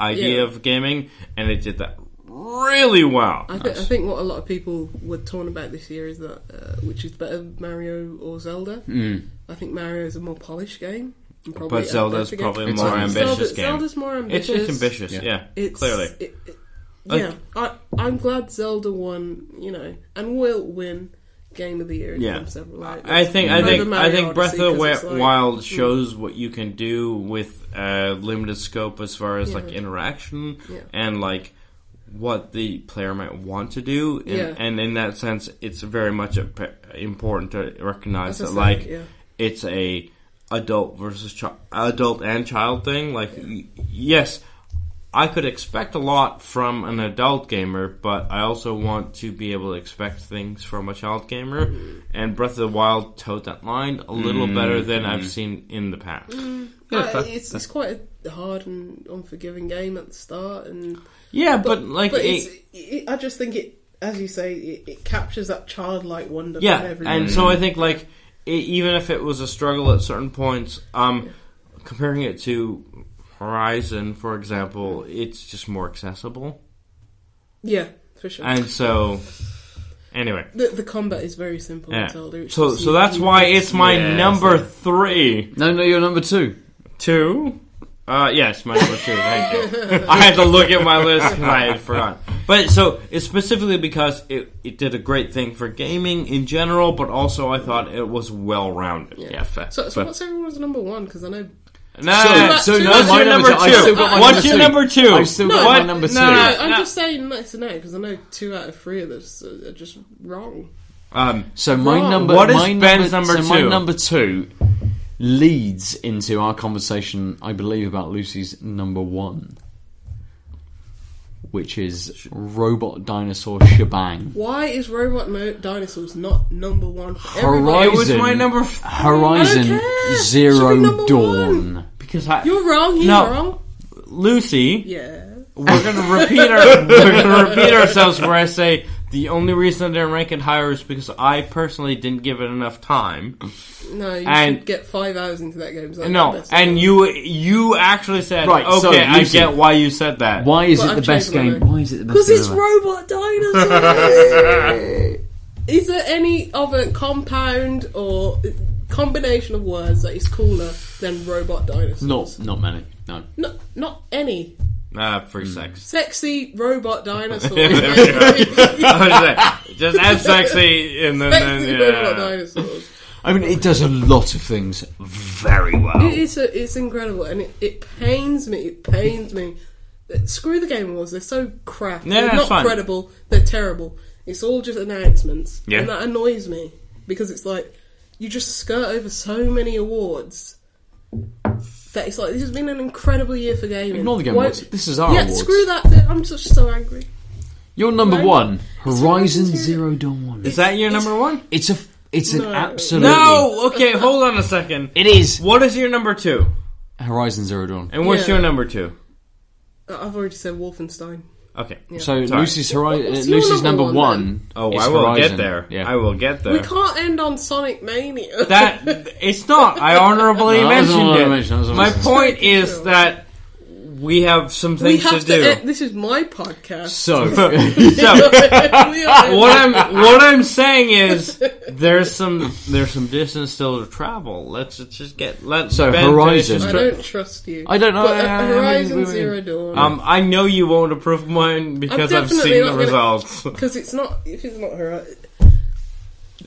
[SPEAKER 2] idea
[SPEAKER 1] Yeah.
[SPEAKER 2] of gaming, and it did that really well.
[SPEAKER 1] I, th- I think what a lot of people were torn about this year is that uh, which is better, Mario or Zelda? Mm. I think Mario is a more polished game. and probably
[SPEAKER 2] Hmm. but
[SPEAKER 1] a
[SPEAKER 2] Zelda's
[SPEAKER 1] better game.
[SPEAKER 2] probably a
[SPEAKER 3] It's
[SPEAKER 2] more
[SPEAKER 3] like-
[SPEAKER 2] ambitious
[SPEAKER 1] Zelda-
[SPEAKER 2] game.
[SPEAKER 1] Zelda's more
[SPEAKER 2] It's-
[SPEAKER 1] ambitious.
[SPEAKER 2] it's ambitious, yeah.
[SPEAKER 3] Yeah.
[SPEAKER 1] It's-
[SPEAKER 2] clearly,
[SPEAKER 1] it- it-
[SPEAKER 2] Like-
[SPEAKER 1] yeah, I, I'm glad Zelda won, you know, and will win Game of the Year in
[SPEAKER 2] Yeah.
[SPEAKER 1] some several outlets.
[SPEAKER 2] I think I
[SPEAKER 1] Over
[SPEAKER 2] think I
[SPEAKER 1] Mario
[SPEAKER 2] think Breath of the
[SPEAKER 1] Odyssey 'cause
[SPEAKER 2] Wi-
[SPEAKER 1] it's like- hmm.
[SPEAKER 2] Wild shows what you can do with uh, limited scope as far as like interaction
[SPEAKER 1] Yeah.
[SPEAKER 2] and like what the player might want to do. And,
[SPEAKER 1] Yeah.
[SPEAKER 2] and in that sense, it's very much a, pe- important to recognize that
[SPEAKER 1] That's what I'm
[SPEAKER 2] like
[SPEAKER 1] saying, yeah.
[SPEAKER 2] it's a adult versus chi- adult and child thing. Like y- yes. I could expect a lot from an adult gamer, but I also want to be able to expect things from a child gamer. And Breath of the Wild towed that line a little better than I've seen in the past.
[SPEAKER 1] Uh, it's, it's quite a hard and unforgiving game at the start, and
[SPEAKER 2] Yeah, but, like,
[SPEAKER 1] but
[SPEAKER 2] it,
[SPEAKER 1] it's, it, I just think it, as you say, it, it captures that childlike wonder.
[SPEAKER 2] yeah,
[SPEAKER 1] that everyone
[SPEAKER 2] and so I think like i even if it was a struggle at certain points, um, comparing it to Horizon, for example, it's just more accessible,
[SPEAKER 1] yeah, for sure.
[SPEAKER 2] and so anyway.
[SPEAKER 1] the, the combat is very simple.
[SPEAKER 2] Yeah.
[SPEAKER 1] in Zelda, it's
[SPEAKER 2] So,
[SPEAKER 1] just
[SPEAKER 2] so
[SPEAKER 1] you-
[SPEAKER 2] that's
[SPEAKER 1] you-
[SPEAKER 2] why it's my
[SPEAKER 3] Yeah,
[SPEAKER 2] number
[SPEAKER 3] so-
[SPEAKER 2] three.
[SPEAKER 3] No, no, you're number two.
[SPEAKER 2] Two? Uh, yes, my number two. Thank you. I had to look at my list and I had forgotten. But so it's specifically because it, it did a great thing for gaming in general, but also I thought it was well rounded.
[SPEAKER 1] Yeah.
[SPEAKER 3] fair.
[SPEAKER 1] So, so what's everyone's number one? Because I know
[SPEAKER 2] Nah,
[SPEAKER 1] So- so
[SPEAKER 2] no,
[SPEAKER 1] now
[SPEAKER 2] what's
[SPEAKER 1] my
[SPEAKER 2] your number
[SPEAKER 3] number two- I've
[SPEAKER 2] two?
[SPEAKER 3] still got my
[SPEAKER 2] What's
[SPEAKER 3] number
[SPEAKER 2] your
[SPEAKER 3] two.
[SPEAKER 2] number two?
[SPEAKER 3] I've still got
[SPEAKER 1] my
[SPEAKER 2] What?
[SPEAKER 3] number two.
[SPEAKER 2] Nah,
[SPEAKER 1] I, I'm
[SPEAKER 2] nah.
[SPEAKER 1] just saying nice to know because I know two out of three of those are are just wrong.
[SPEAKER 2] Um,
[SPEAKER 3] So my
[SPEAKER 1] Wrong.
[SPEAKER 3] number,
[SPEAKER 2] What is
[SPEAKER 3] my
[SPEAKER 2] Ben's number
[SPEAKER 3] so my
[SPEAKER 2] two?
[SPEAKER 3] number two leads into our conversation, I believe, about Lucy's number one, which is robot dinosaur shebang.
[SPEAKER 1] Why is Robot no- Dinosaurs not number one? For everybody?
[SPEAKER 3] Horizon,
[SPEAKER 2] It was my number f-
[SPEAKER 3] Horizon
[SPEAKER 1] I don't care. Should be
[SPEAKER 3] Zero
[SPEAKER 1] number
[SPEAKER 3] Dawn.
[SPEAKER 2] because I,
[SPEAKER 1] You're wrong. You're
[SPEAKER 2] No.
[SPEAKER 1] wrong.
[SPEAKER 2] Lucy,
[SPEAKER 1] Yeah.
[SPEAKER 2] we're gonna repeat our, we're gonna repeat ourselves where I say the only reason I didn't rank it higher is because I personally didn't give it enough time.
[SPEAKER 1] Mm-hmm. No, you
[SPEAKER 2] And-
[SPEAKER 1] should get five hours into that game. It's like the
[SPEAKER 2] No,
[SPEAKER 1] best
[SPEAKER 2] and
[SPEAKER 1] game.
[SPEAKER 2] you you actually said
[SPEAKER 3] Right,
[SPEAKER 2] Okay,
[SPEAKER 3] so
[SPEAKER 2] I
[SPEAKER 3] Lucy-
[SPEAKER 2] get why you said that.
[SPEAKER 3] Why is
[SPEAKER 1] But
[SPEAKER 3] it the
[SPEAKER 1] I've
[SPEAKER 3] best
[SPEAKER 1] changed my
[SPEAKER 3] game?
[SPEAKER 1] mind.
[SPEAKER 3] Why is it the best
[SPEAKER 1] Because
[SPEAKER 3] game?
[SPEAKER 1] it's
[SPEAKER 3] ever?
[SPEAKER 1] robot dinosaurs. is there any other compound or combination of words that is cooler than robot dinosaurs?
[SPEAKER 3] Not, not many. No.
[SPEAKER 1] No, not any.
[SPEAKER 2] Uh, free
[SPEAKER 3] Mm.
[SPEAKER 2] sex.
[SPEAKER 1] Sexy robot dinosaurs.
[SPEAKER 2] I was like, Just add sexy and then,
[SPEAKER 1] Sexy
[SPEAKER 2] then
[SPEAKER 1] robot
[SPEAKER 2] yeah.
[SPEAKER 1] dinosaurs.
[SPEAKER 3] I mean, it does a lot of things very well.
[SPEAKER 1] It is a, it's incredible, and it, it pains me. It pains me Screw the Game Awards. They're so crap.
[SPEAKER 2] Yeah,
[SPEAKER 1] they're
[SPEAKER 2] it's
[SPEAKER 1] not
[SPEAKER 2] fine.
[SPEAKER 1] credible. They're terrible. It's all just announcements.
[SPEAKER 3] Yeah.
[SPEAKER 1] And that annoys me because it's like you just skirt over so many awards that it's like this has been an incredible year for gaming.
[SPEAKER 3] Ignore the Game
[SPEAKER 1] Why-
[SPEAKER 3] Awards. This is our
[SPEAKER 1] yeah,
[SPEAKER 3] awards.
[SPEAKER 1] screw that. I'm just so angry.
[SPEAKER 3] Your number
[SPEAKER 1] Right.
[SPEAKER 3] one,
[SPEAKER 1] It's
[SPEAKER 3] Horizon
[SPEAKER 1] Horizon Zero-
[SPEAKER 3] Zero Dawn One.
[SPEAKER 2] Is that your number one?
[SPEAKER 3] It's a, it's an
[SPEAKER 1] No.
[SPEAKER 3] absolutely
[SPEAKER 2] No. Okay, hold on a second.
[SPEAKER 3] It is
[SPEAKER 2] What is your number two?
[SPEAKER 3] Horizon Zero Dawn.
[SPEAKER 2] And what's
[SPEAKER 1] Yeah.
[SPEAKER 2] your number two?
[SPEAKER 1] I- Uh, I've already said Wolfenstein.
[SPEAKER 2] Okay.
[SPEAKER 3] So
[SPEAKER 2] Sorry.
[SPEAKER 3] Lucy's Horizon,
[SPEAKER 1] What's your
[SPEAKER 3] Lucy's
[SPEAKER 1] number
[SPEAKER 3] number
[SPEAKER 1] one,
[SPEAKER 3] one.
[SPEAKER 2] Oh,
[SPEAKER 3] is
[SPEAKER 2] I will
[SPEAKER 3] Horizon.
[SPEAKER 2] get there.
[SPEAKER 3] Yeah.
[SPEAKER 2] I will get
[SPEAKER 1] We
[SPEAKER 2] there.
[SPEAKER 1] can't end on Sonic Mania.
[SPEAKER 2] That it's not. I honorably
[SPEAKER 3] No, that was
[SPEAKER 2] mentioned
[SPEAKER 3] all I
[SPEAKER 2] it.
[SPEAKER 3] mentioned, that was all I
[SPEAKER 2] My
[SPEAKER 3] mentioned.
[SPEAKER 2] point is that we have some
[SPEAKER 1] we
[SPEAKER 2] things
[SPEAKER 1] have
[SPEAKER 2] to
[SPEAKER 1] to.
[SPEAKER 2] do.
[SPEAKER 1] end- this is my podcast.
[SPEAKER 3] So
[SPEAKER 2] so
[SPEAKER 1] We are-
[SPEAKER 2] what I'm what I'm saying is there's some there's some distance still to travel. Let's, let's just get let
[SPEAKER 3] So,
[SPEAKER 2] Ben finish
[SPEAKER 3] Horizon.
[SPEAKER 2] his
[SPEAKER 1] I
[SPEAKER 2] tra-
[SPEAKER 1] don't trust you.
[SPEAKER 3] I don't know.
[SPEAKER 1] But, uh,
[SPEAKER 3] I- I- I mean,
[SPEAKER 1] Horizon
[SPEAKER 3] we- we-
[SPEAKER 1] Zero Dawn.
[SPEAKER 2] Um, I know you won't approve of mine because
[SPEAKER 1] I'm
[SPEAKER 2] I've seen
[SPEAKER 1] definitely
[SPEAKER 2] the
[SPEAKER 1] not gonna-
[SPEAKER 2] results.
[SPEAKER 3] Hmm.
[SPEAKER 1] Because it's not if it's not her.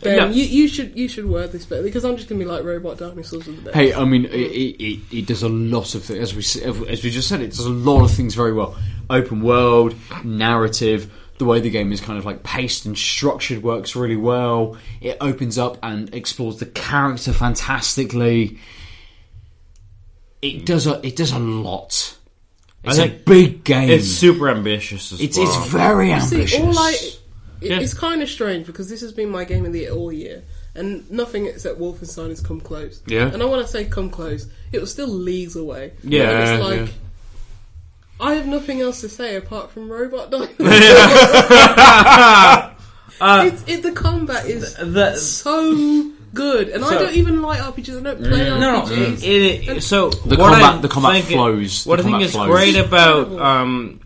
[SPEAKER 1] Ben,
[SPEAKER 2] No.
[SPEAKER 1] you, you should you should word this better because I'm just gonna be like robot dinosaurs with the best.
[SPEAKER 3] hey, I mean, it, it, it, it does a lot of things. As we s- as we just said, it does a lot of things very well. Open world, narrative, the way the game is kind of like paced and structured works really well. It opens up and explores the character fantastically. It does a it does a lot. It's a
[SPEAKER 2] think
[SPEAKER 3] big game.
[SPEAKER 2] It's super ambitious. As
[SPEAKER 3] It's
[SPEAKER 2] well.
[SPEAKER 3] it's very ambitious.
[SPEAKER 1] See, all I it,
[SPEAKER 2] Yeah.
[SPEAKER 1] it's kind of strange because this has been my game of the year all year, and nothing except Wolfenstein has come close.
[SPEAKER 3] Yeah.
[SPEAKER 1] and I want to say come close. It was still leagues away.
[SPEAKER 2] Yeah,
[SPEAKER 1] and it's
[SPEAKER 3] yeah.
[SPEAKER 1] like. I have nothing else to say apart from robot dinosaurs. it's, it, the combat is
[SPEAKER 2] the,
[SPEAKER 1] so good, and I
[SPEAKER 2] So- Mm.
[SPEAKER 1] don't even like RPGs. I don't play
[SPEAKER 2] no, no.
[SPEAKER 1] RPGs.
[SPEAKER 2] It, it, so the
[SPEAKER 3] combat- the combat flows, the
[SPEAKER 2] What I think
[SPEAKER 3] combat
[SPEAKER 2] is
[SPEAKER 3] flows.
[SPEAKER 2] great about um,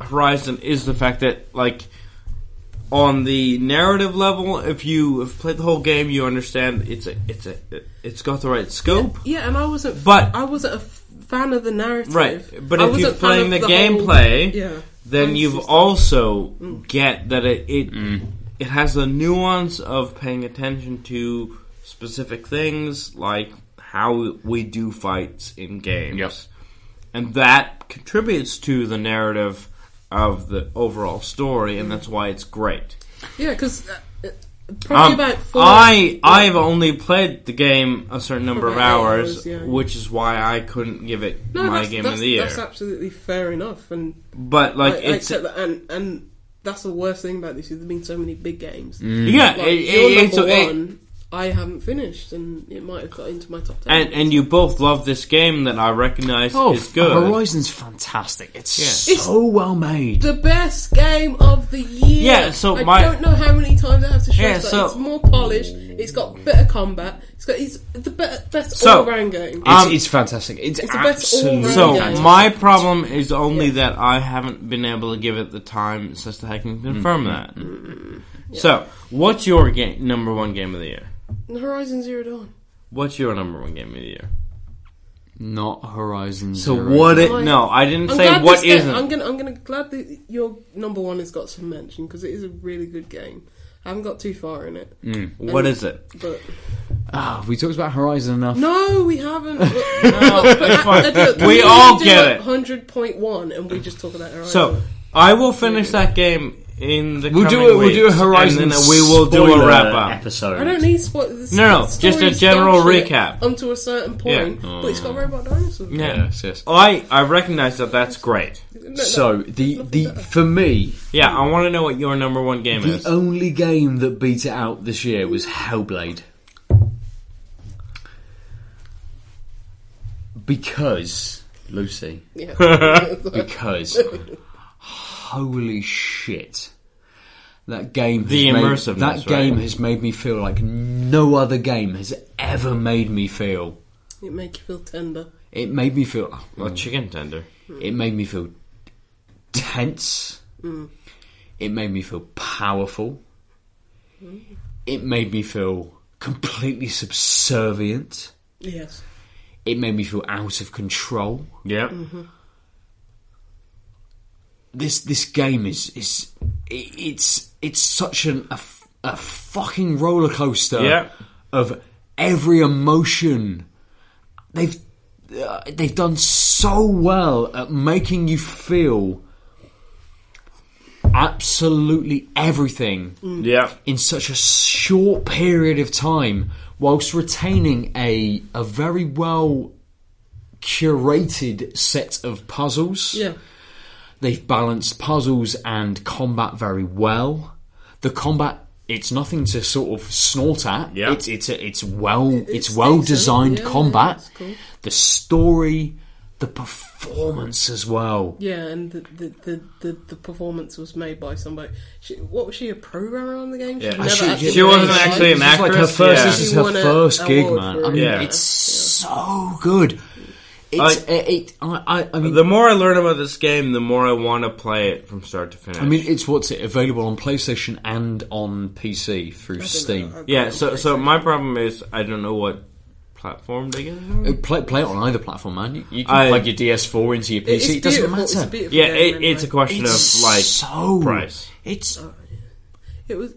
[SPEAKER 2] Horizon is the fact that like on the narrative level, if you have played the whole game, you understand it's a it's a it's got the right scope.
[SPEAKER 1] Yeah, and I wasn't.
[SPEAKER 2] But-
[SPEAKER 1] I wasn't a f- fan of the narrative.
[SPEAKER 2] Right, but
[SPEAKER 1] I
[SPEAKER 2] if you're
[SPEAKER 1] wasn't a fan
[SPEAKER 2] playing
[SPEAKER 1] of
[SPEAKER 2] the
[SPEAKER 1] whole-
[SPEAKER 2] gameplay,
[SPEAKER 1] yeah,
[SPEAKER 2] then
[SPEAKER 1] Nice
[SPEAKER 2] you've
[SPEAKER 1] system.
[SPEAKER 2] also get that it it, it has the nuance of paying attention to specific things like how we do fights in games.
[SPEAKER 3] Yep.
[SPEAKER 2] And that contributes to the narrative of the overall story
[SPEAKER 1] Mm.
[SPEAKER 2] and that's why it's great.
[SPEAKER 1] yeah, because uh, probably
[SPEAKER 2] Um,
[SPEAKER 1] about four.
[SPEAKER 2] I I've only played the game a certain number of
[SPEAKER 1] About eight
[SPEAKER 2] hours,
[SPEAKER 1] hours, yeah.
[SPEAKER 2] which is why I couldn't give it
[SPEAKER 1] no,
[SPEAKER 2] my
[SPEAKER 1] that's,
[SPEAKER 2] game
[SPEAKER 1] that's,
[SPEAKER 2] of the year.
[SPEAKER 1] That's absolutely fair enough, and
[SPEAKER 2] but
[SPEAKER 1] I,
[SPEAKER 2] like
[SPEAKER 1] I
[SPEAKER 2] it's
[SPEAKER 1] accept that. And and that's the worst thing about this is there've been so many big games.
[SPEAKER 2] yeah,
[SPEAKER 1] Like,
[SPEAKER 2] Mm. it,
[SPEAKER 1] your
[SPEAKER 2] it- it's
[SPEAKER 1] number
[SPEAKER 2] it-
[SPEAKER 1] one, I haven't finished, and it might have got into my top ten.
[SPEAKER 2] And and you both love this game that I recognize
[SPEAKER 3] Oh,
[SPEAKER 2] is Oh, good.
[SPEAKER 3] Horizon's fantastic. It's
[SPEAKER 2] Yeah.
[SPEAKER 3] so well made.
[SPEAKER 1] the best game of the year.
[SPEAKER 2] Yeah, so
[SPEAKER 1] I
[SPEAKER 2] my-
[SPEAKER 1] don't know how many times I have to stress
[SPEAKER 2] Yeah,
[SPEAKER 1] that
[SPEAKER 2] so-
[SPEAKER 1] it's more polished. It's got better combat. It's got it's the be- best
[SPEAKER 2] So,
[SPEAKER 1] all-round game.
[SPEAKER 3] It's,
[SPEAKER 2] Um,
[SPEAKER 3] it's fantastic. It's,
[SPEAKER 1] It's the best
[SPEAKER 3] absolutely
[SPEAKER 1] all-round
[SPEAKER 2] So
[SPEAKER 1] Yeah.
[SPEAKER 3] fantastic.
[SPEAKER 2] my problem is only
[SPEAKER 1] Yeah.
[SPEAKER 2] that I haven't been able to give it the time such that I can
[SPEAKER 3] Mm-hmm.
[SPEAKER 2] confirm that. So what's your game number one game of the year?
[SPEAKER 1] Horizon Zero Dawn.
[SPEAKER 2] What's your number one game of the year?
[SPEAKER 3] not Horizon
[SPEAKER 2] So
[SPEAKER 3] Zero
[SPEAKER 2] what? It,
[SPEAKER 3] Dawn.
[SPEAKER 2] no, I didn't
[SPEAKER 1] I'm
[SPEAKER 2] say
[SPEAKER 1] glad
[SPEAKER 2] what
[SPEAKER 1] this game-
[SPEAKER 2] isn't.
[SPEAKER 1] I'm gonna I'm gonna glad that your number one has got some mention because it is a really good game. I haven't got too far in
[SPEAKER 2] Mm.
[SPEAKER 1] it,
[SPEAKER 2] What is it?
[SPEAKER 1] but
[SPEAKER 3] Ah, have we talked about Horizon enough.
[SPEAKER 1] no, we haven't.
[SPEAKER 2] it's fine. We
[SPEAKER 1] we
[SPEAKER 2] all get it.
[SPEAKER 1] Hundred point one, and we just talk about Horizon.
[SPEAKER 2] So I will finish that game in the.
[SPEAKER 3] We'll do
[SPEAKER 2] coming
[SPEAKER 3] a- we'll do a
[SPEAKER 2] weeks,
[SPEAKER 3] Horizon
[SPEAKER 2] And then we will do a
[SPEAKER 3] spoiler
[SPEAKER 2] wrap up.
[SPEAKER 3] episode.
[SPEAKER 1] I don't need spoilers.
[SPEAKER 2] No, no, just a general recap.
[SPEAKER 1] Up to a certain point,
[SPEAKER 2] Yeah.
[SPEAKER 3] Oh.
[SPEAKER 1] but it's got robot dinosaurs.
[SPEAKER 2] Yeah.
[SPEAKER 3] Yes, yes.
[SPEAKER 2] I I recognize that. That's great.
[SPEAKER 1] No, no.
[SPEAKER 3] So the the for me,
[SPEAKER 2] Yeah, I want to know what your number one game
[SPEAKER 3] the
[SPEAKER 2] is.
[SPEAKER 3] only game that beat it out this year was Hellblade. Because Lucy,
[SPEAKER 1] yeah.
[SPEAKER 3] because holy shit that game has
[SPEAKER 2] The
[SPEAKER 3] made-
[SPEAKER 2] immersiveness,
[SPEAKER 3] that game
[SPEAKER 2] right?
[SPEAKER 3] has made me feel like no other game has ever made me feel
[SPEAKER 1] it make you feel tender.
[SPEAKER 3] it made me feel
[SPEAKER 2] A chicken tender.
[SPEAKER 3] it made me feel tense it made me feel powerful it made me feel completely subservient
[SPEAKER 1] Yes.
[SPEAKER 3] it made me feel out of control
[SPEAKER 2] Yeah.
[SPEAKER 3] this this game is is it- it's it's such an a, f- a fucking roller coaster
[SPEAKER 2] Yeah.
[SPEAKER 3] of every emotion. They've uh, they've done so well at making you feel absolutely everything
[SPEAKER 2] Yeah.
[SPEAKER 3] in such a short period of time whilst retaining a a very well curated set of puzzles.
[SPEAKER 1] Yeah.
[SPEAKER 3] They've balanced puzzles and combat very well. The combat it's nothing to sort of snort at.
[SPEAKER 2] Yeah.
[SPEAKER 3] It's it's a, it's well it's,
[SPEAKER 1] decent.
[SPEAKER 3] well designed
[SPEAKER 1] Yeah,
[SPEAKER 3] combat.
[SPEAKER 1] it's cool.
[SPEAKER 3] The story, the performance as well.
[SPEAKER 1] Yeah, and the the, the, the the performance was made by somebody. She, what was she a programmer on the game?
[SPEAKER 2] Yeah.
[SPEAKER 1] never
[SPEAKER 3] She-
[SPEAKER 1] actually
[SPEAKER 3] she
[SPEAKER 1] played
[SPEAKER 2] wasn't
[SPEAKER 1] it, right?
[SPEAKER 2] actually an
[SPEAKER 3] This is like her
[SPEAKER 2] actress,
[SPEAKER 3] first.
[SPEAKER 2] yeah.
[SPEAKER 3] This is
[SPEAKER 1] She
[SPEAKER 3] her
[SPEAKER 1] won a
[SPEAKER 3] first gig,
[SPEAKER 1] award
[SPEAKER 3] man.
[SPEAKER 1] for
[SPEAKER 3] I
[SPEAKER 1] it,
[SPEAKER 3] mean,
[SPEAKER 2] yeah.
[SPEAKER 3] it's so good. It's, I, it, I, I, I mean,
[SPEAKER 2] The more I learn about this game, the more I want to play it from start to finish.
[SPEAKER 3] I mean, it's what's it available on PlayStation and on PC through Steam.
[SPEAKER 2] yeah. So, so my problem is I don't know what platform they get. it on.
[SPEAKER 3] Uh, Play, play it on either platform, man. You, you can
[SPEAKER 2] I-
[SPEAKER 3] plug your DS4 into your PC.
[SPEAKER 1] It's
[SPEAKER 3] it doesn't
[SPEAKER 1] beautiful,
[SPEAKER 3] matter.
[SPEAKER 1] It's a beautiful
[SPEAKER 2] Yeah,
[SPEAKER 1] game
[SPEAKER 2] it,
[SPEAKER 1] anyway.
[SPEAKER 2] it's a question
[SPEAKER 3] It's
[SPEAKER 2] of like
[SPEAKER 3] so
[SPEAKER 2] price.
[SPEAKER 3] It's oh,
[SPEAKER 1] It was.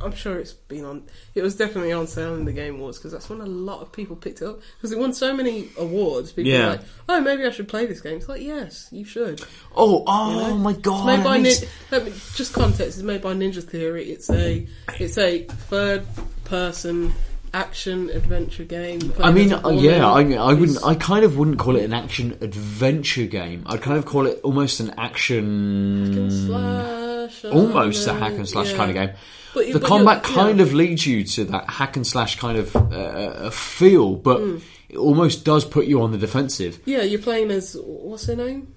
[SPEAKER 1] I'm sure it's been on. It was definitely on sale in the Game Awards because that's when a lot of people picked it up because it won so many awards. People
[SPEAKER 2] Yeah.
[SPEAKER 1] were like, oh, maybe I should play this game. It's like, yes, you should.
[SPEAKER 3] oh oh
[SPEAKER 1] You know?
[SPEAKER 3] my god!
[SPEAKER 1] It's made
[SPEAKER 3] that
[SPEAKER 1] by
[SPEAKER 3] makes-
[SPEAKER 1] Nin- let me, just context. It's made by Ninja Theory. It's a it's a third person action adventure game.
[SPEAKER 3] I mean, uh,
[SPEAKER 1] Played as a
[SPEAKER 3] yeah, I,
[SPEAKER 1] woman.
[SPEAKER 3] I wouldn't.
[SPEAKER 1] It's-
[SPEAKER 3] I kind of wouldn't call it an action adventure game. I'd kind of call it almost an action,
[SPEAKER 1] hack and slash, I
[SPEAKER 3] almost a
[SPEAKER 1] don't know,
[SPEAKER 3] hack and slash
[SPEAKER 1] yeah.
[SPEAKER 3] kind of game.
[SPEAKER 1] But you-
[SPEAKER 3] the
[SPEAKER 1] but
[SPEAKER 3] combat
[SPEAKER 1] you're- yeah.
[SPEAKER 3] kind of leads you to that hack and slash kind of uh, feel, but
[SPEAKER 1] Mm.
[SPEAKER 3] it almost does put you on the defensive.
[SPEAKER 1] Yeah, you're playing as what's her name?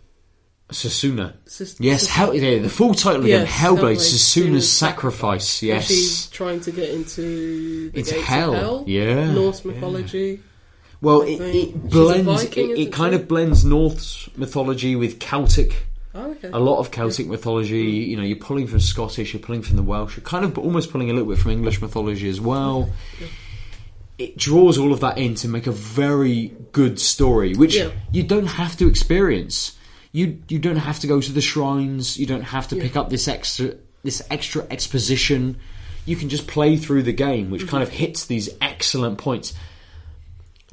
[SPEAKER 3] Sasuna.
[SPEAKER 1] Sis-
[SPEAKER 3] Yes,
[SPEAKER 1] Sis-
[SPEAKER 3] Hell, yeah, the full title of the
[SPEAKER 1] Yes,
[SPEAKER 3] game, Hellblade,
[SPEAKER 1] Hellblade,
[SPEAKER 3] Sasuna's
[SPEAKER 1] Sasuna's
[SPEAKER 3] Sacrifice,
[SPEAKER 1] And She's
[SPEAKER 3] yes.
[SPEAKER 1] trying to get into the gates
[SPEAKER 3] Into
[SPEAKER 1] of
[SPEAKER 3] hell,
[SPEAKER 1] hell.
[SPEAKER 3] yeah,
[SPEAKER 1] Norse mythology.
[SPEAKER 3] Well,
[SPEAKER 1] I
[SPEAKER 3] it,
[SPEAKER 1] think she's
[SPEAKER 3] it
[SPEAKER 1] a
[SPEAKER 3] blends,
[SPEAKER 1] Viking,
[SPEAKER 3] it, it
[SPEAKER 1] isn't
[SPEAKER 3] kind
[SPEAKER 1] she?
[SPEAKER 3] of blends Norse mythology with Celtic
[SPEAKER 1] Oh, okay.
[SPEAKER 3] a lot of Celtic mythology. You know, you're pulling from Scottish, you're pulling from the Welsh, you're kind of almost pulling a little bit from English mythology as well. It draws all of that in to make a very good story, which
[SPEAKER 1] Yeah.
[SPEAKER 3] you don't have to experience. You you don't have to go to the shrines. You don't have to pick up this extra this extra exposition. You can just play through the game,
[SPEAKER 1] Mm-hmm.
[SPEAKER 3] which kind of hits these excellent points.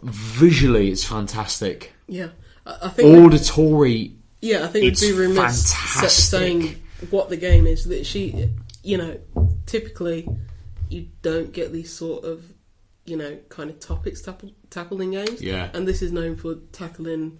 [SPEAKER 3] Visually, it's fantastic.
[SPEAKER 1] Yeah, I, I think.
[SPEAKER 3] Auditory,
[SPEAKER 1] yeah, I think it'd
[SPEAKER 3] it's
[SPEAKER 1] be remiss sa-
[SPEAKER 3] fantastic.
[SPEAKER 1] saying what the game is. That she, you know, typically you don't get these sort of, you know, kind of topics tapp- tackled in games.
[SPEAKER 3] Yeah.
[SPEAKER 1] and this is known for tackling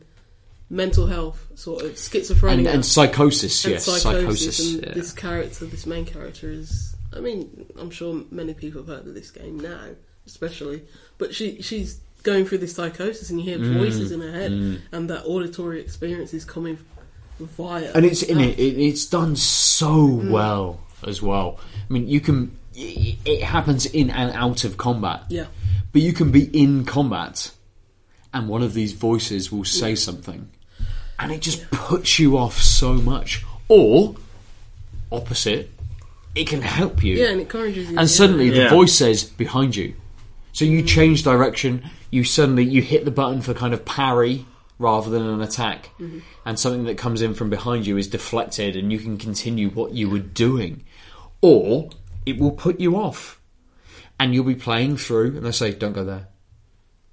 [SPEAKER 1] mental health, sort of schizophrenia
[SPEAKER 3] and, and psychosis,
[SPEAKER 1] and
[SPEAKER 3] yes,
[SPEAKER 1] psychosis.
[SPEAKER 3] psychosis.
[SPEAKER 1] and
[SPEAKER 3] yeah.
[SPEAKER 1] this character, this main character, is. I mean, I'm sure many people have heard of this game now, especially. But she she's going through this psychosis, and you hear
[SPEAKER 3] Mm.
[SPEAKER 1] voices in her head, and that auditory experience is coming via.
[SPEAKER 3] and it's in
[SPEAKER 1] that.
[SPEAKER 3] it, it it's done so
[SPEAKER 1] Mm.
[SPEAKER 3] well as well i mean you can it it happens in and out of combat
[SPEAKER 1] Yeah,
[SPEAKER 3] but you can be in combat and one of these voices will say something and it just puts you off so much or opposite it can help you
[SPEAKER 1] yeah, and it encourages you.
[SPEAKER 3] and
[SPEAKER 1] yeah.
[SPEAKER 3] suddenly the
[SPEAKER 2] Yeah.
[SPEAKER 3] voice says behind you so you change direction you suddenly you hit the button for kind of parry rather than an attack and something that comes in from behind you is deflected and you can continue what you were doing or it will put you off and you'll be playing through and they say don't go there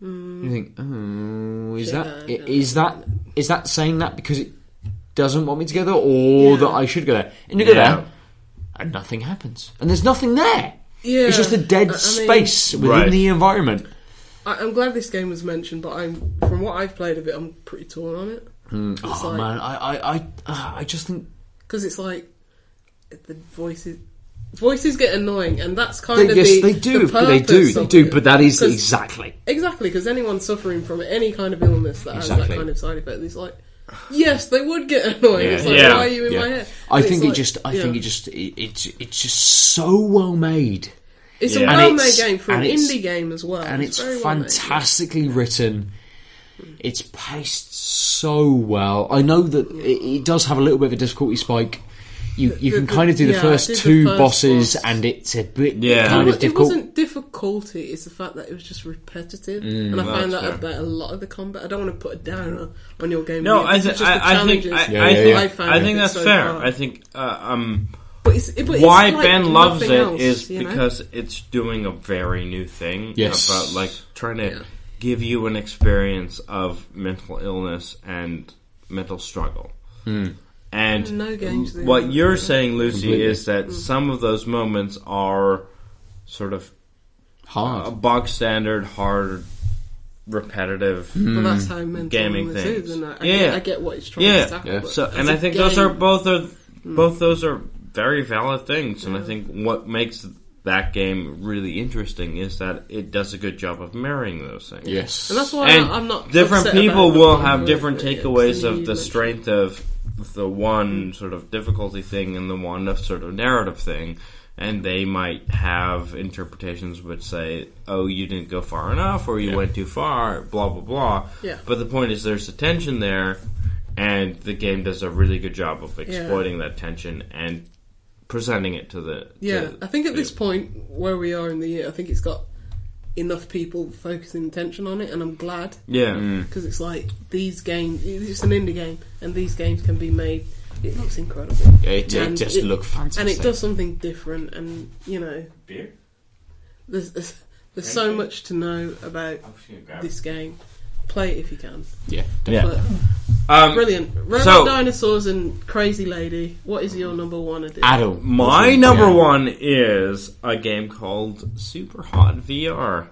[SPEAKER 3] you think oh is
[SPEAKER 1] Yeah,
[SPEAKER 3] that
[SPEAKER 1] I
[SPEAKER 3] i-
[SPEAKER 1] don't
[SPEAKER 3] is that is that saying that because it doesn't want me to go there or
[SPEAKER 1] Yeah.
[SPEAKER 3] that i should go there and you go
[SPEAKER 2] Yeah.
[SPEAKER 3] there and nothing happens and there's nothing there
[SPEAKER 1] yeah,
[SPEAKER 3] it's just a dead
[SPEAKER 1] I- I mean,
[SPEAKER 3] space within
[SPEAKER 2] Right.
[SPEAKER 3] the environment.
[SPEAKER 1] I, I'm glad this game was mentioned, but I'm from what I've played of it, I'm pretty torn on it. It's
[SPEAKER 3] Oh
[SPEAKER 1] like-
[SPEAKER 3] man, I, I, I, uh, I just think
[SPEAKER 1] because it's like the voices voices get annoying and that's kind
[SPEAKER 3] they,
[SPEAKER 1] of
[SPEAKER 3] yes,
[SPEAKER 1] the,
[SPEAKER 3] they do,
[SPEAKER 1] the
[SPEAKER 3] they do,
[SPEAKER 1] purpose
[SPEAKER 3] they
[SPEAKER 1] of
[SPEAKER 3] do.
[SPEAKER 1] it.
[SPEAKER 3] But that is
[SPEAKER 1] 'Cause-
[SPEAKER 3] exactly
[SPEAKER 1] exactly because anyone suffering from any kind of illness that has
[SPEAKER 3] Exactly.
[SPEAKER 1] that kind of side effect it's like yes they would get annoying it's like
[SPEAKER 2] Yeah.
[SPEAKER 1] why are you in
[SPEAKER 3] Yeah.
[SPEAKER 1] my head
[SPEAKER 3] I
[SPEAKER 1] And it's
[SPEAKER 3] think
[SPEAKER 1] like-
[SPEAKER 3] it just, I
[SPEAKER 1] yeah.
[SPEAKER 3] think it just, it, it's, it's just so well made,
[SPEAKER 1] it's
[SPEAKER 2] Yeah.
[SPEAKER 1] a
[SPEAKER 2] And
[SPEAKER 1] well made
[SPEAKER 3] it's-
[SPEAKER 1] game for an
[SPEAKER 3] and it's-
[SPEAKER 1] indie game as well
[SPEAKER 3] and it's,
[SPEAKER 1] very well made.
[SPEAKER 3] fantastically written. It's paced so well. I know that it, it does have a little bit of a difficulty spike. You, you
[SPEAKER 1] the-
[SPEAKER 3] can
[SPEAKER 1] the-
[SPEAKER 3] kind of do the
[SPEAKER 1] yeah, I
[SPEAKER 3] first
[SPEAKER 1] did the
[SPEAKER 3] two
[SPEAKER 1] first
[SPEAKER 3] bosses,
[SPEAKER 1] boss.
[SPEAKER 3] and it's a bit
[SPEAKER 2] Yeah.
[SPEAKER 1] It
[SPEAKER 3] kind
[SPEAKER 1] wa-
[SPEAKER 3] of
[SPEAKER 1] it,
[SPEAKER 3] difficult.
[SPEAKER 1] wasn't difficulty it's the fact that it was just repetitive
[SPEAKER 3] Mm,
[SPEAKER 1] and I found that
[SPEAKER 2] that's fair.
[SPEAKER 1] about a lot of the combat I don't want to put a downer on your game
[SPEAKER 2] No,
[SPEAKER 1] but
[SPEAKER 2] I,
[SPEAKER 1] it's
[SPEAKER 2] th-
[SPEAKER 1] just the
[SPEAKER 2] I, I think
[SPEAKER 1] challenges
[SPEAKER 2] I,
[SPEAKER 3] Yeah,
[SPEAKER 2] I
[SPEAKER 3] yeah,
[SPEAKER 2] think
[SPEAKER 3] yeah.
[SPEAKER 1] I found
[SPEAKER 2] I think
[SPEAKER 1] it
[SPEAKER 2] that's
[SPEAKER 1] so
[SPEAKER 2] fair.
[SPEAKER 1] far.
[SPEAKER 2] I think uh, um,
[SPEAKER 1] But it's, but it's
[SPEAKER 2] why
[SPEAKER 1] like
[SPEAKER 2] Ben loves it
[SPEAKER 1] nothing
[SPEAKER 2] is
[SPEAKER 1] else, you know?
[SPEAKER 2] because it's doing a very new thing
[SPEAKER 3] Yes.
[SPEAKER 2] about like trying to give you an experience of mental illness and mental struggle. And
[SPEAKER 1] No games there. Hmm.
[SPEAKER 2] what you're saying, Lucy,
[SPEAKER 3] Hmm. Completely.
[SPEAKER 2] is that some of those moments are sort of a
[SPEAKER 3] Hard.
[SPEAKER 2] bog standard, hard, repetitive.
[SPEAKER 1] But
[SPEAKER 3] Mm.
[SPEAKER 1] that's how mental
[SPEAKER 2] Gaming
[SPEAKER 1] illness
[SPEAKER 2] things.
[SPEAKER 1] is, and I, I,
[SPEAKER 2] Yeah.
[SPEAKER 1] get, I get what it's trying
[SPEAKER 2] Yeah.
[SPEAKER 1] to tackle.
[SPEAKER 3] Yeah.
[SPEAKER 1] but
[SPEAKER 2] So,
[SPEAKER 1] it's
[SPEAKER 2] and
[SPEAKER 1] a
[SPEAKER 2] I think those are
[SPEAKER 1] game. Mm.
[SPEAKER 2] both are both those are very valid things, and I think what makes that game really interesting is that it does a good job of marrying those things.
[SPEAKER 3] Yes.
[SPEAKER 1] And that's why
[SPEAKER 2] and
[SPEAKER 1] I- I'm not.
[SPEAKER 2] different
[SPEAKER 1] upset about
[SPEAKER 2] people
[SPEAKER 1] it.
[SPEAKER 2] will
[SPEAKER 1] I'm
[SPEAKER 2] have
[SPEAKER 1] not
[SPEAKER 2] different
[SPEAKER 1] upset yet,
[SPEAKER 2] takeaways
[SPEAKER 1] so
[SPEAKER 2] of
[SPEAKER 1] you
[SPEAKER 2] the
[SPEAKER 1] mentioned-
[SPEAKER 2] strength of the one sort of difficulty thing and the one of sort of narrative thing and they might have interpretations which say oh you didn't go far enough or you went too far blah blah blah
[SPEAKER 1] Yeah.
[SPEAKER 2] but the point is there's a tension there and the game does a really good job of exploiting that tension and presenting it to the
[SPEAKER 1] Yeah,
[SPEAKER 2] to-
[SPEAKER 1] I think at this
[SPEAKER 2] to-
[SPEAKER 1] point where we are in the year, I think it's got enough people focusing attention on it, and I'm glad
[SPEAKER 2] yeah
[SPEAKER 1] because it's like these games. It's an indie game, and these games can be made. It looks incredible,
[SPEAKER 3] It, it
[SPEAKER 1] And
[SPEAKER 3] just
[SPEAKER 1] it-
[SPEAKER 3] look fantastic.
[SPEAKER 1] and it does something different. And you know,
[SPEAKER 2] beer
[SPEAKER 1] there's there's, there's so much to know about this game. Play it if you can.
[SPEAKER 3] Yeah.
[SPEAKER 2] yeah
[SPEAKER 1] But
[SPEAKER 2] um,
[SPEAKER 1] brilliant, robot
[SPEAKER 2] So-
[SPEAKER 1] dinosaurs and crazy lady. What is your number one? Addiction?
[SPEAKER 3] Adult.
[SPEAKER 2] My
[SPEAKER 3] wasn't it?
[SPEAKER 2] number
[SPEAKER 3] Yeah.
[SPEAKER 2] one is a game called Super Hot VR,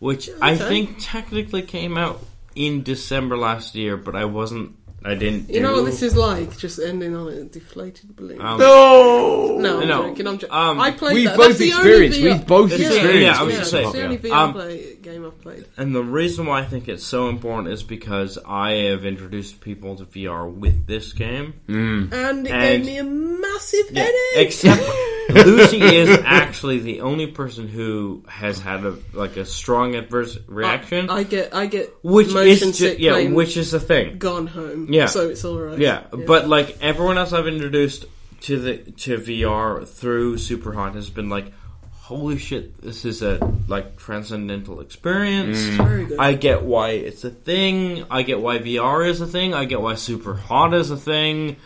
[SPEAKER 2] which I
[SPEAKER 1] Okay.
[SPEAKER 2] think technically came out in December last year, but I wasn't. I didn't.
[SPEAKER 1] You know
[SPEAKER 2] do-
[SPEAKER 1] what this is like? Just ending on a deflated balloon.
[SPEAKER 2] Um,
[SPEAKER 3] No.
[SPEAKER 1] no, I'm
[SPEAKER 2] no,
[SPEAKER 1] joking. I'm joking.
[SPEAKER 2] um,
[SPEAKER 1] I played
[SPEAKER 3] we've
[SPEAKER 1] that.
[SPEAKER 3] both
[SPEAKER 1] That's the only
[SPEAKER 3] experienced-
[SPEAKER 1] VR
[SPEAKER 3] we've both
[SPEAKER 1] yeah,
[SPEAKER 2] experienced
[SPEAKER 1] Yeah,
[SPEAKER 2] Yeah, I was
[SPEAKER 1] yeah,
[SPEAKER 2] gonna say.
[SPEAKER 1] It's the only VR
[SPEAKER 2] Um,
[SPEAKER 1] play, game I've played.
[SPEAKER 2] And the reason why I think it's so important is because I have introduced people to VR with this game.
[SPEAKER 1] And it gave
[SPEAKER 2] and-
[SPEAKER 1] me a massive
[SPEAKER 2] Yeah,
[SPEAKER 1] headache.
[SPEAKER 2] Except Lucy is actually the only person who has had a like a strong adverse reaction,
[SPEAKER 1] I get, I get
[SPEAKER 2] which
[SPEAKER 1] motion
[SPEAKER 2] is ju-
[SPEAKER 1] sick
[SPEAKER 2] yeah,
[SPEAKER 1] playing
[SPEAKER 2] which is the thing.
[SPEAKER 1] Gone Home.
[SPEAKER 2] Yeah.
[SPEAKER 1] So it's alright.
[SPEAKER 2] Yeah, but like everyone else I've introduced to the to VR through Superhot has been like, holy shit, this is a like transcendental experience.
[SPEAKER 1] Very good.
[SPEAKER 2] I get why it's a thing. I get why VR is a thing. I get why Superhot is a thing.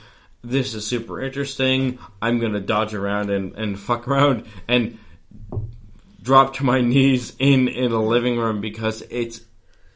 [SPEAKER 2] This is super interesting. I'm gonna dodge around and, and fuck around and drop to my knees in in a living room because it's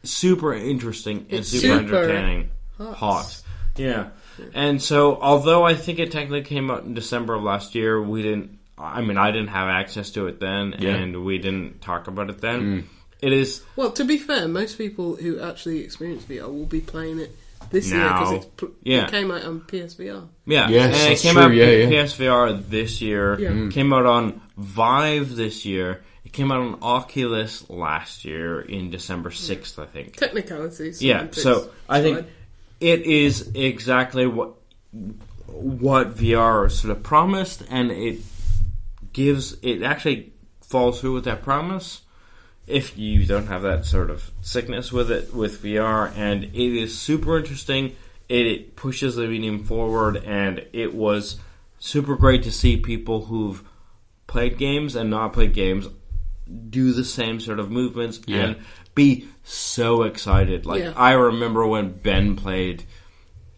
[SPEAKER 2] super interesting and
[SPEAKER 1] It's
[SPEAKER 2] super,
[SPEAKER 1] super
[SPEAKER 2] entertaining.
[SPEAKER 1] hot.
[SPEAKER 2] hot. Yeah. And so, although I think it technically came out in December of last year, we didn't. I mean, I didn't have access to it then,
[SPEAKER 3] Yeah.
[SPEAKER 2] and we didn't talk about it then. It is
[SPEAKER 1] well, to be fair, most people who actually experience VR will be playing it this year
[SPEAKER 2] Now.
[SPEAKER 1] because pl-
[SPEAKER 2] Yeah.
[SPEAKER 1] it came out on PSVR.
[SPEAKER 2] yeah,
[SPEAKER 3] Yes,
[SPEAKER 2] and it
[SPEAKER 3] that's
[SPEAKER 2] came
[SPEAKER 3] true,
[SPEAKER 2] out
[SPEAKER 3] yeah, yeah.
[SPEAKER 2] PSVR this year.
[SPEAKER 1] Yeah. Mm.
[SPEAKER 2] Came out on Vive this year. It came out on Oculus last year in December sixth, I think.
[SPEAKER 1] Technicalities.
[SPEAKER 2] yeah
[SPEAKER 1] and
[SPEAKER 2] so
[SPEAKER 1] things.
[SPEAKER 2] i think
[SPEAKER 1] Fine.
[SPEAKER 2] it is exactly what what vr sort of promised and it gives it actually falls through with that promise if you don't have that sort of sickness with it with vr and it is super interesting it, it pushes the medium forward and it was super great to see people who've played games and not played games do the same sort of movements
[SPEAKER 3] Yeah.
[SPEAKER 2] and be so excited. Like
[SPEAKER 1] Yeah.
[SPEAKER 2] I remember when Ben played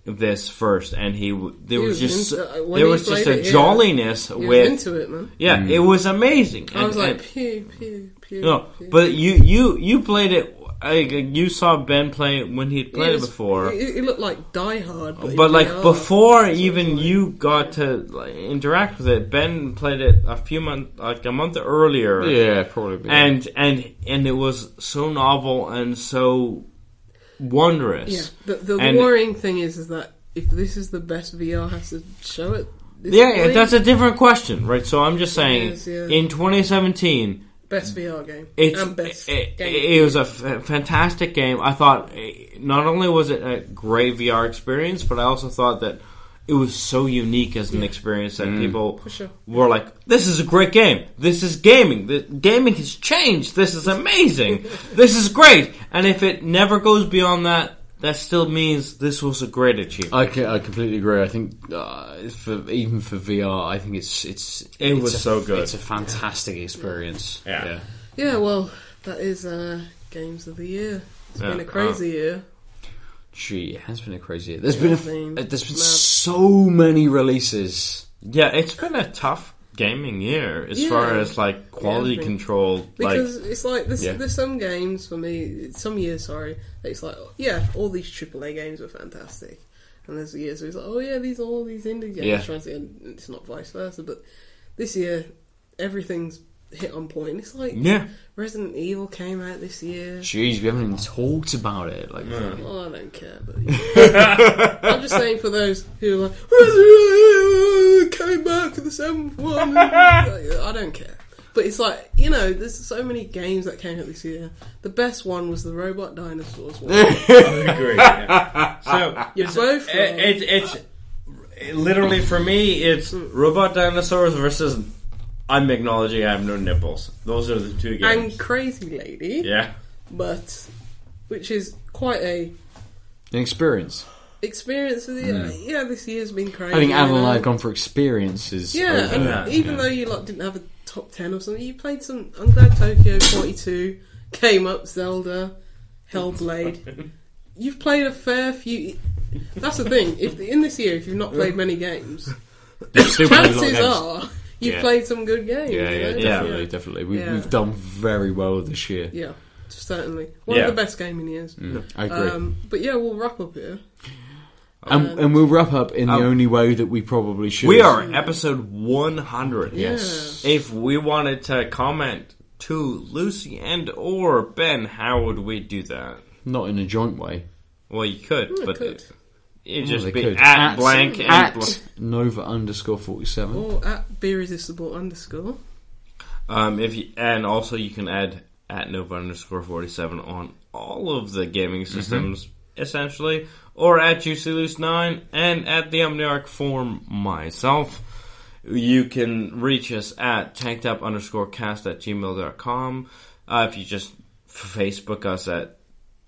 [SPEAKER 2] this first, and he w- there
[SPEAKER 1] He
[SPEAKER 2] was
[SPEAKER 1] was
[SPEAKER 2] just
[SPEAKER 1] into- uh, when
[SPEAKER 2] there
[SPEAKER 1] he
[SPEAKER 2] was just
[SPEAKER 1] played
[SPEAKER 2] a
[SPEAKER 1] it, yeah.
[SPEAKER 2] jolliness
[SPEAKER 1] You're
[SPEAKER 2] with
[SPEAKER 1] into it, man.
[SPEAKER 2] yeah,
[SPEAKER 3] Mm.
[SPEAKER 2] it was amazing.
[SPEAKER 1] I
[SPEAKER 2] And-
[SPEAKER 1] was like,
[SPEAKER 2] and-
[SPEAKER 1] pew, pew, pew.
[SPEAKER 2] no,
[SPEAKER 1] pew.
[SPEAKER 2] but you you you played it. I, you saw Ben play it when
[SPEAKER 1] He
[SPEAKER 2] he'd played it
[SPEAKER 1] was-
[SPEAKER 2] before.
[SPEAKER 1] It, it looked like Die Hard, but,
[SPEAKER 2] but like
[SPEAKER 1] VR.
[SPEAKER 2] before
[SPEAKER 1] So it's
[SPEAKER 2] even
[SPEAKER 1] like-
[SPEAKER 2] you got to like, interact with it, Ben played it a few month like a month earlier.
[SPEAKER 3] Yeah, probably.
[SPEAKER 2] and and and it was so novel and so
[SPEAKER 1] Yeah,
[SPEAKER 2] wondrous.
[SPEAKER 1] the, the
[SPEAKER 2] And-
[SPEAKER 1] worrying thing is, is that if this is the best VR has to show it. this
[SPEAKER 2] Yeah,
[SPEAKER 1] point,
[SPEAKER 2] that's a different question, right? So I'm just saying,
[SPEAKER 1] is, yeah.
[SPEAKER 2] in 2017,
[SPEAKER 1] best VR game.
[SPEAKER 2] it's
[SPEAKER 1] and best
[SPEAKER 2] it,
[SPEAKER 1] game.
[SPEAKER 2] it- it was a f- fantastic game. I thought eh, not only was it a great VR experience, but I also thought that it was so unique as an experience that people
[SPEAKER 1] sure.
[SPEAKER 2] were like, "This is a great game. This is gaming. The gaming has changed. This is amazing. this is great." And if it never goes beyond that, that still means this was a great achievement.
[SPEAKER 3] I, ca- I completely agree. I think uh, for even for VR, I think it's it's
[SPEAKER 2] It
[SPEAKER 3] it's
[SPEAKER 2] was
[SPEAKER 3] a-
[SPEAKER 2] so good.
[SPEAKER 3] It's a fantastic experience.
[SPEAKER 2] Yeah.
[SPEAKER 1] yeah, well, that is uh, games of the year. It's
[SPEAKER 2] Yeah, uh,
[SPEAKER 1] been a crazy year.
[SPEAKER 3] Gee, it has been a crazy year. There's
[SPEAKER 1] Yeah, I
[SPEAKER 3] been a,
[SPEAKER 1] mean,
[SPEAKER 3] there's been
[SPEAKER 1] mad.
[SPEAKER 3] so many releases.
[SPEAKER 2] yeah, it's been a tough gaming year as
[SPEAKER 1] Yeah.
[SPEAKER 2] far as like quality
[SPEAKER 1] Everything.
[SPEAKER 2] control.
[SPEAKER 1] Because
[SPEAKER 2] like
[SPEAKER 1] it's like there's,
[SPEAKER 2] yeah.
[SPEAKER 1] there's some games for me, some years, sorry, that it's like yeah, all these AAA games are fantastic, and there's years where it's like oh yeah, these all these indie games,
[SPEAKER 3] Yeah.
[SPEAKER 1] trying to, and it's not vice versa. But this year, everything's hit on point. It's like
[SPEAKER 2] yeah,
[SPEAKER 1] Resident Evil came out this year.
[SPEAKER 3] Jeez, we haven't even talked about it. Like,
[SPEAKER 1] Oh, I don't care, but I'm just saying for those who are like Resident Evil came back for the seventh one. I don't care, but it's like you know, there's so many games that came out this year. The best one was the Robot Dinosaurs one.
[SPEAKER 2] I agree. yeah. So
[SPEAKER 1] You're
[SPEAKER 2] it's,
[SPEAKER 1] both
[SPEAKER 2] it-
[SPEAKER 1] wrong.
[SPEAKER 2] it- it's it- literally for me. It's robot dinosaurs versus I'm acknowledging I have no nipples. Those are the two games.
[SPEAKER 1] and Crazy Lady,
[SPEAKER 2] yeah,
[SPEAKER 1] but which is quite a
[SPEAKER 3] an experience.
[SPEAKER 1] experience of the yeah. This year's been crazy.
[SPEAKER 3] Mm. I think Adam
[SPEAKER 1] you
[SPEAKER 3] and
[SPEAKER 1] know.
[SPEAKER 3] I have gone for experiences.
[SPEAKER 1] Yeah,
[SPEAKER 3] over
[SPEAKER 1] and
[SPEAKER 2] that,
[SPEAKER 1] even
[SPEAKER 2] yeah.
[SPEAKER 1] though you like didn't have a top ten or something, you played some. I'm glad Tokyo 42 came up. Zelda, Hellblade. You've played a fair few. That's the thing. If in this year, if you've not played many games,
[SPEAKER 3] Still played a lot of
[SPEAKER 1] chances
[SPEAKER 3] games.
[SPEAKER 1] are you've
[SPEAKER 3] Yeah.
[SPEAKER 1] played some good games.
[SPEAKER 3] Yeah,
[SPEAKER 1] you
[SPEAKER 3] yeah,
[SPEAKER 1] know?
[SPEAKER 3] definitely, definitely. We,
[SPEAKER 1] Yeah.
[SPEAKER 3] We've done very well this year.
[SPEAKER 1] Yeah, certainly one
[SPEAKER 2] Yeah.
[SPEAKER 1] of the best gaming years.
[SPEAKER 3] I agree.
[SPEAKER 1] Um, but yeah, we'll wrap up here.
[SPEAKER 3] and, and we'll wrap up in
[SPEAKER 2] um,
[SPEAKER 3] the only way that we probably should.
[SPEAKER 2] we are episode 100.
[SPEAKER 3] Yes.
[SPEAKER 2] If we wanted to comment to Lucy and or Ben, how would we do that?
[SPEAKER 3] Not in a joint way.
[SPEAKER 2] Well, you could,
[SPEAKER 1] I
[SPEAKER 2] but
[SPEAKER 1] could.
[SPEAKER 2] it'd
[SPEAKER 3] Well,
[SPEAKER 2] just
[SPEAKER 3] they
[SPEAKER 2] be
[SPEAKER 3] could.
[SPEAKER 2] at, blank and
[SPEAKER 3] at
[SPEAKER 2] blank.
[SPEAKER 3] Nova underscore 47.
[SPEAKER 1] Or at be irresistible underscore.
[SPEAKER 2] Um, if you, and also you can add at Nova underscore forty seven on all of the gaming systems essentially, or at Juicy Loose Nine and at the Omniarch form myself. You can reach us at tanked up underscore cast at gmail.com. Uh, if you just Facebook us at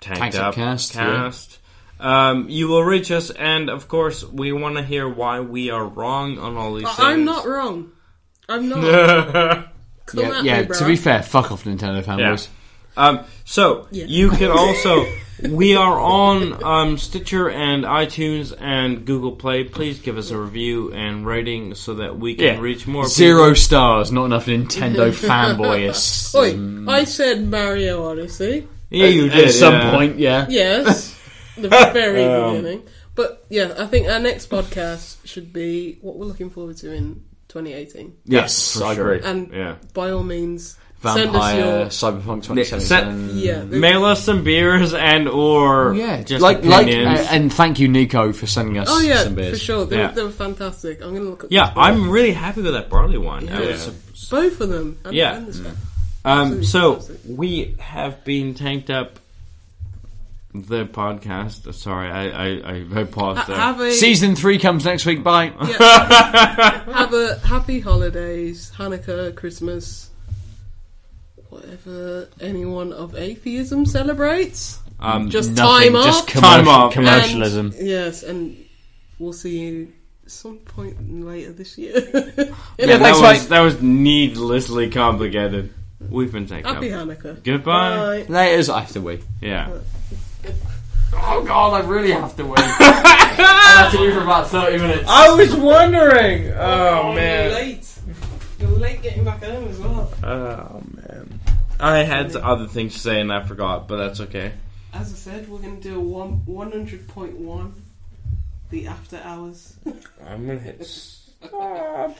[SPEAKER 2] tanked,
[SPEAKER 3] Tanked Up
[SPEAKER 2] up
[SPEAKER 3] Cast,
[SPEAKER 2] cast.
[SPEAKER 3] yeah.
[SPEAKER 2] Um, you will reach us, and of course, we want to hear why we are wrong on all these
[SPEAKER 1] I-
[SPEAKER 2] things.
[SPEAKER 1] I'm not wrong. I'm not. Come
[SPEAKER 3] Yeah,
[SPEAKER 1] at
[SPEAKER 3] yeah
[SPEAKER 1] me, bro.
[SPEAKER 3] to be fair, fuck off Nintendo fanboys.
[SPEAKER 2] Um, so
[SPEAKER 1] Yeah.
[SPEAKER 2] you can also we are on um, Stitcher and iTunes and Google Play. Please give us a review and rating so that we can reach more
[SPEAKER 3] Zero stars, not enough Nintendo fanboyists.
[SPEAKER 1] Oi,
[SPEAKER 2] Mm.
[SPEAKER 1] I said Mario Odyssey.
[SPEAKER 2] People. Yeah, you did.
[SPEAKER 3] At some
[SPEAKER 2] yeah.
[SPEAKER 3] point, yeah.
[SPEAKER 1] Yes, the very
[SPEAKER 2] Um,
[SPEAKER 1] beginning. But yeah, I think our next podcast should be what we're looking forward to in 2018.
[SPEAKER 3] Yes,
[SPEAKER 2] for
[SPEAKER 3] I
[SPEAKER 2] sure.
[SPEAKER 3] agree.
[SPEAKER 1] And
[SPEAKER 2] Yeah.
[SPEAKER 1] by all means,
[SPEAKER 3] Vampire,
[SPEAKER 1] send us
[SPEAKER 3] Cyberpunk
[SPEAKER 1] your
[SPEAKER 3] 2077.
[SPEAKER 1] yeah. the-
[SPEAKER 2] Mail us some beers and or
[SPEAKER 3] Yeah,
[SPEAKER 2] just
[SPEAKER 3] like, like,
[SPEAKER 2] opinions.
[SPEAKER 3] uh, and thank you, Nico, for sending us
[SPEAKER 1] oh yeah,
[SPEAKER 3] some beers.
[SPEAKER 1] for sure. They,
[SPEAKER 2] Yeah.
[SPEAKER 1] they were fantastic. I'm gonna look at
[SPEAKER 2] yeah, I'm really happy with that barley wine. I
[SPEAKER 1] Yeah.
[SPEAKER 2] was-
[SPEAKER 1] both of them. And,
[SPEAKER 2] Yeah.
[SPEAKER 1] and this one.
[SPEAKER 2] Um, so
[SPEAKER 1] Absolutely.
[SPEAKER 2] we have been tanked up. The podcast. Sorry, I I, I, I paused. there.
[SPEAKER 1] Have a
[SPEAKER 3] Season 3 comes next week, bye.
[SPEAKER 1] have a happy holidays, Hanukkah, Christmas, whatever anyone of atheism celebrates.
[SPEAKER 2] um,
[SPEAKER 1] Just
[SPEAKER 3] Nothing,
[SPEAKER 1] time off.
[SPEAKER 3] just
[SPEAKER 2] Time
[SPEAKER 3] commercial-
[SPEAKER 2] off.
[SPEAKER 3] commercialism.
[SPEAKER 1] And- yes, and we'll see you some point later this year.
[SPEAKER 2] Yeah,
[SPEAKER 3] thanks,
[SPEAKER 2] that was,
[SPEAKER 3] mate.
[SPEAKER 2] that was needlessly complicated. We've been taken
[SPEAKER 1] Happy
[SPEAKER 2] up.
[SPEAKER 1] Hanukkah.
[SPEAKER 2] Goodbye.
[SPEAKER 1] Bye.
[SPEAKER 3] Layers, I have to wait.
[SPEAKER 2] Yeah.
[SPEAKER 3] Oh god, I really have to wait. I have to do for about 30 minutes.
[SPEAKER 2] I was wondering. Oh man.
[SPEAKER 1] late. You're late getting back home as well.
[SPEAKER 2] Oh man. I had other things to say and I forgot, but that's okay.
[SPEAKER 1] As I said, we're going to do a one, 100.1, the after hours.
[SPEAKER 2] I'm gonna hit stop.